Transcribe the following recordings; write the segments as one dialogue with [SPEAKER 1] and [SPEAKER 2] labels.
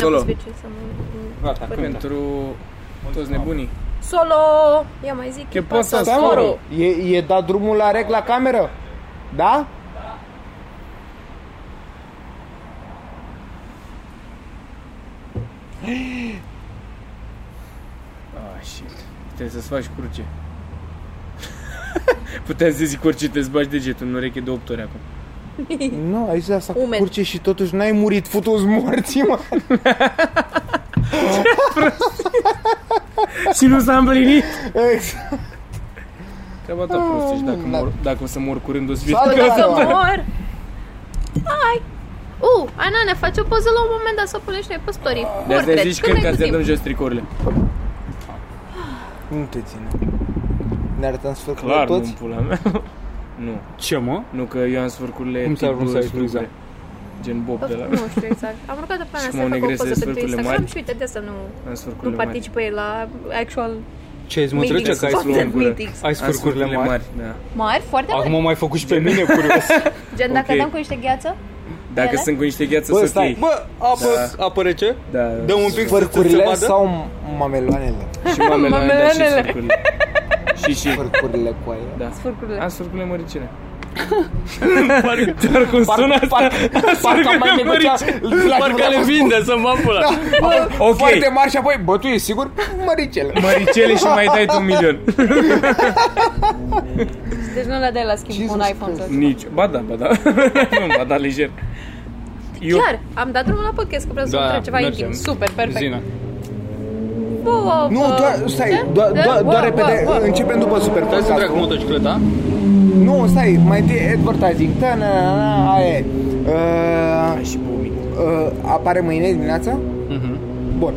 [SPEAKER 1] Solo.
[SPEAKER 2] Despre ce să mă-
[SPEAKER 3] Gata, cântă.
[SPEAKER 1] Pentru toți nebunii.
[SPEAKER 2] Solo! Ia mai zic,
[SPEAKER 1] Che
[SPEAKER 2] pasa
[SPEAKER 1] poți să stai, mă,
[SPEAKER 2] Solo.
[SPEAKER 1] rău?
[SPEAKER 4] E, e dat drumul la rec la cameră? Da?
[SPEAKER 1] Ah, shit. Trebuie să-ți faci cruce. Puteam să zic orice, trebuie să bagi degetul în ureche de 8 ori acum.
[SPEAKER 4] Nu, ai zis asta cu
[SPEAKER 2] Umed.
[SPEAKER 4] curce și totuși n-ai murit, futu-ți morții, mă.
[SPEAKER 1] și nu s-a împlinit.
[SPEAKER 4] Exact.
[SPEAKER 1] Treaba ta prostă și dacă,
[SPEAKER 4] Da.
[SPEAKER 1] mor, dacă o să mor curând o să fie...
[SPEAKER 4] Salve,
[SPEAKER 2] Să
[SPEAKER 4] Ana.
[SPEAKER 2] mor! Hai! U, Uh, Ana ne face o poză la un moment dat să o punem și noi pe story.
[SPEAKER 1] De asta
[SPEAKER 2] Portret,
[SPEAKER 1] zici
[SPEAKER 2] cât
[SPEAKER 1] când
[SPEAKER 2] mai
[SPEAKER 1] ca
[SPEAKER 2] cu
[SPEAKER 1] să
[SPEAKER 2] timp.
[SPEAKER 1] dăm jos tricourile.
[SPEAKER 4] Nu te ține. Ne arătăm sfârcurile
[SPEAKER 1] Clar, nu în
[SPEAKER 4] toți?
[SPEAKER 1] pula mea. nu,
[SPEAKER 3] Ce, mă?
[SPEAKER 1] nu că eu am sfârcurile
[SPEAKER 3] Cum s-a
[SPEAKER 1] tip
[SPEAKER 3] ajuns să ai
[SPEAKER 1] sfârcule,
[SPEAKER 3] frizat?
[SPEAKER 1] Gen Bob de la...
[SPEAKER 2] Nu știu exact. Am rugat pe
[SPEAKER 1] Și
[SPEAKER 2] Ana
[SPEAKER 1] cum
[SPEAKER 2] să
[SPEAKER 1] au
[SPEAKER 2] facă o
[SPEAKER 1] negresele
[SPEAKER 2] poză pentru
[SPEAKER 1] sfârcurile
[SPEAKER 2] Instagram
[SPEAKER 1] mari.
[SPEAKER 2] și uite de asta nu,
[SPEAKER 1] Am
[SPEAKER 2] nu
[SPEAKER 1] sfârcurile mari.
[SPEAKER 2] participă el la actual
[SPEAKER 3] Ce ai smântrit
[SPEAKER 2] meetings,
[SPEAKER 3] că ai
[SPEAKER 2] toate
[SPEAKER 3] slung?
[SPEAKER 2] meetings.
[SPEAKER 3] Ai
[SPEAKER 1] Am
[SPEAKER 3] sfârcurile mari?
[SPEAKER 1] da.
[SPEAKER 2] Mari, foarte mari.
[SPEAKER 3] Acum m-ai făcut și pe mine curios.
[SPEAKER 2] Gen, dacă
[SPEAKER 1] ok.
[SPEAKER 2] dăm cu niște gheață,
[SPEAKER 1] Dacă
[SPEAKER 2] Ele?
[SPEAKER 1] sunt cu niște gheață,
[SPEAKER 4] Bă,
[SPEAKER 1] sunt
[SPEAKER 4] stai,
[SPEAKER 1] ok.
[SPEAKER 3] Bă, apă,
[SPEAKER 1] Da.
[SPEAKER 3] apă rece?
[SPEAKER 1] Da,
[SPEAKER 3] Dă un pic să se
[SPEAKER 4] Sfârcurile
[SPEAKER 3] vadă?
[SPEAKER 4] sau mameloanele?
[SPEAKER 1] Și mamele, da, și
[SPEAKER 2] Mamelele.
[SPEAKER 1] sfârcurile. și și,
[SPEAKER 4] Sfârcurile cu aia.
[SPEAKER 1] da.
[SPEAKER 2] sfârcurile.
[SPEAKER 1] Am sfârcurile măricine. Dar cum sună asta?
[SPEAKER 4] Parcă am mai negociat.
[SPEAKER 3] Parcă le vinde să mă pula.
[SPEAKER 1] Ok,
[SPEAKER 4] Foarte mari și apoi, bă, tu ești sigur? Măricele.
[SPEAKER 1] măricele și mai dai tu un milion.
[SPEAKER 2] Deci nu le dai la schimb cu un
[SPEAKER 4] Jesus
[SPEAKER 2] iPhone. sau-
[SPEAKER 1] Nici. Ba da, ba da. ba da, lejer. Eu,
[SPEAKER 2] Chiar, am dat drumul la podcast că vreau să
[SPEAKER 3] Da,
[SPEAKER 2] întreb ceva
[SPEAKER 3] mergem.
[SPEAKER 2] intim. Super, perfect.
[SPEAKER 3] Zina.
[SPEAKER 2] Wow,
[SPEAKER 4] Nu,
[SPEAKER 2] wow.
[SPEAKER 4] doar, stai,
[SPEAKER 2] Ce?
[SPEAKER 4] doar,
[SPEAKER 2] Um, Da?
[SPEAKER 4] doar,
[SPEAKER 2] Wow,
[SPEAKER 4] doar repede,
[SPEAKER 2] wow, wow.
[SPEAKER 4] începem după super
[SPEAKER 3] Stai să trec cu
[SPEAKER 4] podcastul.
[SPEAKER 3] motocicleta.
[SPEAKER 4] Nu, stai, mai întâi advertising. Ta, na, na, na, aia e. Uh,
[SPEAKER 1] și bumi.
[SPEAKER 4] uh, apare mâine dimineața?
[SPEAKER 3] Mhm.
[SPEAKER 4] Bun.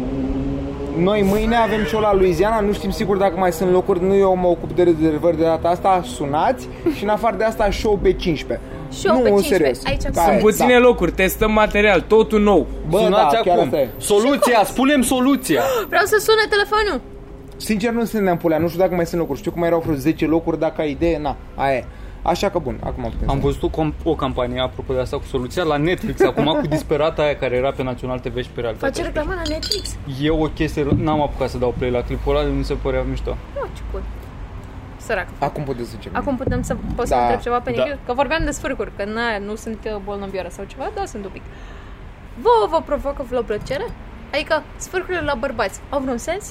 [SPEAKER 4] Noi mâine avem show la Louisiana, nu știm sigur dacă mai sunt locuri, nu eu mă ocup de rezervări de data asta, sunați și în afară de asta show pe 15.
[SPEAKER 2] Show
[SPEAKER 4] nu,
[SPEAKER 2] pe
[SPEAKER 4] în
[SPEAKER 2] 15.
[SPEAKER 4] serios.
[SPEAKER 2] Aici am
[SPEAKER 4] Da,
[SPEAKER 2] Sunt
[SPEAKER 4] e,
[SPEAKER 1] Puține locuri, testăm material, totul nou.
[SPEAKER 4] Da. Bă,
[SPEAKER 3] Sunați
[SPEAKER 4] da, chiar
[SPEAKER 3] acum.
[SPEAKER 4] asta e.
[SPEAKER 3] Soluția, spunem soluția.
[SPEAKER 2] Vreau să sună telefonul.
[SPEAKER 4] Sincer nu sunt neam pulea, nu știu dacă mai sunt locuri, știu că mai erau vreo 10 locuri, dacă ai idee, na, aia e. Așa că bun, acum putem
[SPEAKER 3] Am
[SPEAKER 4] să...
[SPEAKER 3] văzut o, com- o campanie, apropo de asta, cu soluția la Netflix acum, cu disperata aia care era pe Național TV și pe
[SPEAKER 2] Face
[SPEAKER 3] realitate.
[SPEAKER 2] reclamă la Netflix.
[SPEAKER 3] E o chestie, n-am apucat să dau play la clipul ăla, mi se părea mișto.
[SPEAKER 2] Nu, ce cool. Sărac.
[SPEAKER 4] Acum puteți să începem.
[SPEAKER 2] Acum putem să poți să
[SPEAKER 4] Da.
[SPEAKER 2] întreb ceva pe
[SPEAKER 3] Mm. Da.
[SPEAKER 2] Nichiu? Că vorbeam de sfârcuri, că na, nu sunt eu bolnăvioară sau ceva, da, sunt un pic. Vouă vă provoacă vreo plăcere? Adică sfârcurile la bărbați au vreun sens?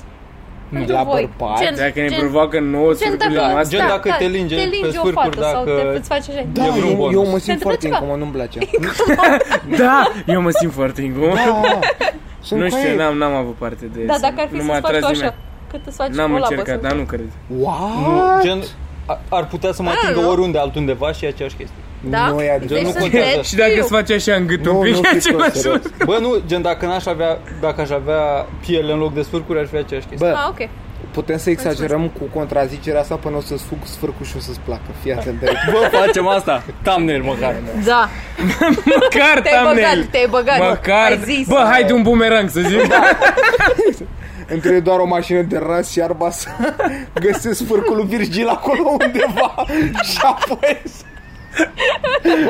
[SPEAKER 2] Pentru
[SPEAKER 4] La
[SPEAKER 2] voi.
[SPEAKER 4] bărbați?
[SPEAKER 2] Gen,
[SPEAKER 1] Dacă ne
[SPEAKER 2] gen,
[SPEAKER 1] provoacă nouă
[SPEAKER 2] gen dacă, da,
[SPEAKER 1] sfârcurile noastre,
[SPEAKER 3] Gen dacă te linge
[SPEAKER 2] te
[SPEAKER 3] pe
[SPEAKER 2] linge o
[SPEAKER 3] sfârcuri,
[SPEAKER 2] fată sau
[SPEAKER 3] dacă-
[SPEAKER 2] te, îți face așa.
[SPEAKER 4] Da,
[SPEAKER 3] E vreun
[SPEAKER 4] eu,
[SPEAKER 3] bonus.
[SPEAKER 4] eu mă
[SPEAKER 2] Se
[SPEAKER 4] simt
[SPEAKER 2] întâmplă
[SPEAKER 4] foarte
[SPEAKER 2] ceva?
[SPEAKER 4] incomod, nu-mi place.
[SPEAKER 1] Da, eu mă simt foarte incomod.
[SPEAKER 4] Da, sunt
[SPEAKER 1] Nu
[SPEAKER 4] cu ei.
[SPEAKER 1] știu, n-am, n-am avut parte de
[SPEAKER 2] Da,
[SPEAKER 1] să-
[SPEAKER 2] dacă ar fi
[SPEAKER 1] nu
[SPEAKER 2] să-ți
[SPEAKER 1] m-a
[SPEAKER 2] faci tu
[SPEAKER 1] atras
[SPEAKER 2] așa,
[SPEAKER 1] nimeni.
[SPEAKER 2] cât îți faci
[SPEAKER 1] N-am
[SPEAKER 2] o labă
[SPEAKER 1] încercat,
[SPEAKER 2] sau
[SPEAKER 1] dar nu cred.
[SPEAKER 4] What?
[SPEAKER 3] Gen, a- ar putea să mă atingă
[SPEAKER 2] nu.
[SPEAKER 3] oriunde altundeva și e aceeași chestie.
[SPEAKER 2] Da?
[SPEAKER 4] Nu e adică.
[SPEAKER 2] Deci
[SPEAKER 3] Nu
[SPEAKER 2] să
[SPEAKER 3] contează.
[SPEAKER 2] înțelegi,
[SPEAKER 1] Și dacă
[SPEAKER 2] știu.
[SPEAKER 1] îți face așa în gât un
[SPEAKER 4] Nu,
[SPEAKER 1] pic,
[SPEAKER 4] nu
[SPEAKER 1] e
[SPEAKER 4] fi
[SPEAKER 1] ceva
[SPEAKER 4] prost, serios.
[SPEAKER 1] sus.
[SPEAKER 3] Bă, nu, gen, dacă n-aș avea, dacă aș avea piele în loc de sfârcuri, ar fi aceeași chestie.
[SPEAKER 2] Ah,
[SPEAKER 4] Bă,
[SPEAKER 2] ok.
[SPEAKER 4] putem să exagerăm cu contrazicerea asta până o să sug sfârcul și o să-ți placă. Fii atent de
[SPEAKER 3] Bă, facem asta. Thumbnail măcar.
[SPEAKER 2] Da,
[SPEAKER 1] Măcar
[SPEAKER 2] te-ai
[SPEAKER 1] thumbnail.
[SPEAKER 2] băgat, te-ai băgat.
[SPEAKER 1] Măcar,
[SPEAKER 2] Ai Da. zis.
[SPEAKER 1] bă, hai de un bumerang să zic.
[SPEAKER 4] Între doar o mașină de ras și arba să găsesc sfârcul lui Virgil acolo undeva și apoi... să-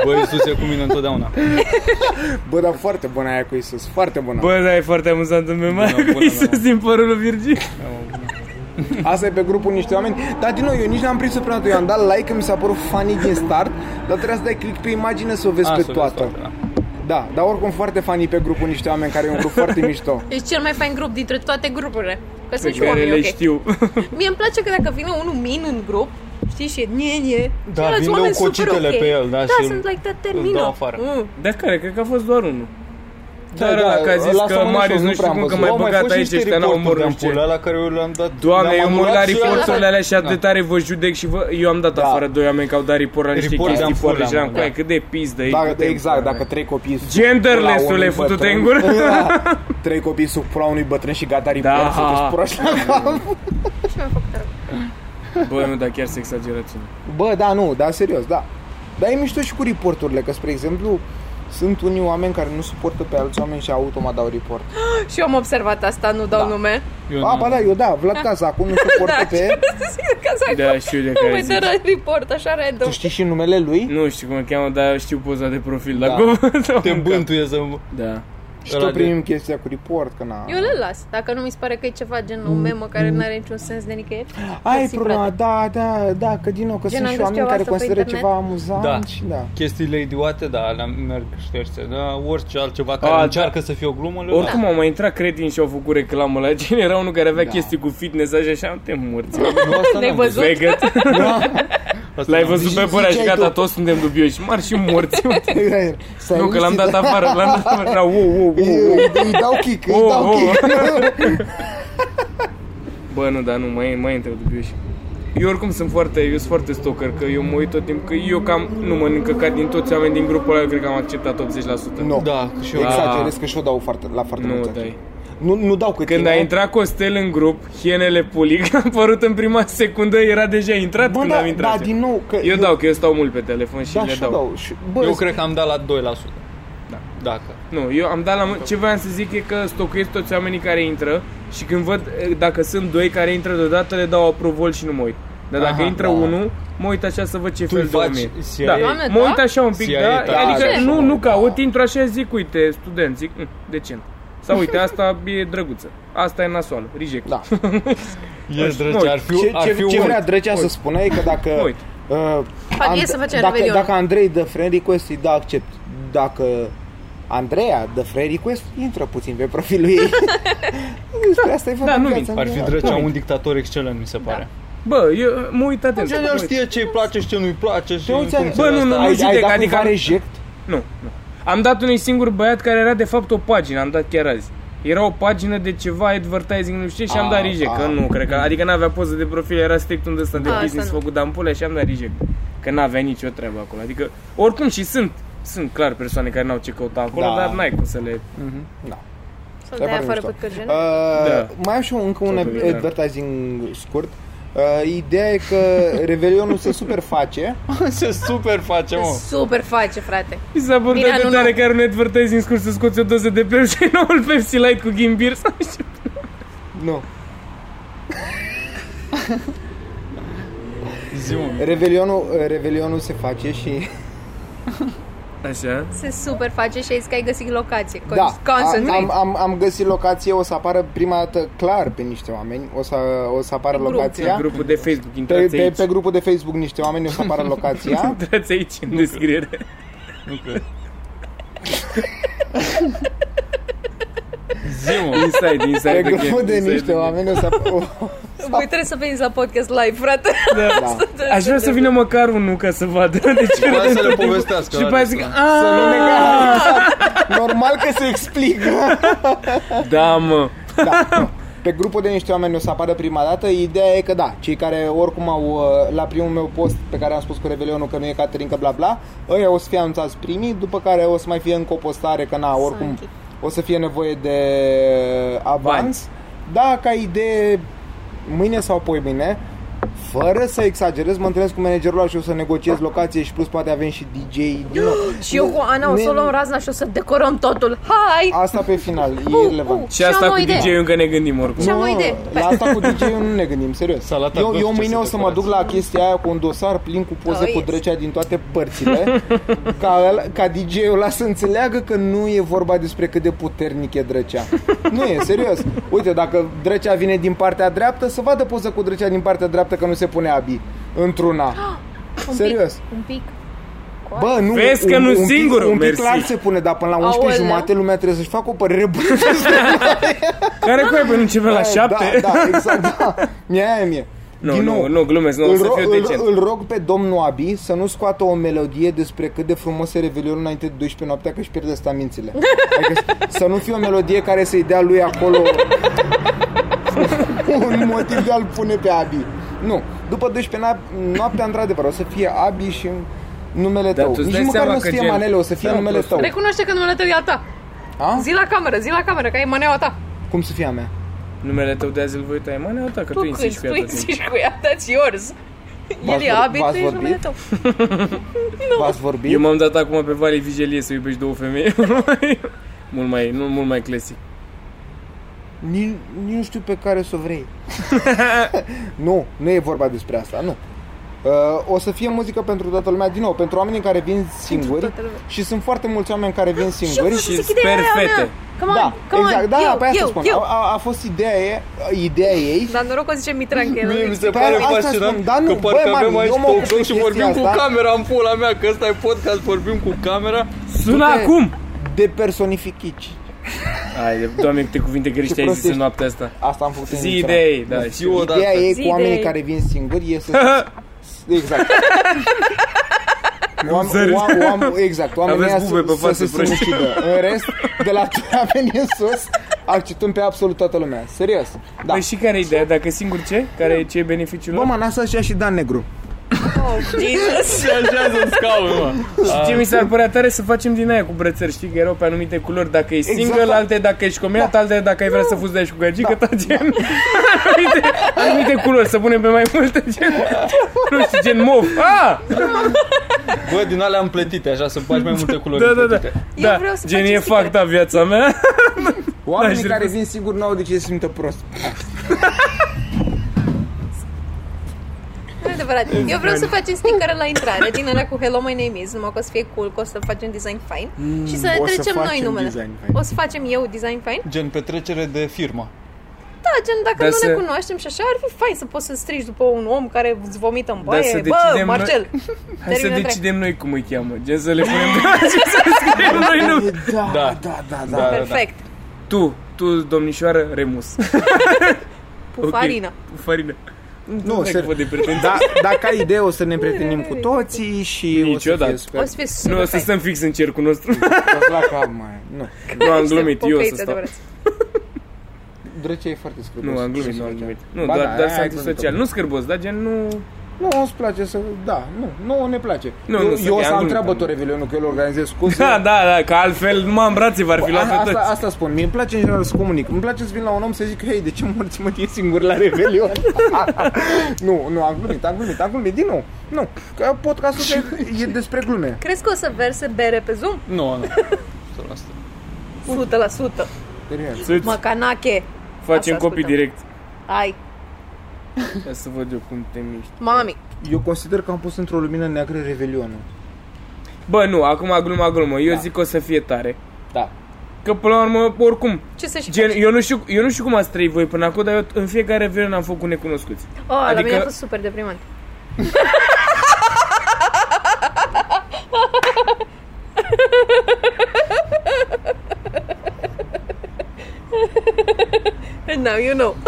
[SPEAKER 3] Bă, Iisus e cu mine întotdeauna.
[SPEAKER 4] Bă, dar foarte bună aia cu Isus, foarte bună.
[SPEAKER 1] Bă, da, e foarte amuzant în mema
[SPEAKER 3] Bună, bună,
[SPEAKER 1] Iisus
[SPEAKER 3] bună.
[SPEAKER 1] din părul lui Virgil
[SPEAKER 4] Asta e pe grupul niște oameni Dar din nou, eu nici n-am prins prea mult. Eu am dat like, mi s-a părut funny din start Dar trebuia să dai click pe imagine să o vezi
[SPEAKER 3] A,
[SPEAKER 4] pe
[SPEAKER 3] să o vezi
[SPEAKER 4] toată
[SPEAKER 3] toată, da.
[SPEAKER 4] Da, dar oricum foarte funny pe grupul niște oameni Care e un grup foarte mișto
[SPEAKER 2] Ești cel mai fain grup dintre toate grupurile. Că
[SPEAKER 1] Pe
[SPEAKER 2] sunt și
[SPEAKER 1] care
[SPEAKER 2] Deci, oameni,
[SPEAKER 1] le
[SPEAKER 2] ok.
[SPEAKER 1] știu
[SPEAKER 2] Mie îmi place că dacă vine unul min în grup, știi, și e nie,
[SPEAKER 3] Da, vin leucocitele pe el, da,
[SPEAKER 2] da
[SPEAKER 3] și
[SPEAKER 2] sunt like, da,
[SPEAKER 3] îl
[SPEAKER 2] termină.
[SPEAKER 3] dau afară.
[SPEAKER 2] Mm.
[SPEAKER 1] Dar care, cred că a fost doar unul Doar
[SPEAKER 3] Da,
[SPEAKER 1] ăla
[SPEAKER 3] da,
[SPEAKER 1] că a zis
[SPEAKER 3] lasă-mă
[SPEAKER 1] că
[SPEAKER 3] în
[SPEAKER 1] Marius
[SPEAKER 3] ușă,
[SPEAKER 1] nu știu
[SPEAKER 3] prea
[SPEAKER 1] cum
[SPEAKER 3] am
[SPEAKER 1] că
[SPEAKER 3] văzut.
[SPEAKER 1] mai
[SPEAKER 3] Au
[SPEAKER 1] băgat
[SPEAKER 3] fost și
[SPEAKER 1] aici
[SPEAKER 3] niște
[SPEAKER 1] ăștia n-au omorât
[SPEAKER 3] reporturi
[SPEAKER 1] nu știu
[SPEAKER 3] de-am
[SPEAKER 1] ce.
[SPEAKER 3] pula la care eu le-am dat.
[SPEAKER 1] Doamne, eu
[SPEAKER 3] le-am
[SPEAKER 1] mor la
[SPEAKER 3] anulat și eu
[SPEAKER 1] reporturile
[SPEAKER 3] la-
[SPEAKER 1] alea și atât de tare vă judec și vă... Eu am dat
[SPEAKER 4] Da.
[SPEAKER 1] afară doi oameni că au dat report la niște
[SPEAKER 3] Report
[SPEAKER 1] chestii
[SPEAKER 3] de-am
[SPEAKER 1] foarte
[SPEAKER 3] pula,
[SPEAKER 1] și am
[SPEAKER 3] mă,
[SPEAKER 1] cu aia,
[SPEAKER 3] da.
[SPEAKER 1] cât de pizdă e.
[SPEAKER 4] dacă,
[SPEAKER 1] cât de-
[SPEAKER 4] Exact, dacă trei copii suc
[SPEAKER 1] Genderless-ule,
[SPEAKER 4] pula unui
[SPEAKER 1] fute-te
[SPEAKER 4] bătrân.
[SPEAKER 1] în gură.
[SPEAKER 4] Da, Trei copii sub pula unui bătrân și gata
[SPEAKER 1] Da.
[SPEAKER 4] report Să proști la cap
[SPEAKER 2] Și mi-am făcut rău.
[SPEAKER 1] Bă, nu, dar chiar se exagerați
[SPEAKER 4] Bă, da, nu, da, serios, da Dar e mișto și cu reporturile Că, spre exemplu, Sunt unii oameni care nu suportă pe alți oameni și automat dau report.
[SPEAKER 2] Și eu am observat asta, nu dau
[SPEAKER 4] Da.
[SPEAKER 2] nume.
[SPEAKER 3] Eu
[SPEAKER 1] Mm.
[SPEAKER 4] A,
[SPEAKER 3] n-am.
[SPEAKER 4] ba da, eu da, Vlad Cazacu nu suportă pe...
[SPEAKER 2] Ca să ai
[SPEAKER 1] Da, știu de
[SPEAKER 2] cum
[SPEAKER 1] care
[SPEAKER 2] îi
[SPEAKER 1] zici.
[SPEAKER 2] dă report, așa random.
[SPEAKER 4] Tu știi și numele lui?
[SPEAKER 1] Nu știu cum îl cheamă, dar știu poza de profil. Dar
[SPEAKER 4] Da.
[SPEAKER 1] cum? Da,
[SPEAKER 3] Te
[SPEAKER 1] un cap.
[SPEAKER 3] bântuie să...
[SPEAKER 1] Da.
[SPEAKER 4] Și
[SPEAKER 3] Ăla
[SPEAKER 4] tot
[SPEAKER 3] de-
[SPEAKER 4] primim chestia cu report, că na...
[SPEAKER 2] Eu le las, dacă nu mi se pare că e ceva gen o
[SPEAKER 3] Mm.
[SPEAKER 2] memă care nu are niciun sens de nicăieri.
[SPEAKER 4] Ai
[SPEAKER 2] lăsi,
[SPEAKER 4] problema,
[SPEAKER 2] frate.
[SPEAKER 4] da, da, da, că din nou, că
[SPEAKER 2] Gen,
[SPEAKER 4] sunt
[SPEAKER 2] am
[SPEAKER 4] și
[SPEAKER 2] găsit
[SPEAKER 4] oameni
[SPEAKER 2] eu
[SPEAKER 4] care
[SPEAKER 2] asta pe
[SPEAKER 4] consideră
[SPEAKER 2] internet.
[SPEAKER 4] ceva amuzant
[SPEAKER 3] Da.
[SPEAKER 4] și da.
[SPEAKER 3] Chestiile idiote, da, le merg șterse. Da, orice altceva care
[SPEAKER 1] A, da.
[SPEAKER 3] încearcă să fie o glumă, le
[SPEAKER 1] Oricum au mai intrat cretini și au făcut reclamă la cine era unul care avea
[SPEAKER 4] Da.
[SPEAKER 1] chestii cu fitness așa și am te morți.
[SPEAKER 3] Eu asta
[SPEAKER 2] Ne-ai
[SPEAKER 3] n-am văzut.
[SPEAKER 2] văzut?
[SPEAKER 1] Vegat.
[SPEAKER 3] Asta
[SPEAKER 1] L-ai
[SPEAKER 3] n-am
[SPEAKER 1] văzut pe
[SPEAKER 4] Zici-
[SPEAKER 1] părea și
[SPEAKER 4] ziceai
[SPEAKER 1] gata,
[SPEAKER 4] tu.
[SPEAKER 1] toți suntem dubioși. Mari și morți.
[SPEAKER 4] Era el. S-a
[SPEAKER 1] nu, că l-am dat
[SPEAKER 4] liniștit.
[SPEAKER 1] afară, l-am dat afară. Era wow, wow, wow,
[SPEAKER 4] Îi,
[SPEAKER 1] wow.
[SPEAKER 4] îi- îi dau kick, îi
[SPEAKER 1] Oh,
[SPEAKER 4] dau
[SPEAKER 1] oh.
[SPEAKER 4] kick.
[SPEAKER 1] Bă, nu, dar nu, mai, mai intră dubioși. Eu oricum sunt foarte, eu sunt foarte stalker, că eu mă uit tot timpul, că eu cam nu mănânc căcat din toți oameni din grupul ăla, eu cred că am acceptat 80%.
[SPEAKER 4] Nu,
[SPEAKER 3] Da, și eu.
[SPEAKER 4] exagerez Exact, că și-o dau foarte, la foarte
[SPEAKER 1] Nu,
[SPEAKER 4] mulți
[SPEAKER 1] dai.
[SPEAKER 4] ani. Nu, nu dau cât da?
[SPEAKER 1] Când
[SPEAKER 4] tine.
[SPEAKER 1] a intrat Costel în grup, Hienele Pulic a apărut în prima secundă, era deja intrat
[SPEAKER 4] Bă,
[SPEAKER 1] când
[SPEAKER 4] da,
[SPEAKER 1] am intrat.
[SPEAKER 4] da,
[SPEAKER 1] eu.
[SPEAKER 4] din nou, că
[SPEAKER 1] eu, dau, că eu stau mult pe telefon și
[SPEAKER 4] da,
[SPEAKER 1] le
[SPEAKER 4] și
[SPEAKER 1] dau.
[SPEAKER 4] dau. dau. Și, bă,
[SPEAKER 3] Eu
[SPEAKER 4] îți-
[SPEAKER 3] cred că am dat la 2%.
[SPEAKER 1] Da.
[SPEAKER 3] Dacă.
[SPEAKER 1] Nu, eu am dat la mână. Ce voiam să zic e că stocuiesc toți oamenii care intră și când văd, e, dacă sunt doi care intră deodată, le dau aprovol și nu mă uit. Dar dacă
[SPEAKER 3] Aha,
[SPEAKER 1] intră
[SPEAKER 3] da.
[SPEAKER 1] unul, mă uit așa să văd ce
[SPEAKER 3] Tu
[SPEAKER 1] fel
[SPEAKER 3] îi
[SPEAKER 1] de
[SPEAKER 3] faci
[SPEAKER 1] om e.
[SPEAKER 3] CIA.
[SPEAKER 1] Da.
[SPEAKER 2] Doamne,
[SPEAKER 1] Mă
[SPEAKER 2] da?
[SPEAKER 1] uit așa un pic,
[SPEAKER 3] CIA,
[SPEAKER 1] da,
[SPEAKER 3] da,
[SPEAKER 1] adică
[SPEAKER 2] așa,
[SPEAKER 1] nu,
[SPEAKER 4] mă,
[SPEAKER 1] nu
[SPEAKER 4] da.
[SPEAKER 1] caut, intru așa zic, uite, student, zic, "Mm, decent. Sau uite, asta e drăguță, asta e nasoală, reject.
[SPEAKER 4] Da.
[SPEAKER 3] E
[SPEAKER 1] nu,
[SPEAKER 3] drăgea, ar fi,
[SPEAKER 4] Ce,
[SPEAKER 3] ar
[SPEAKER 4] ce,
[SPEAKER 3] fi
[SPEAKER 4] ce
[SPEAKER 3] un-
[SPEAKER 4] vrea Drăgea să spună e că dacă...
[SPEAKER 1] Mă uit.
[SPEAKER 4] Uh,
[SPEAKER 2] Fac
[SPEAKER 4] And-
[SPEAKER 2] e să facem
[SPEAKER 4] dacă,
[SPEAKER 2] revelion.
[SPEAKER 4] dacă Andrei dă friend request, îi dă accept. Dacă Andreea dă friend request, intră puțin pe profilul ei. Despre asta e vorba
[SPEAKER 1] da,
[SPEAKER 4] în
[SPEAKER 1] nu
[SPEAKER 4] viața
[SPEAKER 3] Ar fi
[SPEAKER 4] mea.
[SPEAKER 3] drăgea
[SPEAKER 4] Da.
[SPEAKER 3] un dictator excelent, mi se pare.
[SPEAKER 1] Bă, eu mă uit atent.
[SPEAKER 3] Ce
[SPEAKER 1] mă
[SPEAKER 3] el
[SPEAKER 1] uit.
[SPEAKER 3] știe ce îi place și ce nu-i place și
[SPEAKER 4] Te uiți,
[SPEAKER 3] cum
[SPEAKER 4] ai-
[SPEAKER 3] se
[SPEAKER 1] Bă, nu,
[SPEAKER 3] asta-
[SPEAKER 1] nu, nu,
[SPEAKER 4] Ai,
[SPEAKER 1] zi
[SPEAKER 4] ai
[SPEAKER 1] de-
[SPEAKER 4] dat
[SPEAKER 1] adică
[SPEAKER 4] cumva
[SPEAKER 1] am-
[SPEAKER 4] reject?
[SPEAKER 1] Nu, nu. Am dat unui singur băiat care era de fapt o pagină, am dat chiar azi. Era o pagină de ceva advertising, nu știu ce, și am
[SPEAKER 4] A,
[SPEAKER 1] dat reject,
[SPEAKER 4] a.
[SPEAKER 1] Ah, că nu, cred că, adică n-avea poză de profil, era strict un ăsta de
[SPEAKER 2] A, Ah, asta
[SPEAKER 1] business
[SPEAKER 2] nu.
[SPEAKER 1] făcut de ampule și am dat reject. Că n-avea nicio treabă acolo, adică, oricum și sunt, sunt clar persoane care n-au ce căuta acolo,
[SPEAKER 4] Da.
[SPEAKER 1] dar n-ai cum să le...
[SPEAKER 4] Da.
[SPEAKER 2] Să
[SPEAKER 4] Dar
[SPEAKER 2] dai
[SPEAKER 4] foarte
[SPEAKER 2] afară
[SPEAKER 4] mișto.
[SPEAKER 2] pe căjene.
[SPEAKER 4] Uh,
[SPEAKER 1] Da.
[SPEAKER 4] Mai am și eu încă un
[SPEAKER 1] Totul e, da.
[SPEAKER 4] advertising scurt. Uh, ideea e că Revelionul se super face.
[SPEAKER 3] Se super face, mă.
[SPEAKER 2] Super face, frate.
[SPEAKER 1] Mi s-a părut
[SPEAKER 2] Bine,
[SPEAKER 1] atât de
[SPEAKER 2] nu,
[SPEAKER 1] tare
[SPEAKER 2] nu.
[SPEAKER 1] că are un advertising scurs să scoți o doză de Pepsi, noul Pepsi Light cu ghimbir sau știu.
[SPEAKER 4] Nu.
[SPEAKER 3] Zi, mă.
[SPEAKER 4] Revelionul, Revelionul se face și...
[SPEAKER 1] Așa.
[SPEAKER 2] Se super face și ai zis că ai găsit locație. Con-
[SPEAKER 4] Da, am,
[SPEAKER 2] Concentrate.
[SPEAKER 4] am, am, am găsit locație, o să apară prima dată clar pe niște oameni, o să, o să apară
[SPEAKER 2] Pe grup.
[SPEAKER 4] locația.
[SPEAKER 1] Grupul de Facebook,
[SPEAKER 4] Pe,
[SPEAKER 1] intrați
[SPEAKER 4] pe,
[SPEAKER 1] aici.
[SPEAKER 4] pe grupul de Facebook niște oameni o să apară locația.
[SPEAKER 1] Intrați aici în descriere.
[SPEAKER 3] Nu cred. Zi, mă.
[SPEAKER 1] Inside, inside
[SPEAKER 4] Pe
[SPEAKER 1] the
[SPEAKER 4] grupul
[SPEAKER 1] game,
[SPEAKER 4] de
[SPEAKER 1] inside
[SPEAKER 4] niște
[SPEAKER 1] the game.
[SPEAKER 4] oameni o să... O,
[SPEAKER 2] Voi trebuie să veniți la podcast live, frate.
[SPEAKER 4] da.
[SPEAKER 1] Aș vrea să vină măcar unul ca să da. vadă de ce
[SPEAKER 3] Hai să le
[SPEAKER 1] tot timpul.
[SPEAKER 3] povestească.
[SPEAKER 1] Și după
[SPEAKER 3] la
[SPEAKER 1] aia zic, "Ah."
[SPEAKER 3] restul.
[SPEAKER 4] Să nu ne
[SPEAKER 1] aaa,
[SPEAKER 2] Ah!
[SPEAKER 4] Normal că se explică.
[SPEAKER 1] da mă,
[SPEAKER 4] Da. nu. Pe grupul de niște oameni o să apară prima dată. Ideea e că da, cei care oricum au uh, la primul meu post pe care am spus cu Revelionul că nu e Caterin, că bla bla, ăia o să fie anunțați primii, după care o să mai fie încă o postare, că na, oricum
[SPEAKER 2] închid.
[SPEAKER 4] o să fie nevoie de avans. Da, ca idee, mâine sau poi mâine, fără să exagerez, mă întâlnesc cu managerul ăla și o să negociez locație și plus poate avem și DJ din nou.
[SPEAKER 2] Și eu cu Ana o
[SPEAKER 4] Ne-
[SPEAKER 2] să o luăm razna și o să decorăm totul. Hai!
[SPEAKER 4] Asta pe final,
[SPEAKER 2] Uh,
[SPEAKER 4] e irrelevant.
[SPEAKER 1] și asta
[SPEAKER 2] am o
[SPEAKER 1] cu
[SPEAKER 2] idee.
[SPEAKER 1] DJ-ul încă ne gândim oricum.
[SPEAKER 2] Ce-am
[SPEAKER 4] Nu,
[SPEAKER 2] o idee.
[SPEAKER 4] La asta cu DJ-ul nu ne gândim, serios.
[SPEAKER 3] Salata
[SPEAKER 4] Eu,
[SPEAKER 3] Gosti
[SPEAKER 4] eu mâine
[SPEAKER 3] se
[SPEAKER 4] o să mă duc la chestia aia cu un dosar plin cu poze
[SPEAKER 2] Oh,
[SPEAKER 4] cu
[SPEAKER 2] yes.
[SPEAKER 4] drăcea din toate părțile, ca, ăla- ca DJ-ul ăla să înțeleagă că nu e vorba despre cât de puternic e drăcea. Nu e, serios. Uite, dacă drăcea vine din partea dreaptă, să vadă poza cu drăcea din partea dreaptă că nu se pune abi într-una.
[SPEAKER 2] Un
[SPEAKER 4] serios.
[SPEAKER 2] Pic, un pic.
[SPEAKER 4] Bă, nu,
[SPEAKER 1] Vezi că
[SPEAKER 4] un,
[SPEAKER 1] nu
[SPEAKER 4] un,
[SPEAKER 1] singurul,
[SPEAKER 4] pic, un pic
[SPEAKER 1] mersi.
[SPEAKER 4] clar se pune, dar până la 11
[SPEAKER 2] Aoleu.
[SPEAKER 4] jumate lumea trebuie să-și facă o părere bună despre
[SPEAKER 2] Da.
[SPEAKER 1] Care cu aia, păi nu începe la șapte?
[SPEAKER 4] Da, da, exact, da. Mi-e aia mie.
[SPEAKER 1] Nu,
[SPEAKER 4] Din
[SPEAKER 1] nu,
[SPEAKER 4] nou,
[SPEAKER 1] nu, glumesc, nu, o
[SPEAKER 4] îl,
[SPEAKER 1] să
[SPEAKER 4] ro-
[SPEAKER 1] fiu
[SPEAKER 4] îl,
[SPEAKER 1] decent.
[SPEAKER 4] îl rog pe domnul Abi să nu scoată o melodie despre cât de frumos e Revelionul înainte de 12 noaptea că își pierde stamințele. Adică să nu fie o melodie care să-i dea lui acolo un motiv de a-l pune pe Abi. Nu. După 12 na- noaptea, într-adevăr, o să fie Abi și numele
[SPEAKER 1] Dar
[SPEAKER 4] tău.
[SPEAKER 1] tu îți
[SPEAKER 4] Nici
[SPEAKER 1] dai
[SPEAKER 4] măcar
[SPEAKER 1] seama
[SPEAKER 4] nu o să
[SPEAKER 1] că
[SPEAKER 4] fie
[SPEAKER 1] gen-
[SPEAKER 4] manele, o să fie
[SPEAKER 1] Da,
[SPEAKER 4] numele
[SPEAKER 1] prost.
[SPEAKER 4] tău.
[SPEAKER 2] Recunoaște că numele tău e a ta.
[SPEAKER 4] A?
[SPEAKER 2] Zi la cameră, zi la cameră, că e maneaua ta.
[SPEAKER 4] Cum să fie a mea?
[SPEAKER 1] Numele tău de azi îl voi uita, e mane, ta, că tu
[SPEAKER 2] Tu
[SPEAKER 1] insisti
[SPEAKER 2] cânti,
[SPEAKER 1] cu ea
[SPEAKER 2] Păi, tu
[SPEAKER 1] tot timpul.
[SPEAKER 2] insiști cu ea, that's yours. El e
[SPEAKER 4] vor-
[SPEAKER 2] abi, tu
[SPEAKER 4] v-ați
[SPEAKER 2] ești numele
[SPEAKER 4] vorbit?
[SPEAKER 2] tău.
[SPEAKER 4] V-ați vorbit?
[SPEAKER 1] Eu m-am dat acum pe Vale Vigelie să iubești două femei. mult mai, nu, mult mai clasic.
[SPEAKER 4] Nici nu știu pe care să o vrei. nu, nu e vorba despre asta, nu. Uh, o să fie muzică pentru toată lumea, din nou, pentru oamenii care vin singuri
[SPEAKER 2] toată lumea.
[SPEAKER 4] și sunt foarte mulți oameni care vin
[SPEAKER 2] Și eu
[SPEAKER 4] singuri.
[SPEAKER 2] vreau să
[SPEAKER 1] și
[SPEAKER 2] zic ideea
[SPEAKER 1] sper
[SPEAKER 2] aia mea.
[SPEAKER 1] fete.
[SPEAKER 2] Come on,
[SPEAKER 4] da,
[SPEAKER 2] come on,
[SPEAKER 4] exact, da,
[SPEAKER 2] eu,
[SPEAKER 4] da, pe asta
[SPEAKER 2] eu,
[SPEAKER 4] spun.
[SPEAKER 2] eu. Da.
[SPEAKER 4] A, a, a fost ideea, e, ideea ei.
[SPEAKER 2] Dar noroc o zice Mitran că el
[SPEAKER 3] Mie mi se
[SPEAKER 4] Pe
[SPEAKER 3] pare
[SPEAKER 4] asta
[SPEAKER 3] fascinant
[SPEAKER 4] spun, da, nu,
[SPEAKER 3] că
[SPEAKER 4] bă,
[SPEAKER 3] parcă
[SPEAKER 4] mami,
[SPEAKER 3] avem
[SPEAKER 4] eu
[SPEAKER 3] aici
[SPEAKER 4] mă
[SPEAKER 3] talk
[SPEAKER 4] ocup de
[SPEAKER 3] show și
[SPEAKER 4] chestia
[SPEAKER 3] vorbim cu
[SPEAKER 4] asta.
[SPEAKER 3] camera în pula mea, că ăsta e podcast, vorbim cu camera.
[SPEAKER 1] Sună
[SPEAKER 4] Du-te.
[SPEAKER 1] acum!
[SPEAKER 4] De personifici.
[SPEAKER 1] Ai, doamne, câte cuvinte grești
[SPEAKER 4] Ce
[SPEAKER 1] ai zis
[SPEAKER 4] prostești.
[SPEAKER 1] în noaptea asta.
[SPEAKER 4] Asta am făcut în
[SPEAKER 1] Zi
[SPEAKER 4] Instagram.
[SPEAKER 1] idei, da, și
[SPEAKER 3] Zi-o
[SPEAKER 4] Ideea
[SPEAKER 3] odată.
[SPEAKER 4] ei
[SPEAKER 2] Zi
[SPEAKER 4] cu oamenii
[SPEAKER 2] idei.
[SPEAKER 4] care vin singuri e să... exact. Oam,
[SPEAKER 1] Zări.
[SPEAKER 4] oam, oam, exact, oamenii
[SPEAKER 1] Aveți
[SPEAKER 4] ăia să,
[SPEAKER 1] bube pe
[SPEAKER 4] să
[SPEAKER 1] față,
[SPEAKER 4] se
[SPEAKER 1] proști.
[SPEAKER 4] sinucidă. În rest, de la oameni în sus, acceptăm pe absolut toată lumea. Serios. Da.
[SPEAKER 1] Păi și care e ideea? Dacă singur ce? Care ce e beneficiul
[SPEAKER 4] Bă,
[SPEAKER 1] lor?
[SPEAKER 4] man, asta și și Dan Negru.
[SPEAKER 2] Oh, Jesus.
[SPEAKER 3] Se așează în scaun, mă.
[SPEAKER 1] Și ce mi s-ar părea tare să facem din aia cu brățări, știi că erau pe anumite culori, dacă e
[SPEAKER 4] Exact.
[SPEAKER 1] single, alte dacă ești comiat, alte dacă ai vrea să fuzi de aici cu gagică, da. tot gen. anumite, anumite culori, să punem pe mai multe gen. nu știu, gen mov. Ah!
[SPEAKER 3] Bă, din alea am plătite, așa, să faci mai multe culori
[SPEAKER 1] Da, da, da.
[SPEAKER 3] împletite.
[SPEAKER 2] Eu
[SPEAKER 1] da.
[SPEAKER 2] vreau să
[SPEAKER 1] gen
[SPEAKER 2] facem
[SPEAKER 1] e
[SPEAKER 2] sticker.
[SPEAKER 1] fac da viața mea.
[SPEAKER 4] Oamenii
[SPEAKER 1] Da, și
[SPEAKER 4] care
[SPEAKER 1] repus.
[SPEAKER 4] vin singur nu au de ce se simtă prost.
[SPEAKER 2] Nu e adevărat. Eu vreau să facem stickere la intrare din alea cu Hello My Name Is, numai că o să fie cool, că o să facem design fine și să ne
[SPEAKER 4] Mm, o să
[SPEAKER 2] trecem noi
[SPEAKER 4] facem
[SPEAKER 2] numele.
[SPEAKER 4] design fine.
[SPEAKER 2] O să facem eu design fine?
[SPEAKER 3] Gen petrecere de firmă.
[SPEAKER 2] Da, gen dacă
[SPEAKER 1] Dar
[SPEAKER 2] nu ne
[SPEAKER 1] să-
[SPEAKER 2] cunoaștem și așa, ar fi fain să poți să strigi după un om care îți vomită în
[SPEAKER 1] să
[SPEAKER 2] baie. Bă,
[SPEAKER 1] decidem
[SPEAKER 2] Marcel!
[SPEAKER 1] Hai să
[SPEAKER 2] Termină trei.
[SPEAKER 1] decidem noi cum îi cheamă. Gen să le punem și să scriem noi nu.
[SPEAKER 4] Da,
[SPEAKER 3] Da.
[SPEAKER 4] da, da,
[SPEAKER 3] Da,
[SPEAKER 4] da.
[SPEAKER 3] da, da.
[SPEAKER 2] Perfect.
[SPEAKER 1] Tu, tu domnișoară Remus.
[SPEAKER 2] Pufarină.
[SPEAKER 1] Ok, Farină.
[SPEAKER 4] Nu,
[SPEAKER 1] Dacă vă
[SPEAKER 4] ser...
[SPEAKER 1] de pretenții.
[SPEAKER 4] da, dacă ai idee, o să ne împrietenim cu toții și
[SPEAKER 1] Niciodată.
[SPEAKER 4] o să fie
[SPEAKER 2] O
[SPEAKER 4] super.
[SPEAKER 2] să fie super
[SPEAKER 1] Nu, o să
[SPEAKER 2] fain.
[SPEAKER 1] stăm fix în cercul nostru.
[SPEAKER 4] O la cap, mai. Nu.
[SPEAKER 1] Nu am
[SPEAKER 2] Niște
[SPEAKER 1] glumit, eu o
[SPEAKER 2] popeițe
[SPEAKER 1] să stau.
[SPEAKER 2] adevărați.
[SPEAKER 4] Drăcea e foarte scrupulos.
[SPEAKER 1] Nu, am glumit,
[SPEAKER 4] Ce
[SPEAKER 1] nu
[SPEAKER 4] să
[SPEAKER 1] am
[SPEAKER 4] facem?
[SPEAKER 1] glumit. Nu,
[SPEAKER 4] Ba
[SPEAKER 1] doar,
[SPEAKER 4] da,
[SPEAKER 1] doar
[SPEAKER 4] ai
[SPEAKER 1] sunt
[SPEAKER 4] glumit-o.
[SPEAKER 1] antisocial. Nu scârbos, dar gen nu...
[SPEAKER 4] Nu, îți place să... Da, nu, nu ne place.
[SPEAKER 1] Nu,
[SPEAKER 4] eu,
[SPEAKER 1] nu, să
[SPEAKER 4] eu o
[SPEAKER 1] fie
[SPEAKER 4] să am
[SPEAKER 1] anglul,
[SPEAKER 4] treabă
[SPEAKER 1] nu.
[SPEAKER 4] tot revelionul, că eu îl organizez cu
[SPEAKER 1] Da, da, da, că altfel nu am brațe, v-ar fi luat pe
[SPEAKER 4] asta,
[SPEAKER 1] toți.
[SPEAKER 4] asta spun, mie îmi place în general să comunic. Îmi place să vin la un om să zic, hei, de ce morți mă tine singur la Revelion? nu, nu, am glumit, am glumit, am glumit, din nou. Nu, că podcastul e, e despre glume.
[SPEAKER 2] Crezi că o să verse bere pe Zoom?
[SPEAKER 1] Mm.
[SPEAKER 3] Nu, nu.
[SPEAKER 2] 100%.
[SPEAKER 4] Serios.
[SPEAKER 1] Să-ți
[SPEAKER 2] Mă, canache!
[SPEAKER 1] facem
[SPEAKER 2] asta
[SPEAKER 1] copii
[SPEAKER 2] ascultăm.
[SPEAKER 1] direct.
[SPEAKER 2] Ai,
[SPEAKER 1] Ia să văd eu cum te miști.
[SPEAKER 2] mami!
[SPEAKER 4] Eu consider că am pus într-o lumină neagră Revelionul.
[SPEAKER 1] Bă, nu, acum glumă, glumă. Eu zic că o să fie tare.
[SPEAKER 4] Da.
[SPEAKER 1] Că până la urmă, oricum,
[SPEAKER 2] Ce să și
[SPEAKER 1] Gen,
[SPEAKER 2] faci?
[SPEAKER 1] eu nu, știu, eu nu știu cum ați trăit voi până acum, dar eu în fiecare vreme am făcut necunoscuți.
[SPEAKER 2] Oh, la mine
[SPEAKER 1] adică-
[SPEAKER 2] a fost super deprimant. And now you know.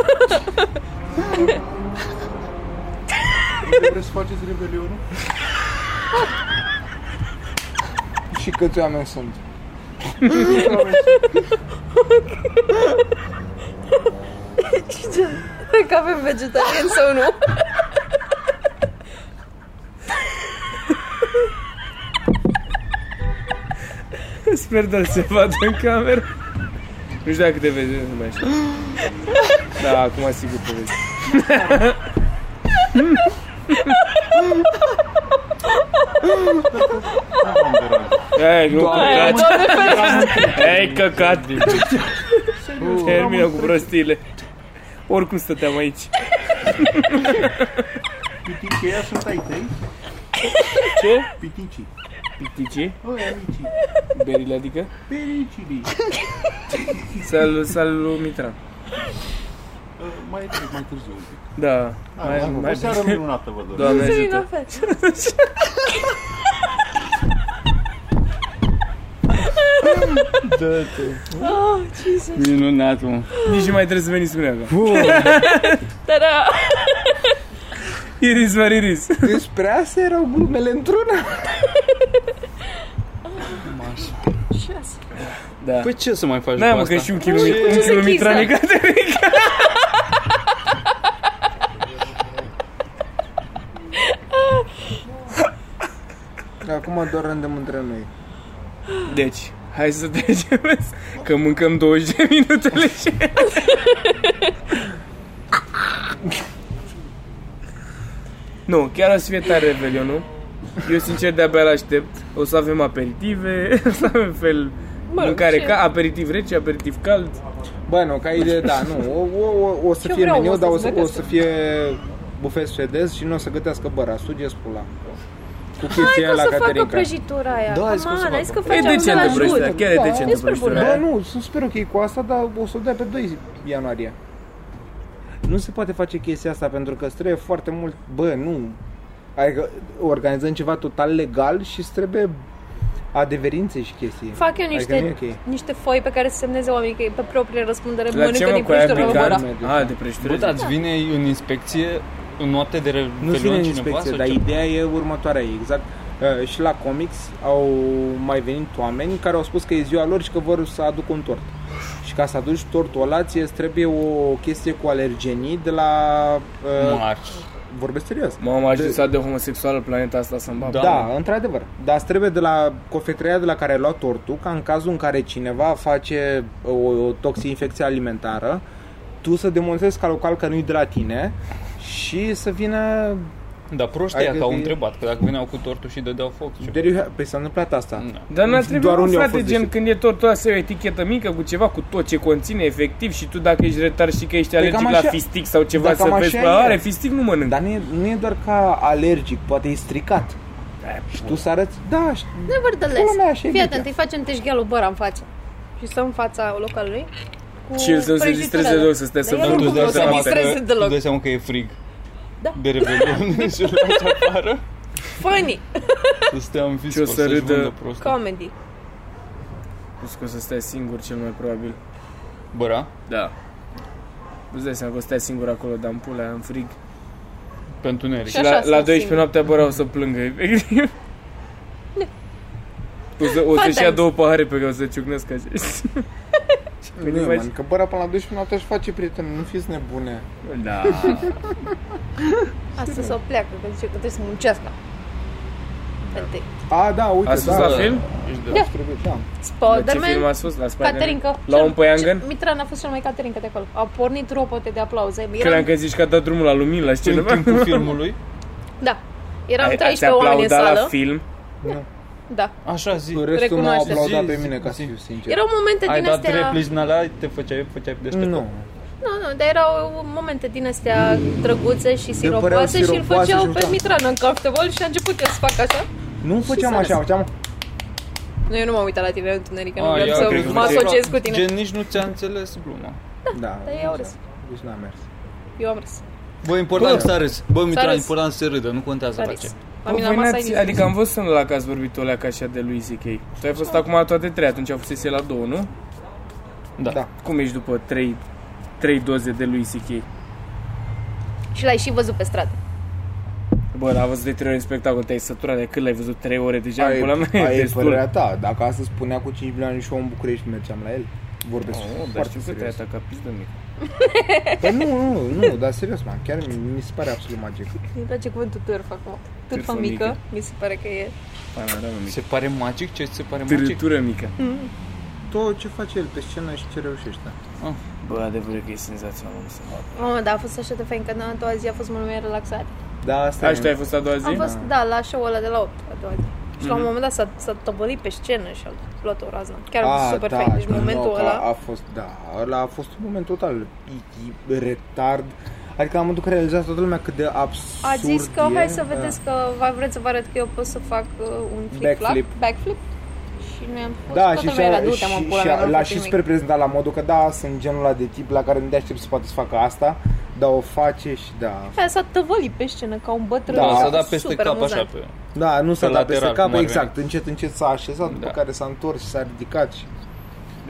[SPEAKER 4] Vreți să faceți Revelionul? și câți oameni sunt?
[SPEAKER 2] Că avem vegetarian sau nu?
[SPEAKER 1] Sper doar să se vadă în cameră. Nu știu dacă te vezi, nu mai știu. Da, acum sigur te vezi. Ei, nu
[SPEAKER 3] Doamne,
[SPEAKER 1] căcați! Ei, căcat! Termină cu prostiile. Oricum stăteam aici.
[SPEAKER 5] Piticheia sunt ai tăi?
[SPEAKER 1] Ce?
[SPEAKER 5] Piticii.
[SPEAKER 1] Pitici?
[SPEAKER 5] Oi, amicii.
[SPEAKER 1] Berile, adică?
[SPEAKER 5] Pericilii.
[SPEAKER 1] Salut, salut, Mitran.
[SPEAKER 5] Uh, Mai trec mai târziu un pic.
[SPEAKER 1] Da.
[SPEAKER 5] Hai,
[SPEAKER 1] Mai,
[SPEAKER 5] O
[SPEAKER 1] mai,
[SPEAKER 5] seară minunată vă doresc.
[SPEAKER 1] Doamne
[SPEAKER 2] Să-i la
[SPEAKER 1] ajută.
[SPEAKER 2] fel. Oh, Jesus.
[SPEAKER 3] Minunat, mă.
[SPEAKER 1] Nici nu mai trebuie să veniți spunea acum.
[SPEAKER 2] Tada!
[SPEAKER 1] Iris, mă, Iris.
[SPEAKER 4] Despre asta erau glumele într-una.
[SPEAKER 1] Da.
[SPEAKER 3] Păi ce să mai faci
[SPEAKER 1] Da,
[SPEAKER 3] cu
[SPEAKER 1] mă,
[SPEAKER 3] asta?
[SPEAKER 1] că și un kilo, un
[SPEAKER 2] ce se
[SPEAKER 1] kilo mitran e
[SPEAKER 2] chisă?
[SPEAKER 1] gata.
[SPEAKER 4] Acum doar rândem între noi.
[SPEAKER 1] Deci, hai să trecem Că mâncăm 20 de minutele și... Nu, chiar o să fie tare Revelionul. Eu sincer de-abia l-aștept. O să avem aperitive, o să avem fel
[SPEAKER 2] Bă,
[SPEAKER 1] mâncare
[SPEAKER 2] ce-
[SPEAKER 1] ca aperitiv rece, aperitiv cald.
[SPEAKER 4] Bă, nu, ca idee, da, nu. O, o, o, o să
[SPEAKER 2] Eu
[SPEAKER 4] fie
[SPEAKER 2] vreau
[SPEAKER 4] meniu,
[SPEAKER 2] asta
[SPEAKER 4] dar o
[SPEAKER 2] să
[SPEAKER 4] să, o
[SPEAKER 2] gătesc.
[SPEAKER 4] să fie bufet suedez și nu o să gătească băra. Sugeți pula. Cu
[SPEAKER 2] Hai
[SPEAKER 4] chestia
[SPEAKER 2] că o
[SPEAKER 4] la
[SPEAKER 2] să facă
[SPEAKER 4] Caterinca.
[SPEAKER 2] prăjitura aia.
[SPEAKER 4] Da, zic că o să
[SPEAKER 2] Aman,
[SPEAKER 4] facă.
[SPEAKER 2] hai zic că
[SPEAKER 1] E
[SPEAKER 2] face
[SPEAKER 1] decentă
[SPEAKER 2] la
[SPEAKER 1] prăjitura, chiar e
[SPEAKER 4] Da,
[SPEAKER 2] e
[SPEAKER 1] decentă
[SPEAKER 2] super bună.
[SPEAKER 1] prăjitura.
[SPEAKER 4] Bă,
[SPEAKER 1] aia.
[SPEAKER 4] nu, sunt super ok cu asta, dar o să o dea pe 2 ianuarie. Nu se poate face chestia asta pentru că îți trebuie foarte mult... Bă, nu. Adică organizăm ceva total legal și îți trebuie adeverințe și chestii.
[SPEAKER 2] Fac
[SPEAKER 4] Adică
[SPEAKER 2] eu niște,
[SPEAKER 4] nu e ok.
[SPEAKER 2] niște foi pe care să semneze oamenii că e pe proprie răspundere
[SPEAKER 1] La ce
[SPEAKER 2] mănâncă
[SPEAKER 1] mă
[SPEAKER 2] din
[SPEAKER 1] cu aia
[SPEAKER 2] prăjitura
[SPEAKER 4] picant?
[SPEAKER 2] băra.
[SPEAKER 1] picat?
[SPEAKER 4] băra.
[SPEAKER 1] A, de prăjitură.
[SPEAKER 3] Bă, dar îți vine în inspecție în noapte de revelion
[SPEAKER 4] Nu sunt în
[SPEAKER 3] cineva
[SPEAKER 4] inspecție,
[SPEAKER 3] sau
[SPEAKER 4] dar
[SPEAKER 3] ce?
[SPEAKER 4] ideea e următoarea, e exact. Uh, și la comics au mai venit oameni care au spus că e ziua lor și că vor să aducă un tort. Și ca să aduci tortul ăla, ție îți trebuie o chestie cu alergenii de la... Uh,
[SPEAKER 3] Marci.
[SPEAKER 4] vorbesc serios.
[SPEAKER 1] M-am
[SPEAKER 4] de,
[SPEAKER 1] ajutat de homosexuală planeta asta să-mi bag.
[SPEAKER 3] Da.
[SPEAKER 4] da, într-adevăr. Dar îți trebuie de la cofetăria de la care ai luat tortul, ca în cazul în care cineva face uh, o, o toxinfecție alimentară, tu să demonstrezi ca local că nu-i de la tine și să vină
[SPEAKER 3] Dar proștia
[SPEAKER 4] Adică
[SPEAKER 3] că au
[SPEAKER 4] e-
[SPEAKER 3] întrebat, că dacă veneau cu tortul și dădeau foc. Ce?
[SPEAKER 4] There you have- Păi s-a întâmplat asta.
[SPEAKER 3] Da.
[SPEAKER 1] Dar n-ar
[SPEAKER 4] Doar
[SPEAKER 1] trebui, Doar
[SPEAKER 4] unii au
[SPEAKER 1] frate,
[SPEAKER 4] fost
[SPEAKER 1] gen
[SPEAKER 4] deștepți.
[SPEAKER 1] când e tortul ăla să e o etichetă mică cu ceva, cu tot ce conține efectiv și tu dacă ești retard și că ești
[SPEAKER 4] Păi
[SPEAKER 1] alergic
[SPEAKER 4] cam
[SPEAKER 1] la
[SPEAKER 4] așa-
[SPEAKER 1] fistic sau ceva
[SPEAKER 4] dar
[SPEAKER 1] să
[SPEAKER 4] cam
[SPEAKER 1] vezi,
[SPEAKER 4] așa
[SPEAKER 1] bă,
[SPEAKER 4] e.
[SPEAKER 1] are fistic, nu mănânc.
[SPEAKER 4] Dar nu e, nu e doar ca alergic, poate e stricat. Și tu să arăți, da, și- Pula mea,
[SPEAKER 2] Nevertheless,
[SPEAKER 4] așa e
[SPEAKER 2] fii
[SPEAKER 4] mintea.
[SPEAKER 2] atent, îi facem teșghealul băra în față. Și stăm în fața localului. cu
[SPEAKER 1] Și el să nu se
[SPEAKER 2] prăjitura
[SPEAKER 1] distreze
[SPEAKER 2] alea.
[SPEAKER 1] deloc, să stea
[SPEAKER 2] Dar
[SPEAKER 1] să
[SPEAKER 2] el
[SPEAKER 1] vadă.
[SPEAKER 2] oricum
[SPEAKER 1] Tu
[SPEAKER 3] îți
[SPEAKER 1] îți
[SPEAKER 3] dai
[SPEAKER 2] nu o să
[SPEAKER 3] seama
[SPEAKER 2] distreze
[SPEAKER 3] că, tu îți
[SPEAKER 2] deloc.
[SPEAKER 3] dai seama că e frig
[SPEAKER 2] Da.
[SPEAKER 3] de revelion și îl lași afară
[SPEAKER 2] Funny
[SPEAKER 3] să stea în fisc
[SPEAKER 1] Și o să râdă.
[SPEAKER 3] prost.
[SPEAKER 2] comedy.
[SPEAKER 1] Plus că o să stea singur cel mai probabil.
[SPEAKER 3] Băra,
[SPEAKER 1] Da. Nu-ți dai seama că o să stea singur acolo, dar în pula, în frig.
[SPEAKER 3] pentru Neric.
[SPEAKER 1] Și
[SPEAKER 2] așa
[SPEAKER 1] la,
[SPEAKER 2] stă
[SPEAKER 1] la 12
[SPEAKER 2] singur.
[SPEAKER 1] noaptea băra o să plângă, efectiv. O, să, o să-și ia
[SPEAKER 2] Fantastic.
[SPEAKER 1] două pahare pe care o să ciucnesc așa.
[SPEAKER 4] nu e, man, că băra până la 12 noapte își face prieteni, nu fiți nebune.
[SPEAKER 1] Da.
[SPEAKER 2] Asta să o pleacă, că zice că trebuie să muncească. Întâi.
[SPEAKER 1] Deci
[SPEAKER 4] A, da, uite,
[SPEAKER 1] A sus
[SPEAKER 4] da,
[SPEAKER 1] la
[SPEAKER 4] da,
[SPEAKER 1] film?
[SPEAKER 3] Ești de
[SPEAKER 4] da, trebuie, da.
[SPEAKER 1] La ce film
[SPEAKER 2] Spider-Man,
[SPEAKER 1] a sus? La Spider-Man?
[SPEAKER 2] Caterinca.
[SPEAKER 1] La un păiangan?
[SPEAKER 2] Mitran a fost cel mai Caterinca de acolo. Au pornit ropote de aplauze.
[SPEAKER 1] Credeam
[SPEAKER 2] Eram,
[SPEAKER 1] că zici că a dat drumul la lumini la
[SPEAKER 3] În
[SPEAKER 1] scenă.
[SPEAKER 3] timpul filmului,
[SPEAKER 2] da, eram
[SPEAKER 1] Ai- ați
[SPEAKER 2] 13 oameni în
[SPEAKER 1] aplaudat la
[SPEAKER 2] sală.
[SPEAKER 1] film?
[SPEAKER 2] Da.
[SPEAKER 3] așa zi.
[SPEAKER 4] Cu restul m-au
[SPEAKER 2] Recunoaște.
[SPEAKER 4] aplaudat
[SPEAKER 3] Zi,
[SPEAKER 4] pe
[SPEAKER 3] zi,
[SPEAKER 4] mine, ca
[SPEAKER 3] zi.
[SPEAKER 4] să fiu sincer.
[SPEAKER 2] Erau momente
[SPEAKER 3] Ai
[SPEAKER 2] din
[SPEAKER 3] dat
[SPEAKER 2] astea...
[SPEAKER 3] replici din alea, te făceai, făceai deștept.
[SPEAKER 4] Nu.
[SPEAKER 2] Nu, nu, dar erau momente din astea drăguțe și
[SPEAKER 4] păreau
[SPEAKER 2] siropoase și îl
[SPEAKER 4] siropoase
[SPEAKER 2] făceau
[SPEAKER 4] și
[SPEAKER 2] pe
[SPEAKER 4] jucam.
[SPEAKER 2] Mitran în comfortable și a început el să facă așa.
[SPEAKER 4] Nu făceam
[SPEAKER 2] s-a
[SPEAKER 4] așa,
[SPEAKER 2] lăsat.
[SPEAKER 4] făceam...
[SPEAKER 2] Nu, eu nu m-am uitat la tine întuneric, că nu
[SPEAKER 3] Ah, ia,
[SPEAKER 2] vreau
[SPEAKER 3] cred
[SPEAKER 2] să
[SPEAKER 3] că
[SPEAKER 2] mă
[SPEAKER 3] nu ți-ai-
[SPEAKER 2] asociez cu tine.
[SPEAKER 3] Gen, nici nu ți-a înțeles gluma.
[SPEAKER 4] Da,
[SPEAKER 2] Dar i-au râs.
[SPEAKER 4] Deci n-a mers.
[SPEAKER 2] Eu am râs.
[SPEAKER 3] Bă, important s-a râs. Bă, Mitran,
[SPEAKER 2] râs.
[SPEAKER 3] important să se râdă, nu contează
[SPEAKER 2] S-a
[SPEAKER 3] la
[SPEAKER 2] râs.
[SPEAKER 3] ce.
[SPEAKER 4] Păi
[SPEAKER 2] La mine
[SPEAKER 1] Bă,
[SPEAKER 2] la
[SPEAKER 1] voi
[SPEAKER 2] masă ai
[SPEAKER 1] n-ați-
[SPEAKER 2] zis.
[SPEAKER 1] Adică am văzut sânul la că ați vorbit o leacă așa de lui ZK. Tu ai fost acum la toate trei, atunci a fost la două, nu?
[SPEAKER 3] Da.
[SPEAKER 4] Da.
[SPEAKER 1] Cum ești după trei, trei doze de lui CK?
[SPEAKER 2] Și l-ai și văzut pe stradă.
[SPEAKER 1] Bă, dar a văzut de trei ori în spectacol, te-ai săturat de cât l-ai văzut trei ore deja, în
[SPEAKER 4] Ai,
[SPEAKER 1] pula mea,
[SPEAKER 4] ai
[SPEAKER 1] e
[SPEAKER 4] e
[SPEAKER 1] destul.
[SPEAKER 4] părerea ta, dacă asta spunea cu 5 milioane și eu în București mergeam la el. Vorbesc
[SPEAKER 1] Oh, dar
[SPEAKER 4] foarte
[SPEAKER 1] știu că te-ai
[SPEAKER 4] serios.
[SPEAKER 1] atacat, pizdă mic.
[SPEAKER 4] Dar nu, nu, nu, dar serios, man, chiar mi, mi se pare absolut magic.
[SPEAKER 2] Îmi place cuvântul târfă acum. Târfă
[SPEAKER 1] Târfă
[SPEAKER 2] mică,
[SPEAKER 1] mică.
[SPEAKER 2] mi se pare că e.
[SPEAKER 1] Hai, mai rămân mic.
[SPEAKER 3] Se pare magic? Ce ți se pare magic?
[SPEAKER 1] Târâtură mică.
[SPEAKER 2] Mm.
[SPEAKER 4] Tot ce face el pe scenă și ce reușește.
[SPEAKER 1] Bă, adevărul că e senzațional, nu se poate.
[SPEAKER 2] Oh, da, a fost așa de fain că a doua zi a fost mult mai relaxat.
[SPEAKER 4] Da, asta
[SPEAKER 1] Da, și tu ai fost a doua zi?
[SPEAKER 2] Am fost, da, la show-ul ăla de la 8 a doua zi. Și
[SPEAKER 4] Mhm.
[SPEAKER 2] la un moment dat s-a, s-a tăbălit pe scenă și a luat o raznă. Chiar a fost super fain. Deci
[SPEAKER 4] știu,
[SPEAKER 2] momentul
[SPEAKER 4] Ah, da, nu, că
[SPEAKER 2] ăla...
[SPEAKER 4] A fost, da, ăla a fost un moment total i- i- retard. Adică am momentul că a realizat toată lumea cât de absurd
[SPEAKER 2] A zis că "Oh,
[SPEAKER 4] e. da.
[SPEAKER 2] hai să vedeți că va vreți să vă arăt că eu pot să fac uh, un flip-flap, backflip.
[SPEAKER 4] Backflip.
[SPEAKER 2] Și noi am fost
[SPEAKER 4] Da,
[SPEAKER 2] toată
[SPEAKER 4] și, și,
[SPEAKER 2] lumea era
[SPEAKER 4] și,
[SPEAKER 2] du-te, mă,
[SPEAKER 4] și,
[SPEAKER 2] pula mea, n-am
[SPEAKER 4] l-a
[SPEAKER 2] făcut
[SPEAKER 4] și
[SPEAKER 2] nimic.
[SPEAKER 4] super prezentat la modul că da, sunt genul ăla de tip la care nu te aștepți să poate să facă asta, dar o face și da.
[SPEAKER 2] Aia S-a tăvălit pe scenă ca un bătrân.
[SPEAKER 4] Da,
[SPEAKER 3] Da, s-a
[SPEAKER 4] s-a
[SPEAKER 3] dat peste
[SPEAKER 2] super
[SPEAKER 3] cap
[SPEAKER 2] amuzant.
[SPEAKER 3] așa pe...
[SPEAKER 4] Da, nu s-a
[SPEAKER 3] Pe
[SPEAKER 4] dat peste
[SPEAKER 3] lateral,
[SPEAKER 4] cap,
[SPEAKER 3] cum ar
[SPEAKER 4] exact. Încet, încet s-a așezat, după
[SPEAKER 3] Da.
[SPEAKER 4] care s-a întors și s-a ridicat și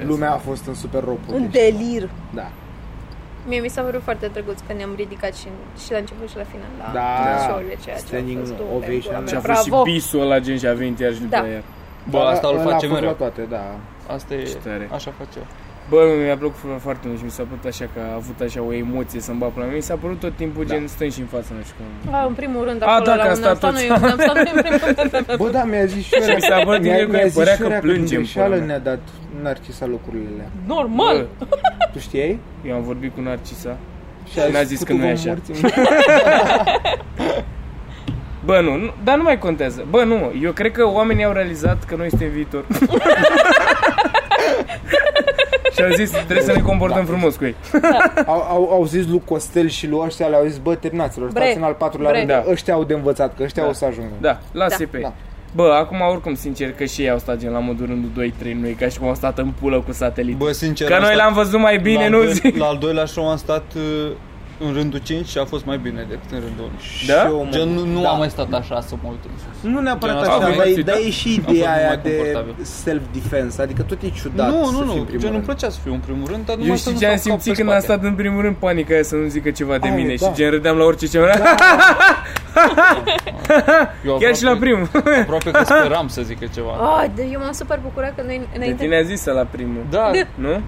[SPEAKER 4] lumea a fost în super ropuri.
[SPEAKER 2] Un
[SPEAKER 4] deci,
[SPEAKER 2] delir.
[SPEAKER 4] Da.
[SPEAKER 2] Mie mi s-a părut foarte drăguț că ne-am ridicat și, și la început și la final la,
[SPEAKER 4] Da.
[SPEAKER 2] la show-urile ceea ce
[SPEAKER 4] Standing
[SPEAKER 2] a fost du-te,
[SPEAKER 4] ovation.
[SPEAKER 2] pula mea,
[SPEAKER 1] Și a fost și
[SPEAKER 2] Bravo!
[SPEAKER 1] bisul ăla, gen, și a venit iar și după
[SPEAKER 2] Da.
[SPEAKER 1] aia.
[SPEAKER 3] Bă,
[SPEAKER 4] Dar
[SPEAKER 3] asta îl
[SPEAKER 4] ăla a
[SPEAKER 3] face
[SPEAKER 4] fost la
[SPEAKER 3] mereu.
[SPEAKER 4] toate, da.
[SPEAKER 3] Asta e...
[SPEAKER 1] tare.
[SPEAKER 3] Așa face.
[SPEAKER 1] Bă, nu, mi-a plăcut fo- foarte mult și mi s-a părut așa că a avut așa o emoție să-mi bapă la mine. Mi s-a părut tot timpul gen stând și în față, nu știu cum.
[SPEAKER 2] A, în primul rând,
[SPEAKER 1] A,
[SPEAKER 2] acolo
[SPEAKER 1] da,
[SPEAKER 2] la
[SPEAKER 1] că a
[SPEAKER 2] unde am stat
[SPEAKER 1] stat
[SPEAKER 2] noi,
[SPEAKER 1] toți.
[SPEAKER 2] unde am stat noi în primul rând.
[SPEAKER 4] Bă, da, mi-a zis și eu.
[SPEAKER 1] mi s-a părut mie că
[SPEAKER 4] mi-a
[SPEAKER 1] îi
[SPEAKER 4] zis
[SPEAKER 1] părea
[SPEAKER 4] și
[SPEAKER 1] că
[SPEAKER 4] Iorea
[SPEAKER 1] plângem,
[SPEAKER 4] din greșeală
[SPEAKER 1] pula mea.
[SPEAKER 4] ne-a dat Narcisa lucrurile alea.
[SPEAKER 2] Normal!
[SPEAKER 4] Tu știai?
[SPEAKER 1] Eu am vorbit cu Narcisa.
[SPEAKER 4] Și a
[SPEAKER 1] Da. N-a
[SPEAKER 4] zis
[SPEAKER 1] zis
[SPEAKER 4] cu
[SPEAKER 1] că nu e
[SPEAKER 4] vă
[SPEAKER 1] așa.
[SPEAKER 4] morți.
[SPEAKER 1] Bă, nu, nu, dar nu mai contează. Bă, nu, eu cred că oamenii au realizat că noi suntem viitor. și au zis, trebuie să ne comportăm frumos cu ei.
[SPEAKER 4] Au, au, au zis lui Costel și lui ăștia, le-au zis, bă, terminați-lor,
[SPEAKER 2] Bre.
[SPEAKER 4] stați în al patrulea
[SPEAKER 2] Bre.
[SPEAKER 4] rând,
[SPEAKER 1] Da.
[SPEAKER 4] ăștia au de învățat, că ăștia
[SPEAKER 1] Da.
[SPEAKER 4] o să ajungă.
[SPEAKER 1] Da, lasă-i
[SPEAKER 2] Da.
[SPEAKER 1] pe ei.
[SPEAKER 4] Da.
[SPEAKER 1] Bă, acum oricum, sincer, că și ei au stat gen la modul rândul 2-3, nu e ca și cum au stat în pulă cu satelit.
[SPEAKER 6] Bă, sincer,
[SPEAKER 1] că
[SPEAKER 6] am
[SPEAKER 1] noi
[SPEAKER 6] stat-
[SPEAKER 1] l-am văzut mai
[SPEAKER 6] la
[SPEAKER 1] bine,
[SPEAKER 6] al
[SPEAKER 1] nu
[SPEAKER 6] doi-
[SPEAKER 1] zic.
[SPEAKER 6] La al doilea show am stat uh, în rândul 5 și a fost mai bine decât în rândul 1.
[SPEAKER 1] Da?
[SPEAKER 4] eu, mă,
[SPEAKER 3] Gen, nu, nu
[SPEAKER 6] Da.
[SPEAKER 3] am mai stat așa să mă uit în sus.
[SPEAKER 4] Nu neapărat
[SPEAKER 6] Gen,
[SPEAKER 4] așa,
[SPEAKER 6] am
[SPEAKER 4] dar, e-
[SPEAKER 1] găsit,
[SPEAKER 4] dar
[SPEAKER 1] da.
[SPEAKER 4] e și ideea
[SPEAKER 6] fost mult
[SPEAKER 4] aia
[SPEAKER 6] mai
[SPEAKER 4] de
[SPEAKER 6] confortabil.
[SPEAKER 4] self-defense, adică tot e ciudat
[SPEAKER 6] nu,
[SPEAKER 4] să fii
[SPEAKER 6] nu,
[SPEAKER 4] în
[SPEAKER 6] nu,
[SPEAKER 4] primul
[SPEAKER 6] gen îmi
[SPEAKER 4] rând.
[SPEAKER 6] plăcea să fiu în primul rând, dar
[SPEAKER 1] Eu
[SPEAKER 6] numai să
[SPEAKER 1] știi
[SPEAKER 6] nu
[SPEAKER 1] ce am
[SPEAKER 6] stau cu capul
[SPEAKER 1] simțit
[SPEAKER 6] pe
[SPEAKER 1] când am
[SPEAKER 6] spate.
[SPEAKER 1] stat în primul rând panica aia să nu zică ceva de
[SPEAKER 4] Aole,
[SPEAKER 1] mine și
[SPEAKER 4] da.
[SPEAKER 1] gen râdeam la orice ce mi
[SPEAKER 6] Da.
[SPEAKER 3] Eu
[SPEAKER 1] Chiar și la
[SPEAKER 3] aproape-
[SPEAKER 1] primul.
[SPEAKER 6] Păi
[SPEAKER 3] Aproape că speram să zică ceva.
[SPEAKER 2] Oh, de, eu m-am super bucurat că noi
[SPEAKER 6] da.
[SPEAKER 1] De
[SPEAKER 2] înainte...
[SPEAKER 1] tine a zis la primul.
[SPEAKER 3] Da,
[SPEAKER 2] Da.
[SPEAKER 1] Nu?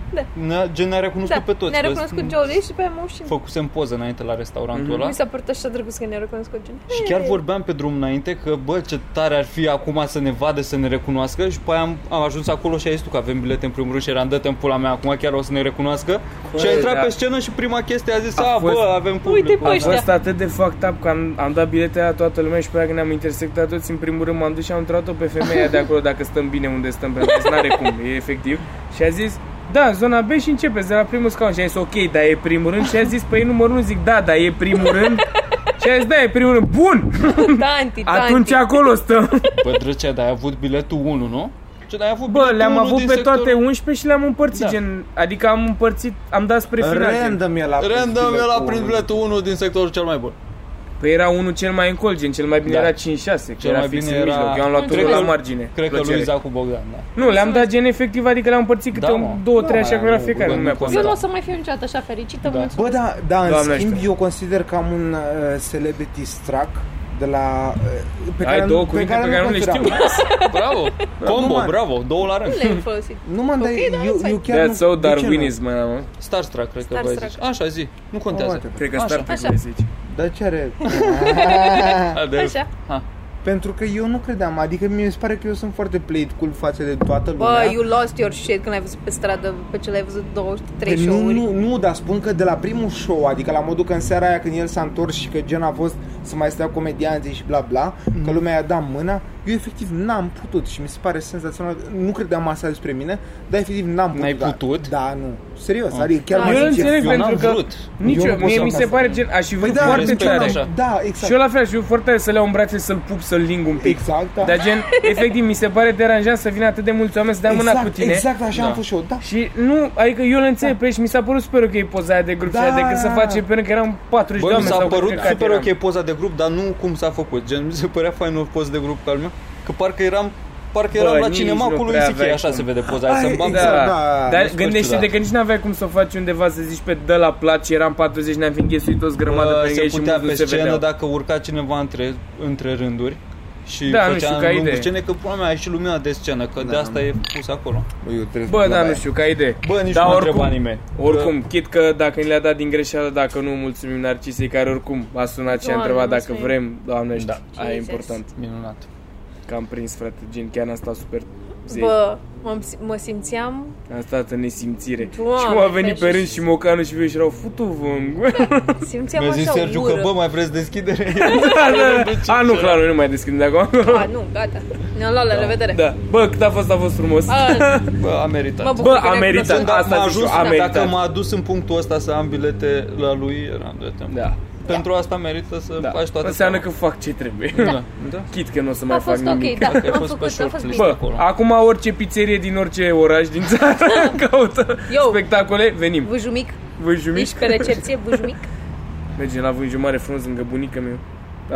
[SPEAKER 6] Ne-a, gen ne-a recunoscut
[SPEAKER 2] Da,
[SPEAKER 6] pe toți.
[SPEAKER 2] ne-a
[SPEAKER 6] că
[SPEAKER 2] recunoscut Jolie și pe aia m-am ușit.
[SPEAKER 6] Făcusem poză înainte la restaurantul ăla.
[SPEAKER 2] Mi s-a părut așa drăguț că ne-a recunoscut Jolie.
[SPEAKER 6] Și chiar
[SPEAKER 1] Păi.
[SPEAKER 2] Hey!
[SPEAKER 6] vorbeam pe drum înainte că, bă, ce tare ar fi acum să ne vadă, să ne recunoască și pe aia am, am ajuns acolo și ai zis tu că avem bilete în primul rând și eram dă în pula mea, acum chiar o să ne recunoască. și a intrat
[SPEAKER 1] da.
[SPEAKER 6] pe scenă și prima chestie a zis, a,
[SPEAKER 1] A fost- păi,
[SPEAKER 6] bă, avem public.
[SPEAKER 2] Uite, bă,
[SPEAKER 1] Am
[SPEAKER 2] ăștia.
[SPEAKER 1] fost atât de fucked up că am, am dat bilete la toată lumea și pe aia când ne-am intersectat toți în primul rând m-am dus și am întrebat-o pe femeia de acolo dacă stăm bine unde stăm pentru că n-are cum, e efectiv. Și a zis, da, zona B și începeți de la primul scaun și a zis ok, dar e primul rând și a zis, păi numărul nu zic da, dar e primul rând și a zis, da, e primul rând, bun,
[SPEAKER 2] Tanti, tanti.
[SPEAKER 6] Da,
[SPEAKER 1] atunci acolo stăm.
[SPEAKER 6] Bă, drăcea, dar ai avut biletul 1, nu? Ce, dar ai avut
[SPEAKER 1] Bă,
[SPEAKER 6] biletul
[SPEAKER 1] le-am
[SPEAKER 6] 1
[SPEAKER 1] avut pe
[SPEAKER 6] din
[SPEAKER 1] toate
[SPEAKER 6] sectorul-
[SPEAKER 1] 11 și le-am împărțit,
[SPEAKER 6] Da.
[SPEAKER 1] gen, adică am împărțit, am dat spre final. gen.
[SPEAKER 4] Random el a prins
[SPEAKER 6] Random, el a
[SPEAKER 4] biletul
[SPEAKER 6] prins
[SPEAKER 4] unui.
[SPEAKER 6] biletul 1 din sectorul cel mai bun.
[SPEAKER 1] Păi era unul cel mai încol, gen, cel mai bine
[SPEAKER 6] Da.
[SPEAKER 1] era 5-6, că
[SPEAKER 6] Cel
[SPEAKER 1] era
[SPEAKER 6] mai
[SPEAKER 1] fix
[SPEAKER 6] bine
[SPEAKER 1] în
[SPEAKER 6] era-
[SPEAKER 1] mijloc. Eu am luat
[SPEAKER 6] Cred
[SPEAKER 1] unul
[SPEAKER 6] că-
[SPEAKER 1] la margine.
[SPEAKER 6] Cred că
[SPEAKER 1] Plăcere.
[SPEAKER 6] lui Zacu Bogdan, da.
[SPEAKER 1] Nu, le-am dat gen efectiv, adică le-am împărțit câte
[SPEAKER 6] Da,
[SPEAKER 1] un,
[SPEAKER 6] mă.
[SPEAKER 1] două, trei
[SPEAKER 4] Da,
[SPEAKER 1] așa
[SPEAKER 4] mă,
[SPEAKER 1] cum era
[SPEAKER 4] nu,
[SPEAKER 1] fiecare,
[SPEAKER 6] bă,
[SPEAKER 1] nu
[SPEAKER 6] nu
[SPEAKER 1] mi-a
[SPEAKER 6] contează.
[SPEAKER 2] Eu
[SPEAKER 1] contat.
[SPEAKER 2] nu o să mai fiu niciodată așa fericită,
[SPEAKER 6] Da.
[SPEAKER 2] mulțumesc.
[SPEAKER 4] Bă, da, da, în
[SPEAKER 1] Doamne
[SPEAKER 4] schimb
[SPEAKER 1] ajută.
[SPEAKER 4] eu consider că am un uh, celebrity strack de la... Uh, pe
[SPEAKER 1] Ai două
[SPEAKER 4] pe
[SPEAKER 1] cuvinte pe care nu le știu.
[SPEAKER 4] consideram.
[SPEAKER 6] Bravo! Combo,
[SPEAKER 4] Numai-
[SPEAKER 6] bravo! Două la rând.
[SPEAKER 2] Le-ai folosit.
[SPEAKER 4] Nu mă, dar
[SPEAKER 2] Ok,
[SPEAKER 4] eu,
[SPEAKER 2] da, it's
[SPEAKER 4] eu
[SPEAKER 2] fine.
[SPEAKER 4] chiar
[SPEAKER 1] That's so
[SPEAKER 4] nu... de ce nu?
[SPEAKER 1] Darwinism, mă, mă.
[SPEAKER 6] Starstruck, cred că
[SPEAKER 2] Starstruck.
[SPEAKER 6] voi zici. Așa, zi. Nu
[SPEAKER 4] Oh,
[SPEAKER 6] contează.
[SPEAKER 4] uite, bă.
[SPEAKER 1] Cred că
[SPEAKER 6] Așa.
[SPEAKER 1] Star Trek
[SPEAKER 2] Așa.
[SPEAKER 1] le zici.
[SPEAKER 4] Dar ce are?
[SPEAKER 6] A, de-
[SPEAKER 2] Așa.
[SPEAKER 4] Pentru că eu nu credeam, adică mi se pare că eu sunt foarte played cool față de toată lumea.
[SPEAKER 2] Bă, you lost your shit când ai văzut pe stradă, pe ce l-ai văzut 23
[SPEAKER 4] Că Păi nu,
[SPEAKER 2] show-uri.
[SPEAKER 4] nu, nu, dar spun că de la primul show, adică la modul că în seara aia când el s-a întors și că gen a fost să mai stea comedianții și bla bla,
[SPEAKER 1] Mhm.
[SPEAKER 4] mm. că lumea i-a dat mâna, eu efectiv n-am putut și mi se pare senzațional, nu credeam asta despre mine, dar efectiv n-am putut.
[SPEAKER 6] N-ai
[SPEAKER 4] da.
[SPEAKER 6] putut?
[SPEAKER 4] Da, nu. Serios, adică chiar
[SPEAKER 2] Da.
[SPEAKER 4] m-a
[SPEAKER 1] Eu îl
[SPEAKER 4] zis,
[SPEAKER 1] înțeleg
[SPEAKER 6] Eu n-am
[SPEAKER 1] pentru că
[SPEAKER 6] vrut.
[SPEAKER 1] nici
[SPEAKER 4] Eu
[SPEAKER 1] eu,
[SPEAKER 4] nu
[SPEAKER 1] mie
[SPEAKER 4] pot
[SPEAKER 1] mi
[SPEAKER 4] să
[SPEAKER 1] se
[SPEAKER 4] fac
[SPEAKER 1] pare
[SPEAKER 4] asta.
[SPEAKER 1] gen, aș fi
[SPEAKER 4] Păi
[SPEAKER 1] vrut
[SPEAKER 4] da,
[SPEAKER 1] foarte
[SPEAKER 4] de ce
[SPEAKER 1] tare.
[SPEAKER 4] n-am-
[SPEAKER 6] așa.
[SPEAKER 4] Da,
[SPEAKER 1] Și eu
[SPEAKER 4] exact.
[SPEAKER 1] la fel aș fi vrut foarte tare să le iau în brațe, să-l pup, să-l ling un pic.
[SPEAKER 4] Exact, da.
[SPEAKER 1] Dar gen, efectiv, mi se pare deranjant să vină atât de mulți oameni să dea
[SPEAKER 4] exact,
[SPEAKER 1] mâna cu tine.
[SPEAKER 4] Exact, așa
[SPEAKER 6] Da.
[SPEAKER 4] am fost și eu, da.
[SPEAKER 1] Și nu, adică eu îl înțeleg pe ei și mi s-a părut super ok poza aia de grup
[SPEAKER 4] Da.
[SPEAKER 1] da. decât să facem pentru că eram 40 de
[SPEAKER 6] Bă, mi
[SPEAKER 1] oameni
[SPEAKER 6] s-a
[SPEAKER 1] sau cât
[SPEAKER 6] părut
[SPEAKER 1] căcat
[SPEAKER 6] super
[SPEAKER 1] eram.
[SPEAKER 6] ok poza de grup, dar nu cum s-a făcut. Gen, mi se părea fain o poză de grup ca lumea, că parcă eram Parcă eram la
[SPEAKER 1] nici
[SPEAKER 6] cinema
[SPEAKER 1] nu
[SPEAKER 6] cu lui
[SPEAKER 1] prea
[SPEAKER 6] Sichei,
[SPEAKER 1] aveai
[SPEAKER 6] așa
[SPEAKER 1] cum.
[SPEAKER 6] se vede poza aia,
[SPEAKER 4] Ai,
[SPEAKER 6] să-mi bag
[SPEAKER 4] exact.
[SPEAKER 6] da.
[SPEAKER 1] Da,
[SPEAKER 4] Da, mi
[SPEAKER 1] dar
[SPEAKER 6] se pare
[SPEAKER 1] gândește-te
[SPEAKER 6] ciudat.
[SPEAKER 1] că nici n-aveai cum să o faci undeva să zici pe dă la placi, eram 40, ne-am fi înghesuit toți grămadă
[SPEAKER 6] Bă,
[SPEAKER 1] pe
[SPEAKER 6] se
[SPEAKER 1] ei și
[SPEAKER 6] putea
[SPEAKER 1] mulți nu
[SPEAKER 6] pe
[SPEAKER 1] se
[SPEAKER 6] scenă da.
[SPEAKER 1] vedeau.
[SPEAKER 6] dacă urca cineva între, între rânduri și
[SPEAKER 1] Da, nu
[SPEAKER 6] făcea
[SPEAKER 1] știu,
[SPEAKER 6] în
[SPEAKER 1] ca
[SPEAKER 6] lungul
[SPEAKER 1] idee.
[SPEAKER 6] scenei, că pula mea e și lumina de scenă, că de asta e pus acolo.
[SPEAKER 4] Eu trebuie să
[SPEAKER 1] Bă,
[SPEAKER 4] mă
[SPEAKER 1] da,
[SPEAKER 4] la
[SPEAKER 1] nu
[SPEAKER 4] aia.
[SPEAKER 1] știu, ca idee.
[SPEAKER 6] Bă, nici
[SPEAKER 1] Dar
[SPEAKER 6] nu m-a
[SPEAKER 1] oricum-
[SPEAKER 6] întrebat nimeni.
[SPEAKER 1] Oricum, chit că dacă ni le-a dat din greșeală, dacă nu, mulțumim Narcisei care oricum a sunat și a
[SPEAKER 2] Doamne,
[SPEAKER 1] întrebat dacă
[SPEAKER 2] mulțumim.
[SPEAKER 1] vrem, doamne,
[SPEAKER 6] Da.
[SPEAKER 1] da. aia e
[SPEAKER 2] Jesus.
[SPEAKER 1] important.
[SPEAKER 6] Minunat.
[SPEAKER 1] Că am prins, frate, gen, chiar am stat super zei.
[SPEAKER 2] Bă, m-am, sim- mă simțeam
[SPEAKER 1] Am stat în nesimțire.
[SPEAKER 2] Doamne,
[SPEAKER 1] și cum a venit
[SPEAKER 2] ferește.
[SPEAKER 1] pe rând și Mocanu și eu și erau futu-vă în gură.
[SPEAKER 2] Simțeam
[SPEAKER 6] Mi-a
[SPEAKER 2] așa
[SPEAKER 6] zis Sergiu
[SPEAKER 2] ură.
[SPEAKER 6] că, bă, mai vreți deschidere?
[SPEAKER 1] Da, da. A, nu, clar, noi nu mai deschidem de acum.
[SPEAKER 2] A, nu, gata. Ne-am luat la revedere.
[SPEAKER 1] Da. Bă, cât a fost, a fost frumos.
[SPEAKER 2] A,
[SPEAKER 6] Bă, a meritat.
[SPEAKER 2] Mă
[SPEAKER 1] Bă,
[SPEAKER 2] că
[SPEAKER 1] a
[SPEAKER 2] ne-ai
[SPEAKER 1] meritat.
[SPEAKER 2] cunoscut.
[SPEAKER 1] Asta
[SPEAKER 6] m-a
[SPEAKER 1] zic eu,
[SPEAKER 6] ajuns,
[SPEAKER 1] a
[SPEAKER 6] dacă
[SPEAKER 1] meritat.
[SPEAKER 6] m-a adus în punctul ăsta să am bilete la lui, eram de temă.
[SPEAKER 1] Da.
[SPEAKER 6] Pentru asta merită să
[SPEAKER 1] Da.
[SPEAKER 6] faci toate
[SPEAKER 1] Înseamnă că
[SPEAKER 6] treaba.
[SPEAKER 1] fac ce trebuie.
[SPEAKER 6] Da. da.
[SPEAKER 1] Chit că nu o să mai
[SPEAKER 2] a
[SPEAKER 1] fac
[SPEAKER 2] fost ok,
[SPEAKER 1] nimic.
[SPEAKER 2] da,
[SPEAKER 6] Dacă ai
[SPEAKER 2] am
[SPEAKER 6] fost pe
[SPEAKER 2] făcut, a fost
[SPEAKER 6] shortlist.
[SPEAKER 2] bine.
[SPEAKER 1] Bă,
[SPEAKER 6] acolo.
[SPEAKER 1] acum orice pizzerie din orice oraș din țară caută
[SPEAKER 2] Eu.
[SPEAKER 1] spectacole, venim.
[SPEAKER 2] Vâjumic,
[SPEAKER 1] Vânjumic.
[SPEAKER 2] ești pe recepție, vâjumic.
[SPEAKER 1] Mergem la vânjumare frunz lângă bunica mea.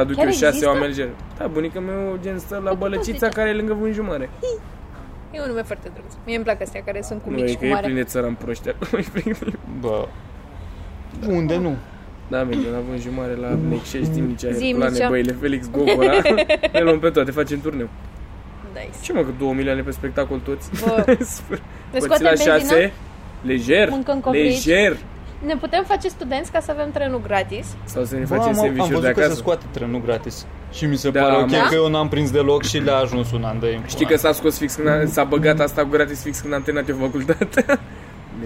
[SPEAKER 1] Aduc
[SPEAKER 2] Chiar
[SPEAKER 1] eu șase
[SPEAKER 2] există?
[SPEAKER 1] oameni lejer. Da, bunica mea gen stă la
[SPEAKER 2] Bă,
[SPEAKER 1] bălăcița
[SPEAKER 2] uite.
[SPEAKER 1] care e lângă vânjumare.
[SPEAKER 2] E un nume foarte drăguț. Mie îmi plac astea care sunt cu
[SPEAKER 1] Nu,
[SPEAKER 2] mici
[SPEAKER 1] e
[SPEAKER 2] și cu
[SPEAKER 1] că e plin
[SPEAKER 2] mare.
[SPEAKER 1] de țara în proștea.
[SPEAKER 6] Bă. Unde nu?
[SPEAKER 1] Da, mergem la vânjumare, la Necșești, Dimnicea,
[SPEAKER 2] Zimnicea.
[SPEAKER 1] Herculane, Băile, Felix, Gogora. Le luăm pe toate, facem turneu.
[SPEAKER 2] Nice.
[SPEAKER 1] Ce mă, că 2 milioane pe spectacol toți?
[SPEAKER 2] Bă, ne
[SPEAKER 1] Părți
[SPEAKER 2] scoatem
[SPEAKER 1] la
[SPEAKER 2] benzina,
[SPEAKER 1] 6, lejer,
[SPEAKER 2] Mâncăm covrici.
[SPEAKER 1] lejer.
[SPEAKER 2] ne putem face studenți ca să avem trenul gratis.
[SPEAKER 1] Sau să ne
[SPEAKER 6] Bă, am,
[SPEAKER 1] facem
[SPEAKER 6] am
[SPEAKER 1] sandwich de
[SPEAKER 6] văzut că se
[SPEAKER 1] acasă.
[SPEAKER 6] scoate trenul gratis. Și mi se
[SPEAKER 1] Da,
[SPEAKER 6] pare ok
[SPEAKER 1] mă.
[SPEAKER 6] că eu n-am prins deloc și le-a ajuns un an de implant.
[SPEAKER 1] Știi că s-a scos fix când a- s-a băgat asta cu gratis fix când am terminat eu facultatea.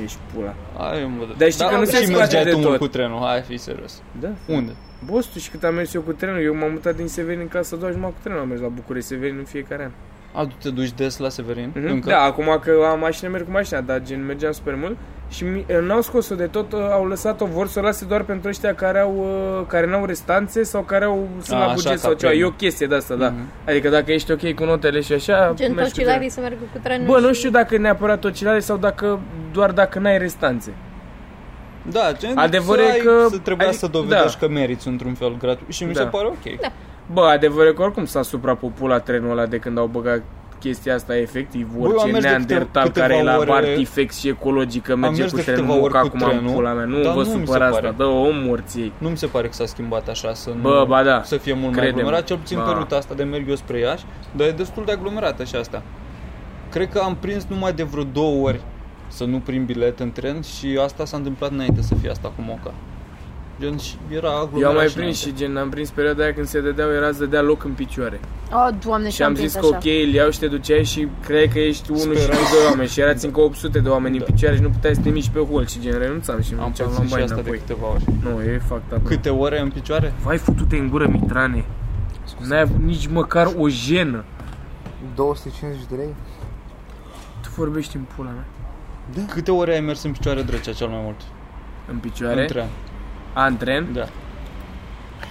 [SPEAKER 1] Deci pula.
[SPEAKER 6] Ai, mă, da,
[SPEAKER 1] Dar știi că nu se
[SPEAKER 6] și
[SPEAKER 1] scoate
[SPEAKER 6] mergeai
[SPEAKER 1] de
[SPEAKER 6] tu mult
[SPEAKER 1] tot.
[SPEAKER 6] cu trenul, hai, fi serios.
[SPEAKER 1] Da.
[SPEAKER 6] Unde?
[SPEAKER 1] Boss, tu și cât am mers eu cu trenul? Eu m-am mutat din Severin în clasa a doua jumătate cu trenul. Am mers la București, Severin în fiecare an.
[SPEAKER 6] A, tu te duci des la Severin?
[SPEAKER 1] Mhm.
[SPEAKER 6] Încă?
[SPEAKER 1] Da, acum că am mașină, merg cu mașina, dar gen mergeam super mult și mi- eh, n-au scos-o de tot, eh, au lăsat-o, vor să o lase doar pentru ăștia care au, uh, care n-au restanțe sau care au, sunt
[SPEAKER 6] A,
[SPEAKER 1] la
[SPEAKER 6] așa,
[SPEAKER 1] buget
[SPEAKER 6] ca Mhm.
[SPEAKER 1] sau ceva. E o
[SPEAKER 6] premiu.
[SPEAKER 1] chestie de asta, da. Adică dacă ești ok cu notele și așa,
[SPEAKER 2] Gen
[SPEAKER 1] mergi cu trenul.
[SPEAKER 2] tocilarii să meargă cu trenul
[SPEAKER 1] Bă, nu
[SPEAKER 2] și-
[SPEAKER 1] știu dacă e neapărat ocilare sau dacă doar dacă n-ai restanțe.
[SPEAKER 6] Da, gen,
[SPEAKER 1] Adevărul
[SPEAKER 6] să
[SPEAKER 1] e
[SPEAKER 6] ai-
[SPEAKER 1] că-
[SPEAKER 6] Să trebuia
[SPEAKER 1] adic-
[SPEAKER 6] să dovedești
[SPEAKER 1] da.
[SPEAKER 6] că meriți într-un fel gratuit și mi se
[SPEAKER 1] Da.
[SPEAKER 6] pare ok.
[SPEAKER 2] Da.
[SPEAKER 1] Bă, adevărul e că oricum s-a suprapopulat trenul ăla de când au băgat chestia asta efectiv,
[SPEAKER 6] eu am
[SPEAKER 1] orice
[SPEAKER 6] mers de
[SPEAKER 1] neandertal
[SPEAKER 6] câteva
[SPEAKER 1] care e la
[SPEAKER 6] ore-
[SPEAKER 1] Bartifex și ecologică merge
[SPEAKER 6] mers
[SPEAKER 1] cu
[SPEAKER 6] de
[SPEAKER 1] trenul,
[SPEAKER 6] câteva ori
[SPEAKER 1] moca
[SPEAKER 6] cu
[SPEAKER 1] acum în
[SPEAKER 6] trenul,
[SPEAKER 1] pula mea, nu
[SPEAKER 6] dar
[SPEAKER 1] vă
[SPEAKER 6] nu mi se
[SPEAKER 1] supărați
[SPEAKER 6] pare.
[SPEAKER 1] asta, dă o morții.
[SPEAKER 6] Nu mi se pare că s-a schimbat așa să, nu,
[SPEAKER 1] Bă, ba da,
[SPEAKER 6] Ah, să fie mult mai
[SPEAKER 1] crede-mă.
[SPEAKER 6] aglomerat, cel puțin pe
[SPEAKER 1] Ba.
[SPEAKER 6] ruta asta de merg eu spre Iași, dar e destul de aglomerată și asta. Cred că am prins numai de vreo două ori să nu prind bilet în tren și asta s-a întâmplat înainte să fie asta cu moca. Gen, și era aglomerat
[SPEAKER 1] Eu am mai
[SPEAKER 6] și
[SPEAKER 1] prins și
[SPEAKER 6] înainte.
[SPEAKER 1] gen, am prins perioada aia când se dădeau, era să dădea loc în picioare.
[SPEAKER 2] Oh, doamne,
[SPEAKER 1] și am
[SPEAKER 2] prins
[SPEAKER 1] zis că ok,
[SPEAKER 2] așa.
[SPEAKER 1] îl iau și te duceai și crezi că ești unul și
[SPEAKER 6] Speram.
[SPEAKER 1] nu doi oameni și erați încă 800 de oameni
[SPEAKER 6] Da.
[SPEAKER 1] în picioare și nu puteai să te miști pe hol și gen renunțam și
[SPEAKER 6] Am
[SPEAKER 1] am la
[SPEAKER 6] prins și
[SPEAKER 1] bani
[SPEAKER 6] asta de
[SPEAKER 1] înapoi.
[SPEAKER 6] câteva ori.
[SPEAKER 1] Nu, e fact up.
[SPEAKER 6] Câte ore în picioare?
[SPEAKER 1] Vai, futu-te în gură, Mitrane. N-ai avut nici măcar o jenă.
[SPEAKER 4] 250 de lei?
[SPEAKER 1] Tu vorbești în pula mea.
[SPEAKER 6] Câte ore ai mers în picioare drăcea cel mai mult?
[SPEAKER 1] În picioare?
[SPEAKER 6] În tren.
[SPEAKER 1] A, în tren?
[SPEAKER 6] Da.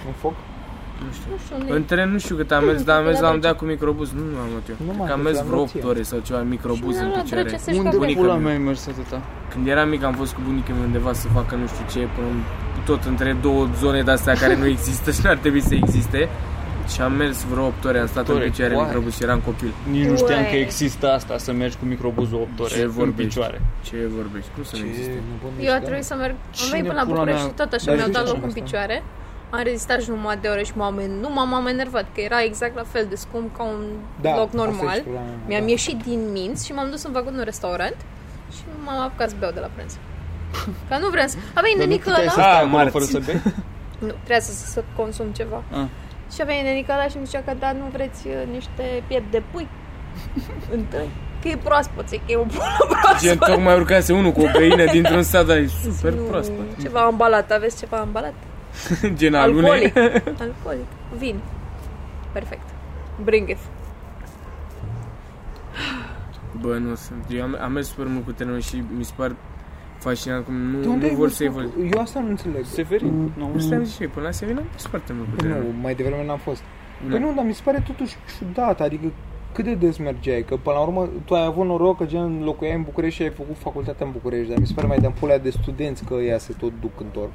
[SPEAKER 4] Un foc?
[SPEAKER 2] Nu știu unde e.
[SPEAKER 1] În tren nu știu cât am mers, dar am mers la un dea cu microbuz. Nu am luat eu.
[SPEAKER 4] Nu m-am
[SPEAKER 1] Că am
[SPEAKER 4] dus,
[SPEAKER 1] mers
[SPEAKER 4] l-am
[SPEAKER 1] vreo
[SPEAKER 4] luat
[SPEAKER 1] 8
[SPEAKER 4] eu.
[SPEAKER 1] ore sau ceva în microbuz
[SPEAKER 2] Și
[SPEAKER 1] în
[SPEAKER 2] mi-a luat
[SPEAKER 1] picioare.
[SPEAKER 2] drăcea să-și
[SPEAKER 4] Unde
[SPEAKER 2] facă
[SPEAKER 1] Bunica
[SPEAKER 6] Pula
[SPEAKER 1] mea.
[SPEAKER 6] mea ai mers atâta.
[SPEAKER 1] Când eram mic am fost cu bunica mea undeva să facă nu știu ce, până în- tot între două zone de-astea care nu există și n-ar trebui să existe. Și am mers vreo 8 ore, am stat în
[SPEAKER 6] Opt ore,
[SPEAKER 1] picioare în
[SPEAKER 6] oare?
[SPEAKER 1] microbuz și eram copil.
[SPEAKER 6] Nici nu știam
[SPEAKER 2] Uai.
[SPEAKER 6] că există asta, să mergi cu microbuzul 8 ore
[SPEAKER 1] Ce
[SPEAKER 6] în
[SPEAKER 1] vorbești?
[SPEAKER 6] picioare.
[SPEAKER 1] Ce vorbești? Cum să nu există?
[SPEAKER 2] Eu a trebuit să merg, am
[SPEAKER 6] Cine
[SPEAKER 2] venit până la
[SPEAKER 6] pula
[SPEAKER 2] București
[SPEAKER 6] mea?
[SPEAKER 2] și tot așa,
[SPEAKER 4] Dar
[SPEAKER 2] mi-au
[SPEAKER 4] știi
[SPEAKER 2] dat
[SPEAKER 4] ce
[SPEAKER 2] loc în
[SPEAKER 4] asta?
[SPEAKER 2] picioare. Am rezistat jumătate de oră și m-am, en- nu m-am, m-am enervat, că era exact la fel de scump ca un
[SPEAKER 4] Da,
[SPEAKER 6] Da,
[SPEAKER 2] loc normal. Mi-am ieșit din minți și m-am dus în vagon în restaurant și m-am apucat să beau de la prânz. Că nu vreau să... A venit
[SPEAKER 6] Dar nu
[SPEAKER 2] nenicul
[SPEAKER 6] puteai să
[SPEAKER 2] ăla...
[SPEAKER 1] Ah,
[SPEAKER 6] stai acolo
[SPEAKER 1] marți.
[SPEAKER 6] fără să bei?
[SPEAKER 2] Nu, trebuia să, să consum ceva.
[SPEAKER 6] Ah.
[SPEAKER 2] Și a venit nenica ăla și mi zicea că da, nu vreți uh, niște piept de pui? Întâi. Că e proaspăt, zic, că e o bună
[SPEAKER 1] Gen,
[SPEAKER 2] proaspăt.
[SPEAKER 1] tocmai urcase unul cu o găină dintr-un sat, dar e super
[SPEAKER 2] Nu,
[SPEAKER 1] proaspăt.
[SPEAKER 2] Ceva ambalat, aveți ceva ambalat?
[SPEAKER 1] Gen alune.
[SPEAKER 2] Alcoolic. Alcoolic. Vin. Perfect. Bring it.
[SPEAKER 1] Bă, nu sunt. Eu am, am mers super mult cu trenul și mi se par fascinant cum nu,
[SPEAKER 4] De unde
[SPEAKER 1] nu
[SPEAKER 4] ai
[SPEAKER 1] vor
[SPEAKER 4] văzut?
[SPEAKER 1] să evolueze.
[SPEAKER 4] Eu asta nu înțeleg.
[SPEAKER 6] Severin?
[SPEAKER 1] Nu
[SPEAKER 6] Nu.
[SPEAKER 1] știam de ce, până la Severin am mers foarte mult cu
[SPEAKER 4] Nu,
[SPEAKER 6] da.
[SPEAKER 1] trenul.
[SPEAKER 4] mai devreme n-am fost.
[SPEAKER 1] Nu.
[SPEAKER 4] Păi nu, dar mi se pare totuși ciudat, adică cât de des mergeai, că până la urmă tu ai avut noroc că gen locuiai în București și ai făcut facultatea în București, dar mi se pare mai de pulea de studenți că ea se tot duc întorc.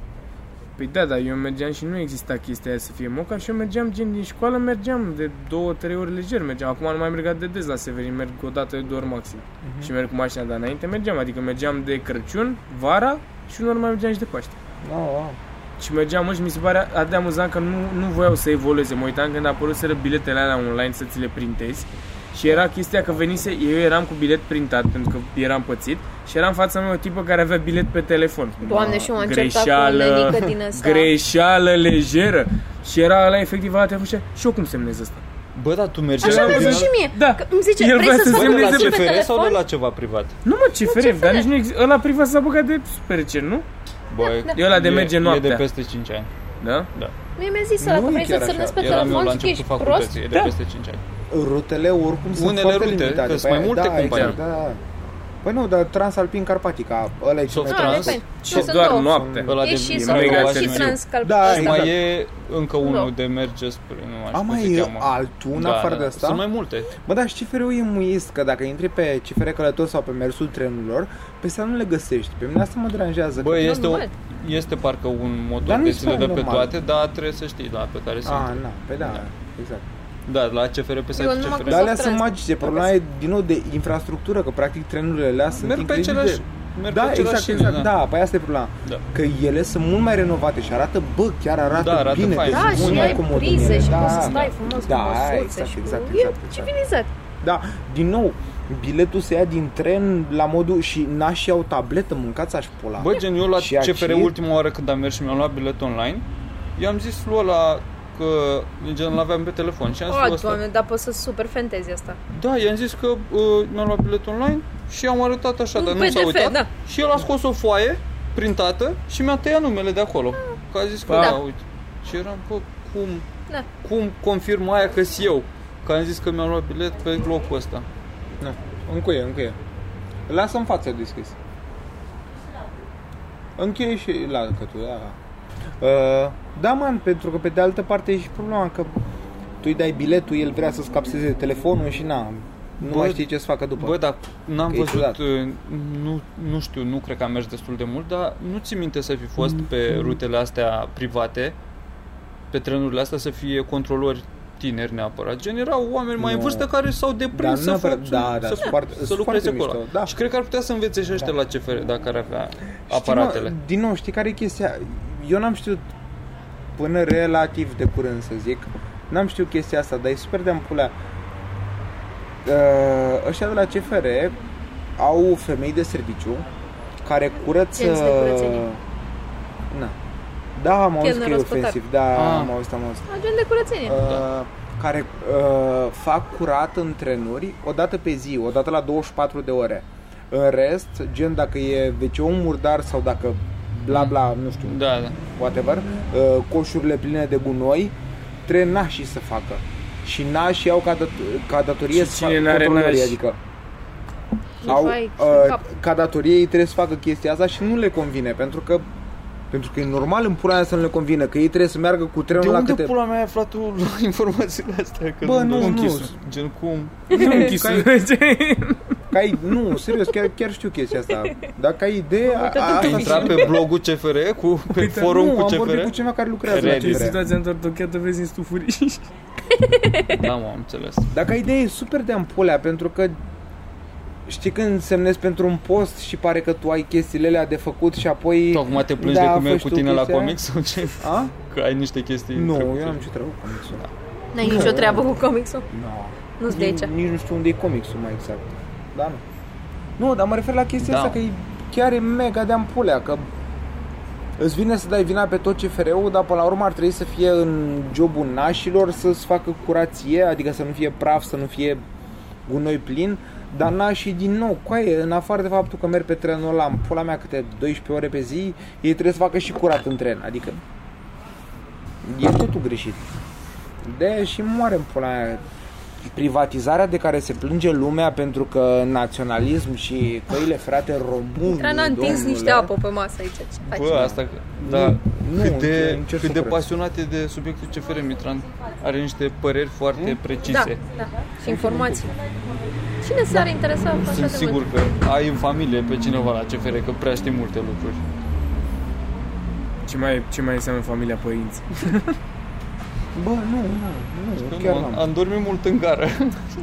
[SPEAKER 1] Păi da, dar eu mergeam și nu exista chestia aia să fie moca și eu mergeam gen din școală, mergeam de două, trei ori lejer, mergeam. Acum nu mai merg atât de des la Severin, merg o dată, de două ori maxim.
[SPEAKER 4] Mhm.
[SPEAKER 1] Și merg cu mașina, dar înainte mergeam, adică mergeam de Crăciun, vara și unor mai mergeam și de Paște.
[SPEAKER 4] Da, da.
[SPEAKER 1] Și mergeam mă, și mi se pare atât de amuzant că nu, nu voiau să evolueze. Mă uitam când apăruseră biletele alea online să ți le printezi. Și era chestia că venise, eu eram cu bilet printat pentru că eram pățit și era în fața mea o tipă care avea bilet pe telefon.
[SPEAKER 2] Doamne, și eu am încercat cu o
[SPEAKER 1] greșeală,
[SPEAKER 2] nenică din asta.
[SPEAKER 1] greșeală lejeră. Și era la efectiv la telefon și zicea, și eu cum semnez asta?
[SPEAKER 6] Bă, dar tu mergi
[SPEAKER 2] Așa
[SPEAKER 1] Așa
[SPEAKER 6] la
[SPEAKER 2] mi-a
[SPEAKER 1] mi-a
[SPEAKER 2] zis
[SPEAKER 1] zis
[SPEAKER 2] și mie.
[SPEAKER 1] Da.
[SPEAKER 2] Că îmi zice,
[SPEAKER 1] El
[SPEAKER 2] vrei
[SPEAKER 1] vrea
[SPEAKER 2] să
[SPEAKER 1] să
[SPEAKER 2] fac
[SPEAKER 1] semneze
[SPEAKER 6] la
[SPEAKER 1] semneze
[SPEAKER 2] semneze pe
[SPEAKER 6] CFR sau
[SPEAKER 2] telefon?
[SPEAKER 6] la ceva privat?
[SPEAKER 1] Nu mă, ce ferem, dar
[SPEAKER 2] CFR.
[SPEAKER 1] nici nu există. Ăla privat s-a băgat de supercer, nu?
[SPEAKER 6] Bă,
[SPEAKER 2] da.
[SPEAKER 1] Eu la de merge
[SPEAKER 6] E de
[SPEAKER 1] noaptea.
[SPEAKER 6] peste 5 ani.
[SPEAKER 1] Da?
[SPEAKER 2] Mie mi-a zis ăla
[SPEAKER 4] Nu
[SPEAKER 2] că
[SPEAKER 4] e
[SPEAKER 2] vrei
[SPEAKER 4] chiar
[SPEAKER 2] să-ți semnezi
[SPEAKER 4] așa.
[SPEAKER 2] pe
[SPEAKER 6] Eram eu
[SPEAKER 2] telefon
[SPEAKER 6] la
[SPEAKER 2] și că ești
[SPEAKER 6] începutul
[SPEAKER 2] prost. Da.
[SPEAKER 6] facultății, e de peste 5 ani.
[SPEAKER 4] Rutele oricum sunt
[SPEAKER 6] Unele
[SPEAKER 4] foarte
[SPEAKER 6] rute,
[SPEAKER 4] limitate.
[SPEAKER 6] că
[SPEAKER 4] Păi
[SPEAKER 6] sunt mai
[SPEAKER 4] aia-
[SPEAKER 6] multe
[SPEAKER 4] da,
[SPEAKER 6] companii.
[SPEAKER 4] Exact, da, da. Păi nu, dar Transalpin Carpatica, ăla e cel
[SPEAKER 6] Soft
[SPEAKER 4] mai
[SPEAKER 2] Ah,
[SPEAKER 4] tare.
[SPEAKER 6] Trans.
[SPEAKER 2] e fain.
[SPEAKER 1] Și
[SPEAKER 2] Nu, sunt
[SPEAKER 1] doar
[SPEAKER 2] două.
[SPEAKER 1] noaptea.
[SPEAKER 6] Ăla
[SPEAKER 2] E
[SPEAKER 6] de
[SPEAKER 2] și
[SPEAKER 6] e
[SPEAKER 2] sau
[SPEAKER 1] mega
[SPEAKER 6] mega
[SPEAKER 2] și
[SPEAKER 1] sensibil.
[SPEAKER 6] sensibil.
[SPEAKER 2] transcalp.
[SPEAKER 4] Da,
[SPEAKER 6] Și
[SPEAKER 4] exact.
[SPEAKER 6] mai e încă
[SPEAKER 2] Da.
[SPEAKER 6] unul de merge spre, nu
[SPEAKER 4] A,
[SPEAKER 6] mai știu cum
[SPEAKER 4] mai
[SPEAKER 6] se
[SPEAKER 4] e
[SPEAKER 6] cheamă.
[SPEAKER 4] altul în
[SPEAKER 6] Da,
[SPEAKER 4] afară
[SPEAKER 6] da,
[SPEAKER 4] de asta?
[SPEAKER 6] Sunt mai multe.
[SPEAKER 4] Bă, dar și cfr e muist că dacă intri pe CFR călător sau pe mersul trenurilor, pe asta nu le găsești. Pe mine asta mă deranjează.
[SPEAKER 6] Bă,
[SPEAKER 4] că...
[SPEAKER 6] este, o,
[SPEAKER 2] normal.
[SPEAKER 6] este parcă un motor
[SPEAKER 4] Dar nu
[SPEAKER 6] de
[SPEAKER 4] mi se
[SPEAKER 6] ți le
[SPEAKER 4] pare
[SPEAKER 6] dă pe
[SPEAKER 4] normal.
[SPEAKER 6] toate, dar trebuie să știi la pe care
[SPEAKER 4] A,
[SPEAKER 6] sunt.
[SPEAKER 4] na, pe da,
[SPEAKER 6] Da.
[SPEAKER 4] exact.
[SPEAKER 6] Da, la CFR pe site
[SPEAKER 2] Eu numai
[SPEAKER 6] CFR.
[SPEAKER 2] cu
[SPEAKER 4] Dar alea
[SPEAKER 2] Soft
[SPEAKER 4] sunt
[SPEAKER 2] trans.
[SPEAKER 4] magice. Problema e din nou de infrastructură, că practic trenurile alea sunt
[SPEAKER 6] Merg pe
[SPEAKER 4] incredibil
[SPEAKER 6] aceleași-
[SPEAKER 4] de-
[SPEAKER 6] merg
[SPEAKER 4] da,
[SPEAKER 6] pe aceleași
[SPEAKER 4] exact,
[SPEAKER 6] șine,
[SPEAKER 4] exact,
[SPEAKER 6] da.
[SPEAKER 4] da, păi asta e problema.
[SPEAKER 6] Da.
[SPEAKER 4] Că ele sunt mult mai renovate și arată, bă, chiar arată,
[SPEAKER 6] Da, arată
[SPEAKER 4] bine.
[SPEAKER 6] fain.
[SPEAKER 4] deci
[SPEAKER 2] Da,
[SPEAKER 4] sunt mult
[SPEAKER 2] și
[SPEAKER 4] mai
[SPEAKER 2] ai
[SPEAKER 4] comod în
[SPEAKER 2] prize
[SPEAKER 4] ele,
[SPEAKER 2] și
[SPEAKER 4] da.
[SPEAKER 2] poți să stai frumos
[SPEAKER 4] Da,
[SPEAKER 2] cu măsuțe
[SPEAKER 4] exact,
[SPEAKER 2] și
[SPEAKER 4] exact,
[SPEAKER 2] cu... E
[SPEAKER 4] exact, exact.
[SPEAKER 2] civilizat.
[SPEAKER 4] Da, din nou, biletul se ia din tren la modul și nașii au tabletă, mâncați aș pula.
[SPEAKER 6] Bă, gen, eu la
[SPEAKER 4] Și aci-
[SPEAKER 6] CFR ultima oară când am mers și mi-am luat bilet online, i-am zis lui ăla că, gen, l-aveam pe telefon și am zis lui
[SPEAKER 2] O,
[SPEAKER 6] ăsta,
[SPEAKER 2] Ah, doamne, dar poți să super fantezi asta.
[SPEAKER 6] Da, i-am zis că uh, mi-am luat bilet online și am arătat așa,
[SPEAKER 2] Un
[SPEAKER 6] dar nu
[SPEAKER 2] PDF,
[SPEAKER 6] s-a uitat.
[SPEAKER 2] da.
[SPEAKER 6] Și el a scos o foaie printată și mi-a tăiat numele de acolo. Că a zis că,
[SPEAKER 2] Da.
[SPEAKER 6] da, uite. Și eram, bă, cum,
[SPEAKER 2] Da.
[SPEAKER 6] cum confirm aia că sunt eu? Că am zis că mi-am luat bilet pe locul ăsta.
[SPEAKER 4] Da. Încuie, încuie. Lasă în fața deschis. Încheie și la tu, da. Uh, da, man, pentru că pe de altă parte e și problema că tu îi dai biletul, el vrea să-ți capseze telefonul și na, nu
[SPEAKER 6] Bă,
[SPEAKER 4] mai știi ce să facă după.
[SPEAKER 6] Bă, dar n-am
[SPEAKER 4] Că e ciudat.
[SPEAKER 6] văzut, uh, nu, nu știu, nu cred că am mers destul de mult, dar nu ți minte să fi fost
[SPEAKER 4] Mm.
[SPEAKER 6] pe rutele astea private, pe trenurile astea să fie controlori tineri neapărat. Gen, erau oameni mai în
[SPEAKER 4] Nu.
[SPEAKER 6] vârstă care s-au deprins
[SPEAKER 4] Dar nu
[SPEAKER 6] să,
[SPEAKER 4] neapărat-
[SPEAKER 6] fac,
[SPEAKER 4] da, da,
[SPEAKER 6] să,
[SPEAKER 4] sunt foarte-
[SPEAKER 6] să
[SPEAKER 4] sunt
[SPEAKER 6] lucreze
[SPEAKER 4] foarte
[SPEAKER 6] acolo.
[SPEAKER 4] mișto, da.
[SPEAKER 6] Și cred că ar putea să învețe și ăștia
[SPEAKER 4] Da.
[SPEAKER 6] la CFR dacă ar avea
[SPEAKER 4] Știi,
[SPEAKER 6] aparatele.
[SPEAKER 4] mă, din nou, știi care e chestia? Eu n-am știut până relativ de curând, să zic. N-am știut chestia asta, dar e super de ampulea. Uh, ăștia de la CFR au femei de serviciu care curăță...
[SPEAKER 2] Genți de curățenie.
[SPEAKER 4] Na. Da, am auzit că
[SPEAKER 2] Chelner
[SPEAKER 4] e
[SPEAKER 2] ospătar.
[SPEAKER 4] ofensiv. Da,
[SPEAKER 6] Ah.
[SPEAKER 4] am auzit, am auzit.
[SPEAKER 2] Agent de curățenie.
[SPEAKER 1] Da.
[SPEAKER 4] Uh, care uh, fac curat în trenuri o dată pe zi, o dată la 24 de ore. În rest, gen dacă e wc murdar sau dacă bla bla,
[SPEAKER 1] Mm.
[SPEAKER 4] nu știu,
[SPEAKER 6] Da, da.
[SPEAKER 4] whatever, uh, coșurile pline de gunoi, trebuie nașii să facă. Și nașii au ca, dat- ca datorie
[SPEAKER 1] Și
[SPEAKER 4] să
[SPEAKER 1] cine
[SPEAKER 4] facă
[SPEAKER 1] n-are
[SPEAKER 4] controlorii,
[SPEAKER 1] nași?
[SPEAKER 4] adică
[SPEAKER 2] Vai,
[SPEAKER 4] au,
[SPEAKER 2] vai,
[SPEAKER 4] uh,
[SPEAKER 2] cap.
[SPEAKER 4] ca datorie ei trebuie să facă chestia asta și nu le convine, pentru că pentru că e normal în pula mea să nu le convine, că ei trebuie să meargă cu trenul
[SPEAKER 6] De
[SPEAKER 4] la
[SPEAKER 6] unde
[SPEAKER 4] câte...
[SPEAKER 6] pula mea ai aflat tu informațiile astea? Că
[SPEAKER 4] Bă, nu, nu.
[SPEAKER 6] închisul. Gen cum?
[SPEAKER 1] Nu închisul.
[SPEAKER 4] Ca ai, nu, serios, chiar, chiar știu chestia asta. Dar ca idee... a- a-
[SPEAKER 6] Ai
[SPEAKER 4] asta
[SPEAKER 6] intrat
[SPEAKER 4] se-
[SPEAKER 6] pe blogul CFR cu pe forum
[SPEAKER 4] Păi, nu,
[SPEAKER 6] cu
[SPEAKER 4] am vorbit cu
[SPEAKER 6] CFR?
[SPEAKER 4] cineva care lucrează
[SPEAKER 6] Reddit.
[SPEAKER 1] În
[SPEAKER 4] la CFR.
[SPEAKER 1] situația întortocheată vezi în stufuri.
[SPEAKER 6] Da, mă, am înțeles.
[SPEAKER 4] Dar ca idee e super de ampulea, pentru că știi când semnezi pentru un post și pare că tu ai chestiile alea de făcut și apoi...
[SPEAKER 6] Tu acum te plângi
[SPEAKER 4] Da,
[SPEAKER 6] de cum e
[SPEAKER 4] faci
[SPEAKER 6] cu
[SPEAKER 4] tu
[SPEAKER 6] tine la
[SPEAKER 4] chestia aia?
[SPEAKER 6] comic sau ce?
[SPEAKER 4] A?
[SPEAKER 6] Că ai niște chestii
[SPEAKER 4] Nu,
[SPEAKER 6] trecute.
[SPEAKER 4] eu am ce treabă cu comicsul.
[SPEAKER 6] Da.
[SPEAKER 2] N-ai nicio treabă cu comicsul?
[SPEAKER 4] No.
[SPEAKER 2] Nu-ți de aici.
[SPEAKER 4] Nici, nici nu știu unde e comicsul mai exact. Da, nu. Nu, dar mă refer la chestia
[SPEAKER 6] Da.
[SPEAKER 4] asta că e, chiar e mega de ampulea, că îți vine să dai vina pe tot CFR-ul, dar până la urmă ar trebui să fie în jobul nașilor să-ți facă curație, adică să nu fie praf, să nu fie gunoi plin, dar nașii din nou, coaie, în afară de faptul că merg pe trenul ăla în pula mea câte 12 ore pe zi, ei trebuie să facă și curat în tren, adică e totul greșit. De și moare în pula mea privatizarea de care se plânge lumea pentru că naționalism și căile frate români.
[SPEAKER 2] Dar n-a întins niște apă pe masă aici. Ce faci?
[SPEAKER 6] Bă, asta, da,
[SPEAKER 4] nu,
[SPEAKER 6] cât de,
[SPEAKER 4] încerc să
[SPEAKER 6] cât de
[SPEAKER 4] curăț.
[SPEAKER 6] pasionat e de subiectul CFR Mitran. Are niște păreri foarte
[SPEAKER 4] Hmm?
[SPEAKER 2] Da,
[SPEAKER 6] precise.
[SPEAKER 2] da. Și informații. Cine s-ar interesa cu așa
[SPEAKER 6] Sunt
[SPEAKER 2] de mult?
[SPEAKER 6] sigur că ai în familie pe cineva la CFR, că prea știi multe lucruri.
[SPEAKER 1] Ce mai, ce mai înseamnă familia părinți?
[SPEAKER 4] Bă, nu, nu, nu, chiar
[SPEAKER 6] Am,
[SPEAKER 4] n-am.
[SPEAKER 6] am dormit mult în gară.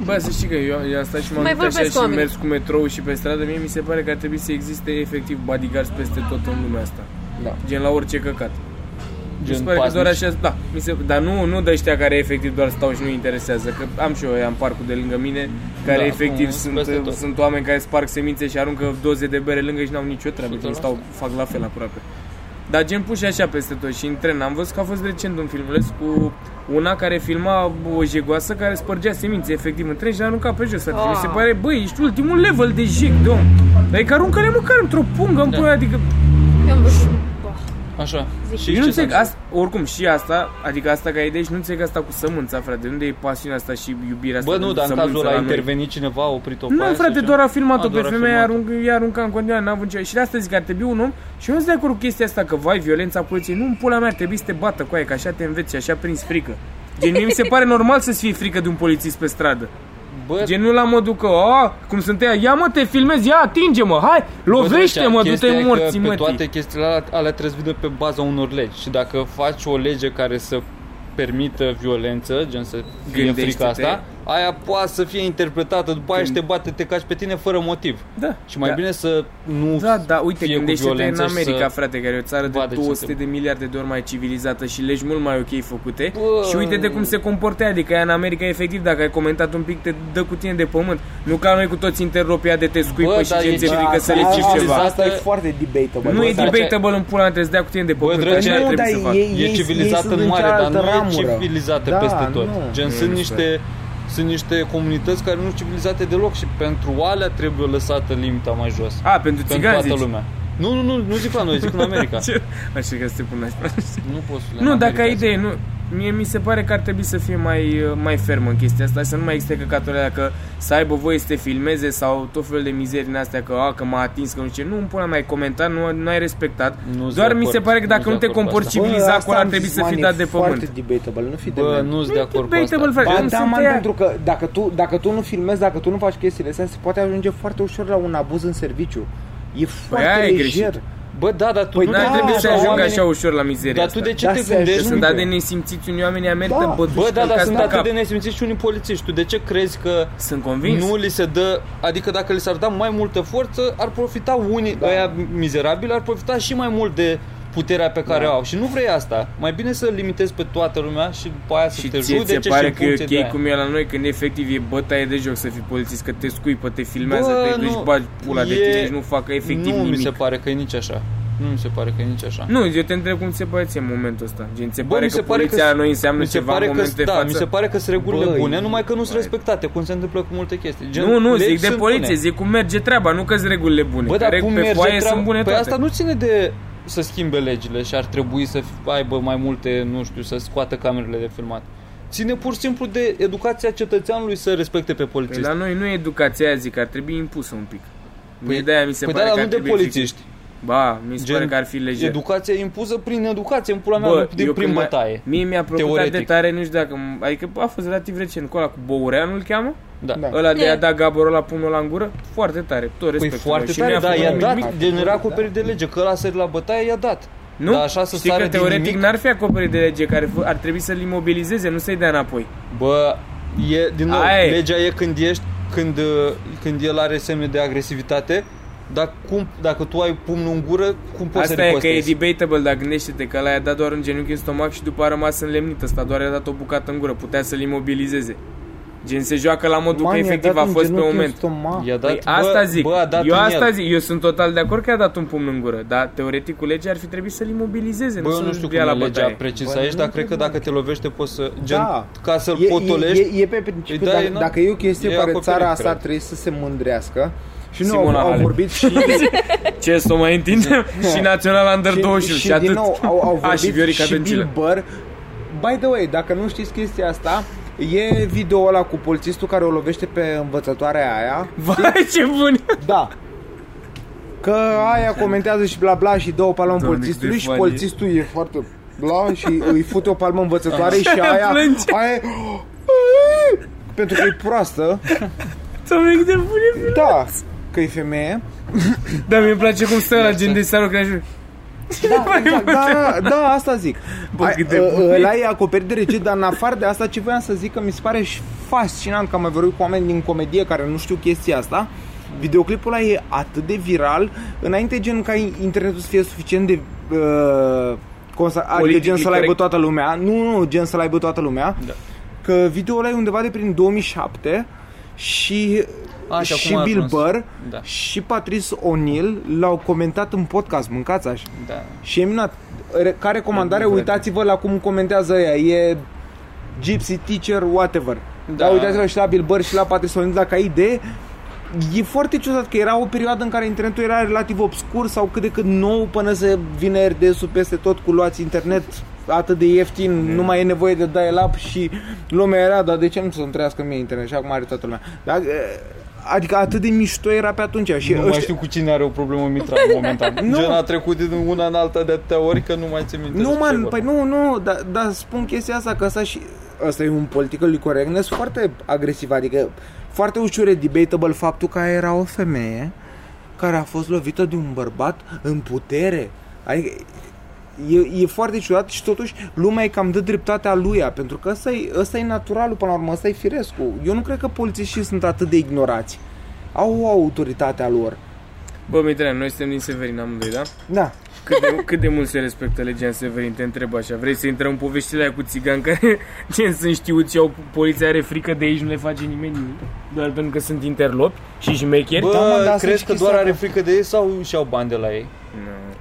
[SPEAKER 1] Bă, să știi că eu, eu am stat și m-am
[SPEAKER 2] Mai
[SPEAKER 1] uitat așa
[SPEAKER 2] vorbesc
[SPEAKER 1] și
[SPEAKER 2] cu oamenii.
[SPEAKER 1] mers cu metrou și pe stradă. Mie mi se pare că ar trebui să existe efectiv bodyguards peste tot în lumea asta.
[SPEAKER 4] Da.
[SPEAKER 1] Gen la orice căcat. Mi se
[SPEAKER 6] Gen
[SPEAKER 1] pare că doar
[SPEAKER 6] pasnici.
[SPEAKER 1] așa, da, mi se, dar nu, nu de ăștia care efectiv doar stau și nu interesează, că am și eu, am parcul de lângă mine, care
[SPEAKER 6] Da,
[SPEAKER 1] efectiv
[SPEAKER 6] cum,
[SPEAKER 1] sunt,
[SPEAKER 6] peste tot.
[SPEAKER 1] sunt oameni care sparg semințe și aruncă doze de bere lângă și n-au nicio treabă,
[SPEAKER 6] Sută
[SPEAKER 1] gen
[SPEAKER 6] la
[SPEAKER 1] stau, fac la fel aproape. Dar gen puși așa peste tot și în tren. Am văzut că a fost recent un filmuleț cu una care filma o jegoasă care spărgea semințe efectiv în tren și le arunca pe jos. Adică
[SPEAKER 2] Ah.
[SPEAKER 1] mi se pare, băi, ești ultimul level de jeg de om. Adică aruncă-le măcar într-o pungă, în
[SPEAKER 6] Da.
[SPEAKER 1] pula, adică
[SPEAKER 2] Eu am văzut. Bă,
[SPEAKER 6] Așa. Și
[SPEAKER 1] eu nu
[SPEAKER 6] ce
[SPEAKER 1] înțeleg,
[SPEAKER 6] s-a
[SPEAKER 1] asta, oricum și asta, adică asta ca idee și nu înțeleg asta cu sămânța, frate, unde e pasiunea asta și iubirea asta
[SPEAKER 6] Bă, nu,
[SPEAKER 1] pentru
[SPEAKER 6] dar în
[SPEAKER 1] sămânța
[SPEAKER 6] cazul
[SPEAKER 1] la
[SPEAKER 6] a
[SPEAKER 1] noi?
[SPEAKER 6] intervenit cineva, a oprit o
[SPEAKER 1] Nu,
[SPEAKER 6] paie, să
[SPEAKER 1] frate,
[SPEAKER 6] zicem?
[SPEAKER 1] doar a
[SPEAKER 6] A,
[SPEAKER 1] filmat-o pe
[SPEAKER 6] doar a
[SPEAKER 1] femeie,
[SPEAKER 6] filmat-o.
[SPEAKER 1] arunc, ea arunca în continuare, n-a avut ce... Și de asta zic că ar trebui un om și eu nu sunt de acord cu chestia asta, că vai, violența poliției, nu, în pula mea, ar trebui să te bată cu aia, că așa te înveți și așa prinzi frică. Gen, mie mi se pare normal să-ți fie frică de un polițist pe stradă.
[SPEAKER 6] Bă,
[SPEAKER 1] Gen, nu la modul că, a, cum sunt ea, ia mă, te filmezi, ia, atinge-mă, hai, lovește-mă,
[SPEAKER 6] Bă, drăgea, chestia
[SPEAKER 1] du-te
[SPEAKER 6] e că
[SPEAKER 1] morții,
[SPEAKER 6] Pe
[SPEAKER 1] mă.
[SPEAKER 6] toate chestiile alea, alea trebuie să vină pe baza unor legi. Și dacă faci o lege care să permită violență, gen să fie
[SPEAKER 1] Gândește-te.
[SPEAKER 6] frica asta, aia poate să fie interpretată, după aia și te bate, te caci pe tine fără motiv.
[SPEAKER 1] Da.
[SPEAKER 6] Și mai
[SPEAKER 1] da.
[SPEAKER 6] bine să nu
[SPEAKER 1] Da, da, uite,
[SPEAKER 6] fie cu
[SPEAKER 1] gândește-te în
[SPEAKER 6] violență și
[SPEAKER 1] America,
[SPEAKER 6] să...
[SPEAKER 1] frate, care e o țară de
[SPEAKER 6] vadă ce
[SPEAKER 1] 200 de
[SPEAKER 6] se-
[SPEAKER 1] miliarde de ori mai civilizată și legi mult mai ok făcute
[SPEAKER 6] Bă.
[SPEAKER 1] și uite de cum se comportă ea, adică ea în America, efectiv, dacă ai comentat un pic, te dă cu tine de pământ. Nu ca noi cu toți interropia de te scuipă
[SPEAKER 6] Bă,
[SPEAKER 1] și
[SPEAKER 6] dar
[SPEAKER 1] ce
[SPEAKER 6] e
[SPEAKER 1] înțeleagă Adică să le
[SPEAKER 6] asta-
[SPEAKER 1] zici
[SPEAKER 6] asta-
[SPEAKER 1] ceva.
[SPEAKER 4] Asta e foarte debatable.
[SPEAKER 1] Nu e
[SPEAKER 4] Asta-
[SPEAKER 6] asta-
[SPEAKER 1] debatable în pula, mea, trebuie să dea cu tine de pământ.
[SPEAKER 6] drăgea,
[SPEAKER 1] Așa
[SPEAKER 6] nu,
[SPEAKER 1] trebuie
[SPEAKER 4] dar
[SPEAKER 1] să facă.
[SPEAKER 4] ei-
[SPEAKER 6] E civilizată
[SPEAKER 4] sunt
[SPEAKER 6] în
[SPEAKER 4] în
[SPEAKER 6] mare, dar
[SPEAKER 4] cealaltă
[SPEAKER 6] nu e
[SPEAKER 4] ramură.
[SPEAKER 6] civilizată
[SPEAKER 4] Da,
[SPEAKER 6] peste tot.
[SPEAKER 4] nu.
[SPEAKER 6] Gen,
[SPEAKER 1] Nu
[SPEAKER 6] sunt
[SPEAKER 1] e
[SPEAKER 6] niște, sunt niște comunități care nu sunt civilizate deloc și pentru alea trebuie lăsată limita mai jos.
[SPEAKER 1] A, pentru
[SPEAKER 6] Pentru
[SPEAKER 1] țigani
[SPEAKER 6] toată
[SPEAKER 1] zici?
[SPEAKER 6] lumea. da. Nu, nu, nu, nu zic la noi, zic în America.
[SPEAKER 1] Ce? Așa că să te pun asta.
[SPEAKER 6] Nu poți să le-
[SPEAKER 1] Nu,
[SPEAKER 6] în
[SPEAKER 1] dacă ai
[SPEAKER 6] America,
[SPEAKER 1] idee, nu. Mie mi se pare că ar trebui să fie mai, uh, mai fermă în chestia asta și să nu mai existe căcaturile alea că să aibă voie să te filmeze sau tot felul de mizerii din astea că, a, că m-a atins, că nu știu ce. Nu îmi pune mai comentat, nu, nu ai respectat.
[SPEAKER 6] Nu sunt
[SPEAKER 1] Doar
[SPEAKER 6] de
[SPEAKER 1] mi se
[SPEAKER 6] acord.
[SPEAKER 1] pare că dacă
[SPEAKER 6] sunt
[SPEAKER 1] nu
[SPEAKER 6] de
[SPEAKER 1] te
[SPEAKER 6] acord cu
[SPEAKER 1] comporți
[SPEAKER 6] asta.
[SPEAKER 1] civilizat,
[SPEAKER 4] asta
[SPEAKER 1] acolo ar
[SPEAKER 4] am
[SPEAKER 1] trebui
[SPEAKER 4] zis,
[SPEAKER 1] să fii
[SPEAKER 4] man,
[SPEAKER 1] dat
[SPEAKER 4] e
[SPEAKER 1] de
[SPEAKER 4] foarte
[SPEAKER 1] pământ.
[SPEAKER 4] debatable, nu fi de
[SPEAKER 6] Bă,
[SPEAKER 4] man.
[SPEAKER 6] nu sunt de acord cu
[SPEAKER 1] Debatable,
[SPEAKER 6] asta.
[SPEAKER 1] frate.
[SPEAKER 4] Ba
[SPEAKER 1] Nu
[SPEAKER 4] da,
[SPEAKER 1] sunt
[SPEAKER 4] man,
[SPEAKER 1] aia.
[SPEAKER 4] pentru că dacă tu, dacă tu nu filmezi, dacă tu nu faci chestiile astea, se poate ajunge foarte ușor la un abuz în serviciu. E foarte
[SPEAKER 1] Păi aia e
[SPEAKER 4] lejer.
[SPEAKER 1] greșit.
[SPEAKER 6] Bă, da, dar tu
[SPEAKER 4] Păi
[SPEAKER 6] nu
[SPEAKER 1] Nu
[SPEAKER 4] Da,
[SPEAKER 1] ar trebui să
[SPEAKER 4] dar
[SPEAKER 1] ajungă
[SPEAKER 4] oamenii-
[SPEAKER 1] așa ușor la mizeria
[SPEAKER 6] Dar tu
[SPEAKER 1] asta.
[SPEAKER 6] de ce
[SPEAKER 4] Da,
[SPEAKER 6] te
[SPEAKER 4] se
[SPEAKER 6] gândești?
[SPEAKER 4] ajunge.
[SPEAKER 1] Sunt atât de nesimțiți unii oameni, aia merită
[SPEAKER 4] Da.
[SPEAKER 1] bătuși
[SPEAKER 6] Bă, da,
[SPEAKER 1] în
[SPEAKER 6] dar
[SPEAKER 1] caz
[SPEAKER 6] sunt
[SPEAKER 1] de
[SPEAKER 6] atât
[SPEAKER 1] cap.
[SPEAKER 6] de nesimțiți și unii polițiști. Tu de ce crezi că
[SPEAKER 1] Sunt convins.
[SPEAKER 6] nu li se dă, adică dacă li s-ar da mai multă forță, ar profita unii, da. aia mizerabili, ar profita și mai mult de puterea pe care da. o au. Și nu vrei asta. Mai bine să limitezi pe toată lumea și după aia să
[SPEAKER 1] Și
[SPEAKER 6] te
[SPEAKER 1] ție ți
[SPEAKER 6] judece
[SPEAKER 1] se pare
[SPEAKER 6] și
[SPEAKER 1] că e ok cum e la noi când efectiv e bătaie de joc să fii polițist, că te scuipă, te filmează,
[SPEAKER 6] Bă,
[SPEAKER 1] te
[SPEAKER 6] nu,
[SPEAKER 1] duci, bagi pula de
[SPEAKER 6] e-
[SPEAKER 1] tine și nu facă efectiv
[SPEAKER 6] nu
[SPEAKER 1] nimic.
[SPEAKER 6] mi se pare că e nici așa. Nu mi se pare că e nici așa.
[SPEAKER 1] Nu, eu te întreb cum ți se pare ție în momentul ăsta. Gen, ți se
[SPEAKER 6] Bă,
[SPEAKER 1] pare
[SPEAKER 6] mi
[SPEAKER 1] că
[SPEAKER 6] se pare
[SPEAKER 1] poliția
[SPEAKER 6] că-
[SPEAKER 1] la noi înseamnă
[SPEAKER 6] Mi se
[SPEAKER 1] ceva
[SPEAKER 6] pare
[SPEAKER 1] în
[SPEAKER 6] că,
[SPEAKER 1] momentul de
[SPEAKER 6] da,
[SPEAKER 1] față?
[SPEAKER 6] mi se pare că sunt regulile
[SPEAKER 4] Bă,
[SPEAKER 6] bune,
[SPEAKER 4] e-
[SPEAKER 6] numai că nu sunt respectate, cum se întâmplă cu multe chestii. Gen,
[SPEAKER 1] Nu, nu,
[SPEAKER 6] legi
[SPEAKER 1] zic de
[SPEAKER 6] sunt
[SPEAKER 1] poliție,
[SPEAKER 6] bune.
[SPEAKER 1] zic cum merge treaba, nu că sunt regulile bune.
[SPEAKER 6] Bă,
[SPEAKER 1] că
[SPEAKER 6] dar
[SPEAKER 1] reg-
[SPEAKER 6] cum
[SPEAKER 1] pe
[SPEAKER 6] merge
[SPEAKER 1] foaie
[SPEAKER 6] treaba?
[SPEAKER 1] sunt bune
[SPEAKER 6] păi
[SPEAKER 1] toate.
[SPEAKER 6] asta nu ține de să schimbe legile și ar trebui să fi- aibă mai multe, nu știu, să scoată camerele de filmat. Ține pur și simplu de educația cetățeanului să respecte pe
[SPEAKER 1] Păi
[SPEAKER 6] polițiști.
[SPEAKER 1] la noi nu e educația aia, zic, ar trebui impusă un pic. Mie
[SPEAKER 6] Păi-
[SPEAKER 1] de-aia mi se
[SPEAKER 6] păi
[SPEAKER 1] pare
[SPEAKER 6] da,
[SPEAKER 1] că
[SPEAKER 6] dar
[SPEAKER 1] ar
[SPEAKER 6] nu de
[SPEAKER 1] trebui fixat.
[SPEAKER 6] polițiști.
[SPEAKER 1] Ba, mi se
[SPEAKER 6] Gen,
[SPEAKER 1] pare că ar fi lejer.
[SPEAKER 6] Educația e impusă prin educație, în pula mea, nu din
[SPEAKER 1] eu
[SPEAKER 6] prin
[SPEAKER 1] când mai-
[SPEAKER 6] bătaie.
[SPEAKER 1] Mie mi-a plăcut atât de
[SPEAKER 6] Teoretic.
[SPEAKER 1] tare, nu știu dacă... Adică a fost relativ recent cu ăla cu Boureanu, îl cheamă?
[SPEAKER 6] Da.
[SPEAKER 4] Da.
[SPEAKER 1] Ăla de
[SPEAKER 2] Da.
[SPEAKER 1] a da Gaborul la pumnul la în gură? Foarte tare, tot
[SPEAKER 6] Păi
[SPEAKER 1] respectul.
[SPEAKER 6] foarte
[SPEAKER 1] meu. Și
[SPEAKER 6] tare,
[SPEAKER 1] nu
[SPEAKER 6] da,
[SPEAKER 1] făcut
[SPEAKER 6] i-a
[SPEAKER 1] nimic.
[SPEAKER 6] dat, gen era acoperit de lege, că ăla sări la bătaie, i-a dat.
[SPEAKER 1] Nu?
[SPEAKER 6] Dar așa să
[SPEAKER 1] Știi
[SPEAKER 6] sară
[SPEAKER 1] că
[SPEAKER 6] din
[SPEAKER 1] teoretic
[SPEAKER 6] nimic?
[SPEAKER 1] n-ar fi acoperit de lege care f- ar trebui să-l imobilizeze, nu să-i dea înapoi.
[SPEAKER 6] Bă, e, din nou,
[SPEAKER 1] Aia e.
[SPEAKER 6] legea e când ești, când, uh, când el are semne de agresivitate, dar cum, dacă tu ai pumnul în gură, cum poți să
[SPEAKER 1] Asta e că e
[SPEAKER 6] ripostezi?
[SPEAKER 1] debatable, dar gândește-te că ăla i-a dat doar un genunchi în stomac și după a rămas înlemnit. Ăsta doar i-a dat o bucată în gură, putea să-l imobilizeze. Gen se joacă la modul
[SPEAKER 4] Man,
[SPEAKER 1] că
[SPEAKER 4] i-a
[SPEAKER 1] efectiv
[SPEAKER 4] dat
[SPEAKER 1] a
[SPEAKER 4] un
[SPEAKER 1] fost pe
[SPEAKER 4] genunchi în
[SPEAKER 1] moment.
[SPEAKER 4] stomac.
[SPEAKER 6] I-a dat,
[SPEAKER 1] Păi asta
[SPEAKER 6] bă,
[SPEAKER 1] zic.
[SPEAKER 6] Bă, a dat
[SPEAKER 1] eu
[SPEAKER 6] în
[SPEAKER 1] asta
[SPEAKER 6] el.
[SPEAKER 1] zic. Eu sunt total de acord că a dat un pumn în gură, dar teoretic cu legea ar fi trebuit să-l imobilizeze,
[SPEAKER 6] Bă,
[SPEAKER 1] nu
[SPEAKER 6] eu
[SPEAKER 1] să
[SPEAKER 6] nu știu cum
[SPEAKER 1] dea
[SPEAKER 6] e
[SPEAKER 1] la
[SPEAKER 6] legea
[SPEAKER 1] bătaie.
[SPEAKER 6] precisă
[SPEAKER 4] Bă,
[SPEAKER 6] aici,
[SPEAKER 4] nu
[SPEAKER 6] dar cred că
[SPEAKER 4] înțeleg.
[SPEAKER 6] dacă te lovește poți să, gen,
[SPEAKER 4] Da.
[SPEAKER 6] ca să-l
[SPEAKER 4] E-
[SPEAKER 6] potolești,
[SPEAKER 4] E, e, e pe principiu,
[SPEAKER 6] îi dai,
[SPEAKER 4] dacă,
[SPEAKER 6] na,
[SPEAKER 4] dacă e o chestie
[SPEAKER 6] e
[SPEAKER 4] pe care
[SPEAKER 6] acoperit,
[SPEAKER 4] țara asta
[SPEAKER 6] cred.
[SPEAKER 4] trebuie să se mândrească, și nu
[SPEAKER 1] Simona
[SPEAKER 4] au, au
[SPEAKER 1] Halep.
[SPEAKER 4] vorbit și,
[SPEAKER 1] Ce să o mai întindem? și național under 21
[SPEAKER 4] și,
[SPEAKER 1] și,
[SPEAKER 4] și,
[SPEAKER 1] atât.
[SPEAKER 4] din nou au, au vorbit
[SPEAKER 1] a, și Viorica
[SPEAKER 4] și
[SPEAKER 1] Dăncilă.
[SPEAKER 4] Bill Burr. By the way, dacă nu știți chestia asta, e video ăla cu polițistul care o lovește pe învățătoarea aia.
[SPEAKER 1] Vai, ce bun!
[SPEAKER 4] Da. Că aia comentează și bla bla și dă o palmă
[SPEAKER 1] Doamne,
[SPEAKER 4] polițistului
[SPEAKER 1] cât de
[SPEAKER 4] și
[SPEAKER 1] funny e.
[SPEAKER 4] polițistul e foarte bla și îi fute o palmă învățătoare și aia,
[SPEAKER 1] Plânge.
[SPEAKER 4] aia e- pentru că e proastă.
[SPEAKER 1] Doamne, cât de bun e film.
[SPEAKER 4] Da, că e femeie.
[SPEAKER 1] Da, mi-e place cum stă la gen de seară că așa-
[SPEAKER 4] Da, exact, da, da, asta zic.
[SPEAKER 1] Bă,
[SPEAKER 4] Ai-
[SPEAKER 1] cât de
[SPEAKER 4] ă-
[SPEAKER 1] bun.
[SPEAKER 4] Ăla e acoperit de regie, dar în afară de asta ce voiam să zic că mi se pare și fascinant că am mai vorbit cu oameni din comedie care nu știu chestia asta. Videoclipul ăla e atât de viral, înainte gen ca internetul să fie suficient de uh, consa- adică
[SPEAKER 1] Politically
[SPEAKER 4] gen să-l aibă
[SPEAKER 1] correct.
[SPEAKER 4] toată lumea. Nu, nu, gen să-l aibă toată lumea.
[SPEAKER 6] Da.
[SPEAKER 4] Că video ăla e undeva de prin 2007 și
[SPEAKER 6] A, și
[SPEAKER 4] și
[SPEAKER 6] acum a
[SPEAKER 4] Bill
[SPEAKER 6] ajuns.
[SPEAKER 4] Burr
[SPEAKER 6] Da.
[SPEAKER 4] și Patrice O'Neill l-au comentat în podcast, mâncați așa.
[SPEAKER 6] Da.
[SPEAKER 4] Și e minunat. Re- Ca recomandare,
[SPEAKER 1] Nu cred.
[SPEAKER 4] uitați-vă la cum comentează ea. E Gypsy Teacher, whatever. Da.
[SPEAKER 6] Da.
[SPEAKER 4] Dar uitați-vă și la Bill Burr și la Paterson ca idee. E foarte ciudat că era o perioadă în care internetul era relativ obscur sau cât de cât nou până se vine RDS-ul peste tot cu luați internet atât de ieftin, nu mai e nevoie de dial-up și lumea era, dar de ce nu să-mi trăiască mie internet și acum are toată lumea. Dar, e, adică atât de mișto era pe atunci și
[SPEAKER 6] Nu
[SPEAKER 4] ăștia-
[SPEAKER 6] mai știu cu cine are o problemă Mitra momentan.
[SPEAKER 4] Nu.
[SPEAKER 6] Gen a trecut din una în alta de atâtea ori că nu mai țin minte.
[SPEAKER 4] Nu,
[SPEAKER 6] despre
[SPEAKER 4] man,
[SPEAKER 6] vorba.
[SPEAKER 4] păi nu, nu, dar da, spun chestia asta că asta și... Asta e un politically correctness foarte agresiv, adică foarte ușor e debatable faptul că aia era o femeie care a fost lovită de un bărbat în putere. Adică e, e foarte ciudat și totuși lumea e cam dă dreptatea lui ea, pentru că ăsta e, ăsta e naturalul până la urmă, ăsta e firescul. Eu nu cred că polițiștii sunt atât de ignorați. Au o autoritate a lor.
[SPEAKER 1] Bă, Mitran, noi suntem din Severin amândoi, da?
[SPEAKER 4] Da.
[SPEAKER 1] Cât de, cât de mult se respectă legea în Severin, te întreb așa. Vrei să intrăm în poveștile aia cu țigan care ce sunt știuți, au, poliția are frică de aici, nu le face nimeni nimic. Doar pentru că sunt interlopi și șmecheri.
[SPEAKER 4] Da, mă,
[SPEAKER 6] Bă,
[SPEAKER 4] dar
[SPEAKER 6] crezi
[SPEAKER 4] să
[SPEAKER 6] că
[SPEAKER 4] știi
[SPEAKER 6] doar
[SPEAKER 4] să-
[SPEAKER 6] are frică de ei sau și-au bani de la ei?